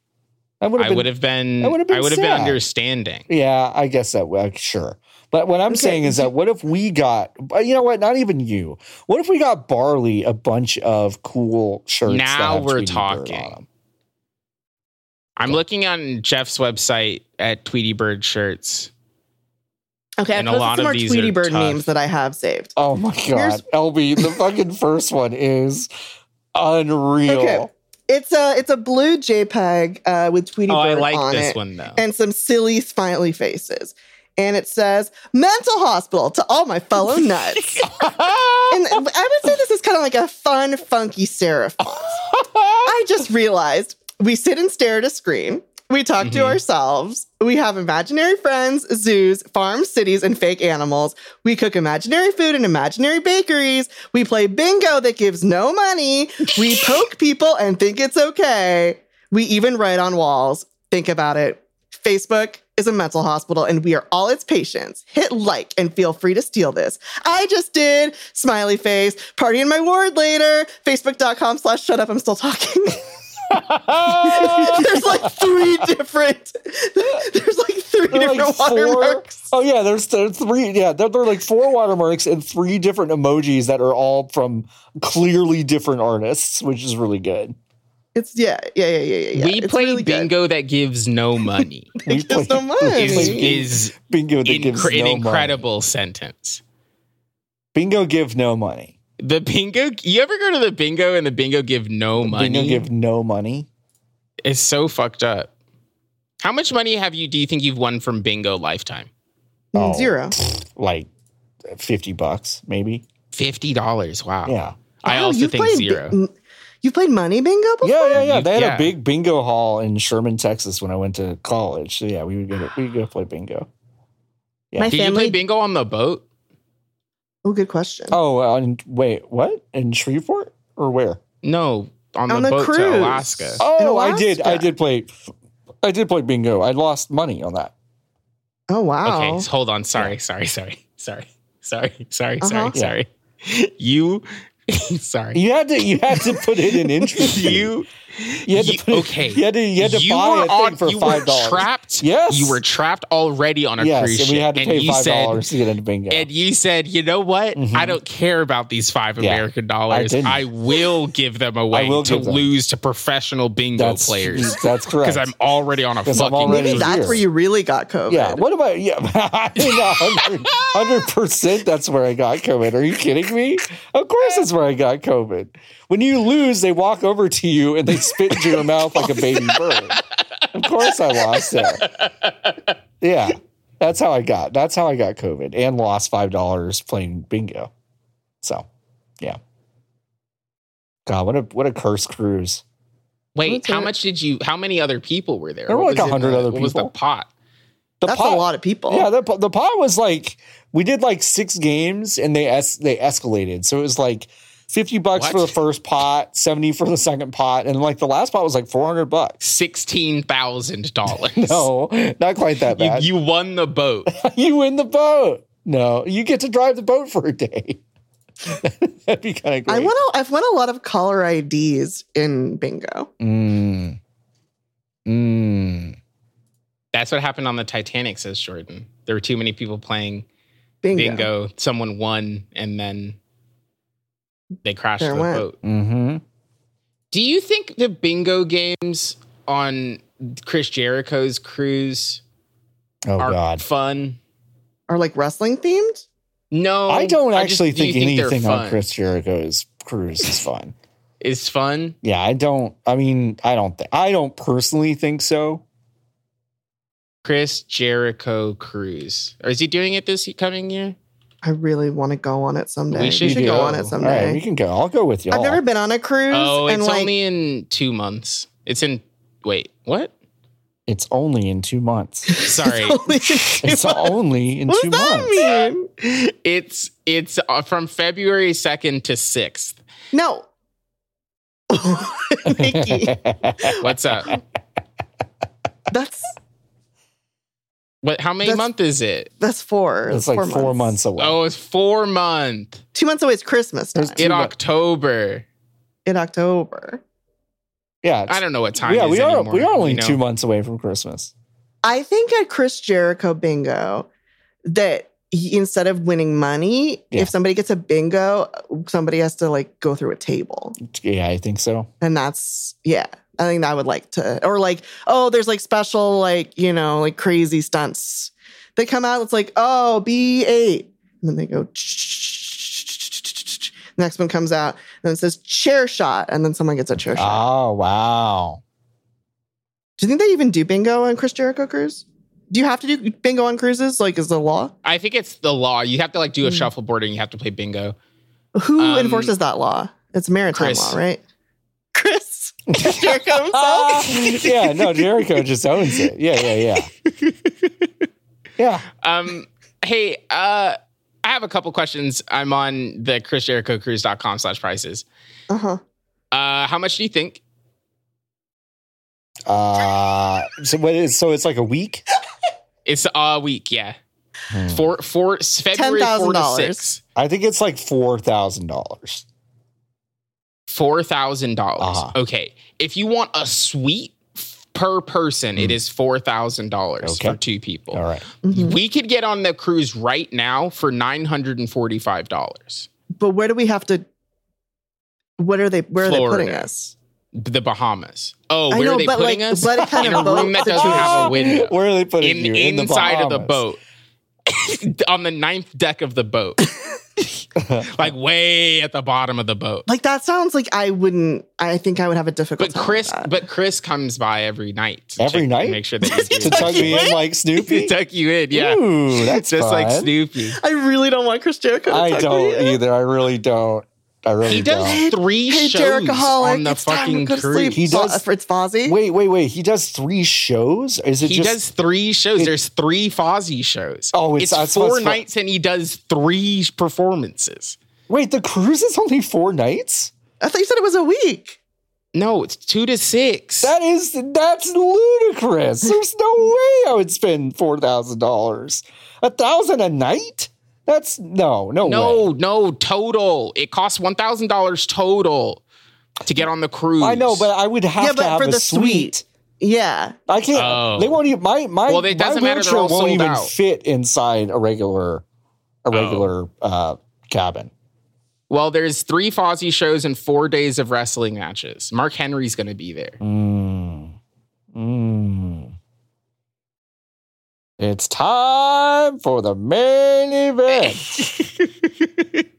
Speaker 2: That would have
Speaker 3: I
Speaker 2: been
Speaker 3: would have been.
Speaker 2: that would've been
Speaker 3: I would have been
Speaker 2: sad.
Speaker 3: understanding.
Speaker 2: Yeah, I guess that well, sure. But what I'm
Speaker 1: Okay.
Speaker 2: saying is that what if we got but you know what, not even you. What if we got Barley a bunch of cool shirts? that
Speaker 3: Now
Speaker 2: have
Speaker 3: we're
Speaker 2: Tweety Bird on
Speaker 3: talking.
Speaker 2: them?
Speaker 3: I'm looking on Jeff's website at Tweety Bird shirts.
Speaker 1: Okay, I
Speaker 3: And a
Speaker 1: posted
Speaker 3: lot
Speaker 1: some
Speaker 3: of
Speaker 1: more
Speaker 3: these
Speaker 1: Tweety
Speaker 3: are
Speaker 1: Bird
Speaker 3: tough.
Speaker 1: memes that I have saved.
Speaker 2: Oh my god.
Speaker 1: Here's-
Speaker 2: LB, the fucking first one is unreal.
Speaker 1: Okay. It's a it's a blue JPEG uh, with Tweety
Speaker 3: Oh, I
Speaker 1: Bird
Speaker 3: like
Speaker 1: on
Speaker 3: this
Speaker 1: it
Speaker 3: one though.
Speaker 1: and some silly smiley faces, and it says "Mental Hospital" to all my fellow nuts. and I would say this is kind of like a fun, funky serif font. I just realized we sit and stare at a screen. We talk to
Speaker 3: Mhm.
Speaker 1: ourselves. We have imaginary friends, zoos, farms, cities, and fake animals. We cook imaginary food in imaginary bakeries. We play bingo that gives no money. We poke people and think it's okay. We even write on walls. Think about it. Facebook is a mental hospital and we are all its patients. Hit like and feel free to steal this. I just did. Smiley face. Party in my ward later. Facebook.com slash shut up. I'm still talking. there's like three different, there's like three
Speaker 2: They're
Speaker 1: different
Speaker 2: like four-
Speaker 1: watermarks.
Speaker 2: Oh yeah, there's there's three. Yeah, there, there are like four watermarks and three different emojis that are all from clearly different artists, which is really good.
Speaker 1: It's yeah, yeah, yeah, yeah, yeah, yeah.
Speaker 3: we
Speaker 1: It's
Speaker 3: played
Speaker 1: really good.
Speaker 3: bingo that gives no money.
Speaker 2: We
Speaker 1: Thank you
Speaker 2: play-
Speaker 1: so
Speaker 2: we
Speaker 1: much.
Speaker 2: play
Speaker 3: is
Speaker 2: bingo-
Speaker 3: is
Speaker 2: bingo that gives
Speaker 3: incre-
Speaker 2: no
Speaker 3: an
Speaker 2: money.
Speaker 3: incredible sentence.
Speaker 2: Bingo give no money.
Speaker 3: The bingo. You ever go to the bingo and the bingo give no
Speaker 2: Bingo
Speaker 3: money?
Speaker 2: give no money.
Speaker 3: it's so fucked up. How much money have you? Do you think you've won from bingo lifetime?
Speaker 1: Mm,
Speaker 2: Oh.
Speaker 1: Zero.
Speaker 2: Like fifty bucks, maybe.
Speaker 3: Fifty dollars. Wow.
Speaker 2: Yeah,
Speaker 3: I
Speaker 1: Wow,
Speaker 3: also
Speaker 1: you've
Speaker 3: think
Speaker 1: played
Speaker 3: zero.
Speaker 1: bi- you've played money bingo before?
Speaker 2: yeah, yeah, yeah.
Speaker 3: You-
Speaker 2: They had
Speaker 3: yeah.
Speaker 2: a big bingo hall in Sherman, Texas, when I went to college. So yeah, we would go to, we would go play bingo. Yeah.
Speaker 1: My
Speaker 3: Did you play
Speaker 1: family.
Speaker 3: bingo on the boat?
Speaker 1: oh, good question.
Speaker 2: Oh, uh, and wait, what in Shreveport or where?
Speaker 3: No, on,
Speaker 1: On
Speaker 3: the,
Speaker 1: the
Speaker 3: boat
Speaker 1: cruise.
Speaker 3: to Alaska.
Speaker 2: Oh, I did. I
Speaker 1: Alaska.
Speaker 2: did play. I did play bingo. I lost money on that.
Speaker 1: Oh wow.
Speaker 3: Okay, so hold on. Sorry, sorry, sorry, sorry, sorry, sorry,
Speaker 1: Uh-huh.
Speaker 3: sorry, sorry. You, sorry.
Speaker 2: You had to. You had to put in an interest. fee.
Speaker 3: You,
Speaker 2: You had to
Speaker 3: you-
Speaker 2: put in-
Speaker 3: okay.
Speaker 2: You had to. You had to
Speaker 3: you
Speaker 2: buy
Speaker 3: were
Speaker 2: a thing
Speaker 3: on-
Speaker 2: for
Speaker 3: you
Speaker 2: five
Speaker 3: were
Speaker 2: dollars.
Speaker 3: trapped.
Speaker 2: Yes.
Speaker 3: you were trapped already on a cruise
Speaker 2: Yes,
Speaker 3: ship.
Speaker 2: and we had to
Speaker 3: and
Speaker 2: pay
Speaker 3: you
Speaker 2: five
Speaker 3: said-
Speaker 2: dollars to get into bingo.
Speaker 3: And you said, you know what?
Speaker 2: Mhm.
Speaker 3: I don't care about these five
Speaker 2: Yeah,
Speaker 3: American dollars.
Speaker 2: didn't.
Speaker 3: I, will give them away
Speaker 2: will
Speaker 3: to
Speaker 2: give them.
Speaker 3: lose to professional bingo
Speaker 2: that's
Speaker 3: players
Speaker 2: That's correct.
Speaker 3: because I'm already on a
Speaker 2: 'Cause I'm
Speaker 3: fucking.
Speaker 2: already-
Speaker 1: Maybe
Speaker 2: Right
Speaker 1: that's
Speaker 2: here.
Speaker 1: where you really got COVID.
Speaker 2: Yeah. What about yeah? Hundred percent. That's where I got COVID. Are you kidding me? Of course, that's where I got COVID. When you lose, they walk over to you and they spit into your mouth like a baby bird. Of course, I lost there. Yeah, that's how I got. That's how I got COVID and lost five dollars playing bingo. So, yeah. God, what a what a curse cruise.
Speaker 3: Wait,
Speaker 1: That's
Speaker 3: how
Speaker 1: it.
Speaker 3: much did you? How many other people were there?
Speaker 2: There were
Speaker 3: What
Speaker 2: like
Speaker 3: was in
Speaker 2: 100
Speaker 3: the-
Speaker 2: other
Speaker 3: What was the
Speaker 2: people.
Speaker 3: pot?
Speaker 2: The
Speaker 1: That's
Speaker 2: pot,
Speaker 1: a lot of people.
Speaker 2: Yeah, the, po- the pot was like we did like six games and they es- they escalated. So it was like fifty bucks
Speaker 3: What?
Speaker 2: for the first pot, seventy for the second pot, and like the last pot was like four hundred bucks.
Speaker 3: Sixteen thousand dollars.
Speaker 2: No, not quite that
Speaker 3: you,
Speaker 2: bad. You,
Speaker 3: you won the boat.
Speaker 2: win the boat. No, you get to drive the boat for a day. That'd be kind of great.
Speaker 1: I won. A, I've won a lot of caller IDs in bingo.
Speaker 2: Mm. Mm.
Speaker 3: That's what happened on the Titanic, says Jordan. There were too many people playing
Speaker 1: Bingo.
Speaker 3: bingo. Someone won, and then they crashed
Speaker 1: There
Speaker 3: the
Speaker 1: went.
Speaker 3: boat.
Speaker 2: Mm-hmm.
Speaker 3: Do you think the bingo games on Chris Jericho's cruise
Speaker 2: Oh
Speaker 3: are
Speaker 2: God.
Speaker 3: fun?
Speaker 1: Are like wrestling themed?
Speaker 3: No,
Speaker 2: I don't
Speaker 3: just-
Speaker 2: actually
Speaker 3: do you
Speaker 2: think, anything
Speaker 3: they're
Speaker 2: on
Speaker 3: fun?
Speaker 2: Chris Jericho's cruise is fun.
Speaker 3: is fun.
Speaker 2: Yeah, I don't. I mean, I don't. Th- I don't personally think so.
Speaker 3: Chris Jericho cruise, or is he doing it this coming year?
Speaker 1: I really want to go on it someday.
Speaker 3: We should
Speaker 1: we should go
Speaker 3: go.
Speaker 1: on it
Speaker 2: All right,
Speaker 1: someday.
Speaker 2: we can go. I'll go with you.
Speaker 1: I've never been on a cruise.
Speaker 3: Oh,
Speaker 1: and
Speaker 3: it's
Speaker 1: like,
Speaker 3: only in two months. It's in wait, what?
Speaker 2: It's only in two months.
Speaker 3: Sorry,
Speaker 1: it's only
Speaker 2: It's only in
Speaker 1: what
Speaker 2: two
Speaker 1: does that
Speaker 2: months.
Speaker 1: mean?
Speaker 3: it's it's uh, from February second to sixth.
Speaker 1: No. Nikki,
Speaker 3: What's up?
Speaker 1: that's
Speaker 3: What? How many
Speaker 1: That's-
Speaker 3: month is it?
Speaker 1: that's four.
Speaker 2: it's like four months, away.
Speaker 3: Oh, it's four month
Speaker 1: Two months away is Christmas time
Speaker 2: There's two-
Speaker 3: in
Speaker 2: month-
Speaker 3: October.
Speaker 1: in October.
Speaker 2: yeah, it's-
Speaker 3: I don't know what time.
Speaker 2: yeah,
Speaker 3: it is
Speaker 2: we are.
Speaker 3: anymore,
Speaker 2: we are only
Speaker 3: you know?
Speaker 2: two months away from Christmas.
Speaker 1: I think at Chris Jericho bingo that he, instead of winning money,
Speaker 2: Yeah.
Speaker 1: if somebody gets a bingo, somebody has to like go through a table.
Speaker 2: Yeah, I think so.
Speaker 1: And that's yeah. I think that I would like to or like, oh, there's like special like, you know, like crazy stunts that come out. It's like, oh, B eight. And then they go next one comes out and it says chair shot. And then someone gets a chair shot.
Speaker 2: Oh wow.
Speaker 1: Do you think they even do bingo on Chris Jericho cruise? Do you have to do bingo on cruises? Like, is the law?
Speaker 3: I think it's the law. You have to like do a
Speaker 1: Hmm.
Speaker 3: shuffleboard and you have to play bingo.
Speaker 1: Who
Speaker 3: Um,
Speaker 1: enforces that law? It's maritime
Speaker 3: Chris.
Speaker 1: law, right? Uh-huh. Chris. Chris Jericho himself.
Speaker 2: Ah. yeah, no, Jericho just owns it. Yeah, yeah, yeah. Yeah.
Speaker 3: Um, hey, uh, I have a couple questions. I'm on the chrisjerichocruise.com slash prices.
Speaker 1: Uh huh.
Speaker 3: Uh, how much do you think?
Speaker 2: Uh, so what is? So it's like a week.
Speaker 3: It's a week, yeah.
Speaker 2: Hmm.
Speaker 3: Four, four, February four to
Speaker 1: $10,000.
Speaker 3: six.
Speaker 2: I think it's like four thousand dollars.
Speaker 3: Four thousand
Speaker 2: Uh-huh.
Speaker 3: dollars. Okay. If you want a suite f- per person, it
Speaker 2: Hmm.
Speaker 3: is four thousand dollars
Speaker 2: Okay.
Speaker 3: for two people.
Speaker 2: All right.
Speaker 1: Mm-hmm.
Speaker 3: We could get on the cruise right now for nine hundred and forty-five dollars.
Speaker 1: But where do we have to? What are they? Where are
Speaker 3: Florida.
Speaker 1: they putting us?
Speaker 3: The Bahamas. Oh,
Speaker 1: I
Speaker 3: where
Speaker 1: know,
Speaker 3: are they
Speaker 1: but,
Speaker 3: putting
Speaker 1: like,
Speaker 3: us?
Speaker 1: what kind
Speaker 3: in
Speaker 1: of
Speaker 3: a
Speaker 1: boat
Speaker 3: room that doesn't
Speaker 1: situation?
Speaker 3: have a window.
Speaker 2: Where are they putting
Speaker 3: in,
Speaker 2: you? the
Speaker 3: inside of the
Speaker 2: Bahamas.
Speaker 3: boat on the ninth deck of the boat like way at the bottom of the boat
Speaker 1: Like that sounds like I wouldn't. I think I would have a difficult.
Speaker 3: but
Speaker 1: time with
Speaker 3: chris
Speaker 1: that.
Speaker 3: but chris comes by every night to
Speaker 2: Every
Speaker 3: check-
Speaker 2: night?
Speaker 3: make sure that
Speaker 2: to
Speaker 3: you
Speaker 2: tug me in like
Speaker 3: to
Speaker 2: Snoopy.
Speaker 3: tuck you in yeah
Speaker 2: Ooh, that's
Speaker 3: just like
Speaker 2: fun.
Speaker 3: snoopy
Speaker 1: I really don't want Chris Jericho. To
Speaker 2: I
Speaker 1: talk to
Speaker 2: don't
Speaker 1: me.
Speaker 2: either. I really don't. I really
Speaker 3: he does
Speaker 2: don't.
Speaker 3: three
Speaker 1: Hey,
Speaker 3: shows
Speaker 1: Jerichoholic,
Speaker 3: on the
Speaker 1: it's time
Speaker 3: fucking
Speaker 1: to go to sleep.
Speaker 3: cruise
Speaker 2: He
Speaker 1: Fo-
Speaker 2: does-
Speaker 1: It's Fozzie.
Speaker 2: Wait, wait, wait. He does three shows. Is it
Speaker 3: he
Speaker 2: just?
Speaker 3: does three shows
Speaker 2: it-
Speaker 3: there's three fozzy shows
Speaker 2: Oh, it's- that's
Speaker 3: it's four
Speaker 2: what's fun.
Speaker 3: nights and he does three performances
Speaker 2: wait, the cruise is only four nights.
Speaker 1: I thought you said it was a week.
Speaker 3: no it's two to six
Speaker 2: That is that's ludicrous. There's no way I would spend four thousand dollars. A thousand a night. That's no, no, way.
Speaker 3: No, no, total. It costs one thousand dollars total to get on the cruise.
Speaker 2: I know, but I would have
Speaker 1: Yeah,
Speaker 2: to
Speaker 1: but
Speaker 2: have
Speaker 1: for
Speaker 2: a
Speaker 1: the suite. Yeah.
Speaker 2: I can't.
Speaker 3: Oh.
Speaker 2: They won't even. My my.
Speaker 3: Well, it doesn't
Speaker 2: my
Speaker 3: matter, they're
Speaker 2: wheelchair
Speaker 3: all
Speaker 2: won't
Speaker 3: sold
Speaker 2: even
Speaker 3: out. Oh.
Speaker 2: fit inside a regular, a regular uh, cabin.
Speaker 3: well, there's three Fozzy shows and four days of wrestling matches. Mark Henry's going to be there.
Speaker 2: Mm. Mm. It's time for the main event.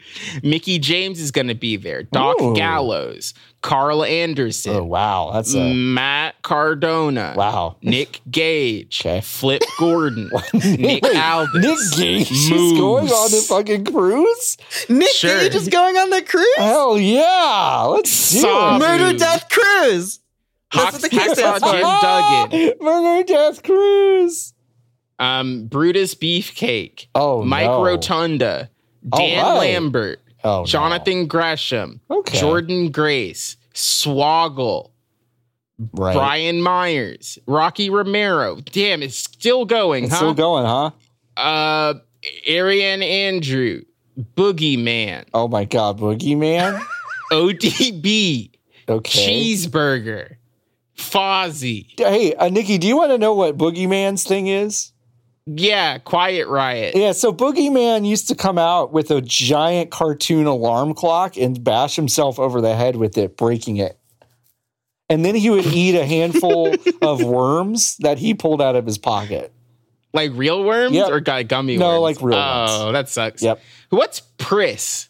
Speaker 3: Mickey James is going to be there. Doc
Speaker 2: Ooh.
Speaker 3: Gallows, Carl Anderson,
Speaker 2: oh wow, that's
Speaker 3: Mm.
Speaker 2: a
Speaker 3: Matt Cardona,
Speaker 2: wow.
Speaker 3: Nick Gage,
Speaker 2: Okay.
Speaker 3: Flip Gordon, Nick
Speaker 2: Wait,
Speaker 3: Alves,
Speaker 2: Nick Gage is
Speaker 3: Moose.
Speaker 2: going on the fucking cruise.
Speaker 1: Nick
Speaker 3: Sure.
Speaker 2: Oh.
Speaker 1: Cage is going on the cruise.
Speaker 2: Hell yeah, let's do
Speaker 3: Soft.
Speaker 2: it.
Speaker 1: Murder
Speaker 3: Dude.
Speaker 1: Death Cruise. That's what the kid stands
Speaker 3: Hacksaw
Speaker 1: for.
Speaker 3: Jim Duggan.
Speaker 2: Murder Death Cruise.
Speaker 3: Um, Brutus Beefcake.
Speaker 2: Oh,
Speaker 3: Mike
Speaker 2: no.
Speaker 3: Rotunda.
Speaker 2: All
Speaker 3: Dan
Speaker 2: right.
Speaker 3: Lambert.
Speaker 2: Oh, no.
Speaker 3: Jonathan Gresham.
Speaker 2: Okay.
Speaker 3: Jordan Grace. Swoggle.
Speaker 2: Right.
Speaker 3: Brian Myers. Rocky Romero. Damn, it's still going,
Speaker 2: It's
Speaker 3: huh?
Speaker 2: still going, huh?
Speaker 3: uh Arian Andrew, Boogeyman,
Speaker 2: Oh my God, Boogeyman.
Speaker 3: ODB,
Speaker 2: Okay.
Speaker 3: Cheeseburger, Fozzie,
Speaker 2: Hey, uh, Nikki, do you want to know what Boogeyman's thing is?
Speaker 3: yeah, Quiet Riot.
Speaker 2: Yeah, so Boogeyman used to come out with a giant cartoon alarm clock and bash himself over the head with it, breaking it. And then he would eat a handful of worms that he pulled out of his pocket.
Speaker 3: Like real worms
Speaker 2: Yep.
Speaker 3: or got gummy
Speaker 2: No,
Speaker 3: worms?
Speaker 2: like real ones.
Speaker 3: Oh, that sucks.
Speaker 2: Yep.
Speaker 3: What's Priss?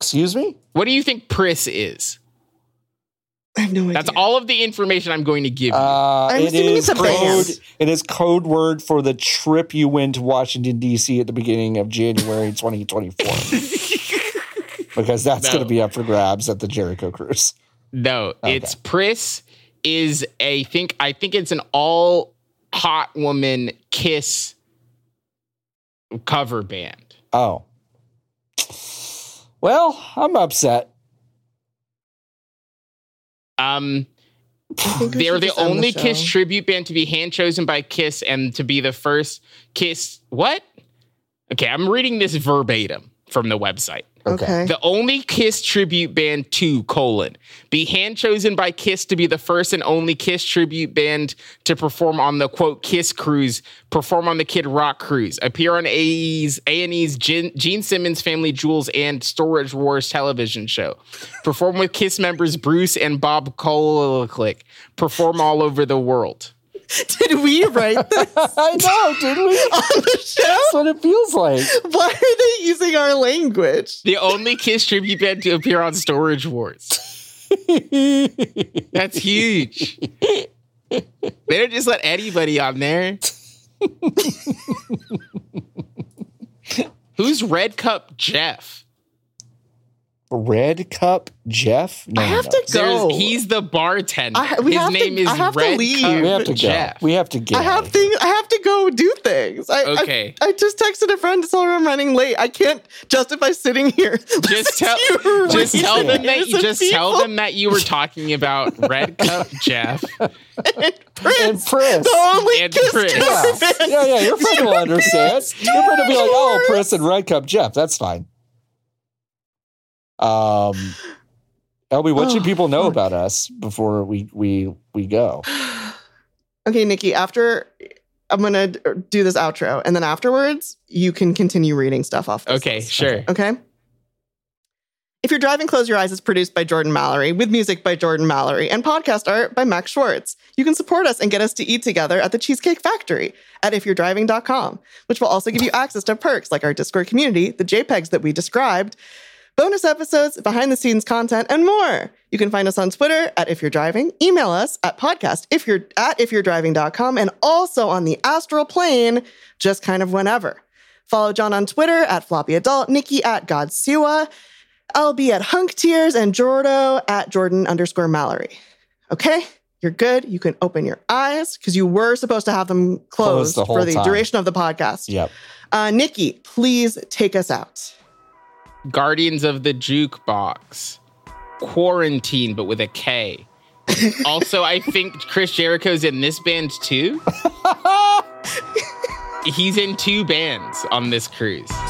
Speaker 2: Excuse me?
Speaker 3: What do you think Priss is?
Speaker 1: I have no idea.
Speaker 3: That's all of the information I'm going to give you.
Speaker 2: Uh,
Speaker 1: I'm
Speaker 2: it
Speaker 1: assuming it's
Speaker 2: is
Speaker 1: a
Speaker 2: code.
Speaker 1: band.
Speaker 2: It is code word for the trip you went to Washington D.C. at the beginning of January 2024, because that's
Speaker 3: No.
Speaker 2: going to be up for grabs at the Jericho Cruise.
Speaker 3: no,
Speaker 2: Okay.
Speaker 3: it's Priss is a think I think it's an all hot woman kiss cover band.
Speaker 2: Oh, well, I'm upset.
Speaker 3: Um,
Speaker 1: I think we
Speaker 3: they're
Speaker 1: should
Speaker 3: the
Speaker 1: just end
Speaker 3: only
Speaker 1: show.
Speaker 3: Kiss tribute band to be hand chosen by Kiss and to be the first Kiss. What? Okay, I'm reading this verbatim from the website.
Speaker 1: Okay.
Speaker 3: The only Kiss tribute band to colon be hand chosen by Kiss to be the first and only Kiss tribute band to perform on the quote Kiss cruise, perform on the Kid Rock cruise, appear on AE's A and E's Gene, Gene Simmons Family Jewels and Storage Wars television show, perform with Kiss members Bruce and Bob Kolaklik, perform all over the world.
Speaker 1: Did we write this
Speaker 2: I know, did we?
Speaker 1: on the
Speaker 2: That's
Speaker 1: show?
Speaker 2: what it feels like.
Speaker 1: Why are they using our language?
Speaker 3: The only Kiss tribute band to appear on Storage Wars. That's huge. They don't just let anybody on there. Who's Red Cup Jeff?
Speaker 2: Red Cup Jeff. No,
Speaker 1: I have
Speaker 2: no.
Speaker 1: to
Speaker 3: There's-
Speaker 1: go.
Speaker 3: he's the bartender.
Speaker 1: I- we
Speaker 3: His
Speaker 1: have to-
Speaker 3: name is
Speaker 1: I have to
Speaker 3: Red
Speaker 1: leave.
Speaker 3: Cup
Speaker 2: We have to go.
Speaker 3: Jeff.
Speaker 2: We have to get.
Speaker 1: I have things. I have to go do things. I, I-
Speaker 3: Okay.
Speaker 1: I, just texted a friend to tell her I'm running late. I can't justify sitting here.
Speaker 3: just tell,
Speaker 1: You
Speaker 3: just
Speaker 1: read
Speaker 3: tell
Speaker 1: the
Speaker 3: them that
Speaker 1: names
Speaker 3: you
Speaker 1: of
Speaker 3: just tell them that you were talking about Red Cup Jeff.
Speaker 2: and Pris.
Speaker 1: The only
Speaker 3: and
Speaker 1: kiss
Speaker 3: Chris.
Speaker 1: covered.
Speaker 2: yeah, yeah, yeah, your friend will understand. Your friend will be like, oh, Pris and Red Cup Jeff. That's fine. Um, Elby, what should
Speaker 1: Oh,
Speaker 2: people know
Speaker 1: fuck.
Speaker 2: about us before we we we go?
Speaker 1: Okay, Nikki. After I'm gonna do this outro, and then afterwards you can continue reading stuff off. This
Speaker 3: Okay,
Speaker 1: list.
Speaker 3: sure.
Speaker 1: Okay. If You're Driving, Close Your Eyes is produced by Jordan Mallory, with music by Jordan Mallory, and podcast art by Max Schwartz. You can support us and get us to eat together at the Cheesecake Factory at ifyou'redriving.com, which will also give you access to perks like our Discord community, the JPEGs that we described, bonus episodes, behind the scenes content, and more. You can find us on Twitter at If You're Driving, email us at podcast if you're at ifyou'redriving.com, and also on the astral plane, just kind of whenever. Follow John on Twitter at Floppy Adult, Nikki at Godsiwa, LB at Hunk Tears, and Jordo at Jordan underscore Mallory. Okay, you're good. You can open your eyes because you were supposed to have them
Speaker 2: Closed
Speaker 1: closed
Speaker 2: the whole
Speaker 1: for the
Speaker 2: time.
Speaker 1: duration of the podcast.
Speaker 2: Yep.
Speaker 1: Uh, Nikki, please take us out.
Speaker 3: Guardians of the Jukebox, Quarantine, but with a K. also, I think Chris Jericho's in this band too. He's in two bands on this cruise.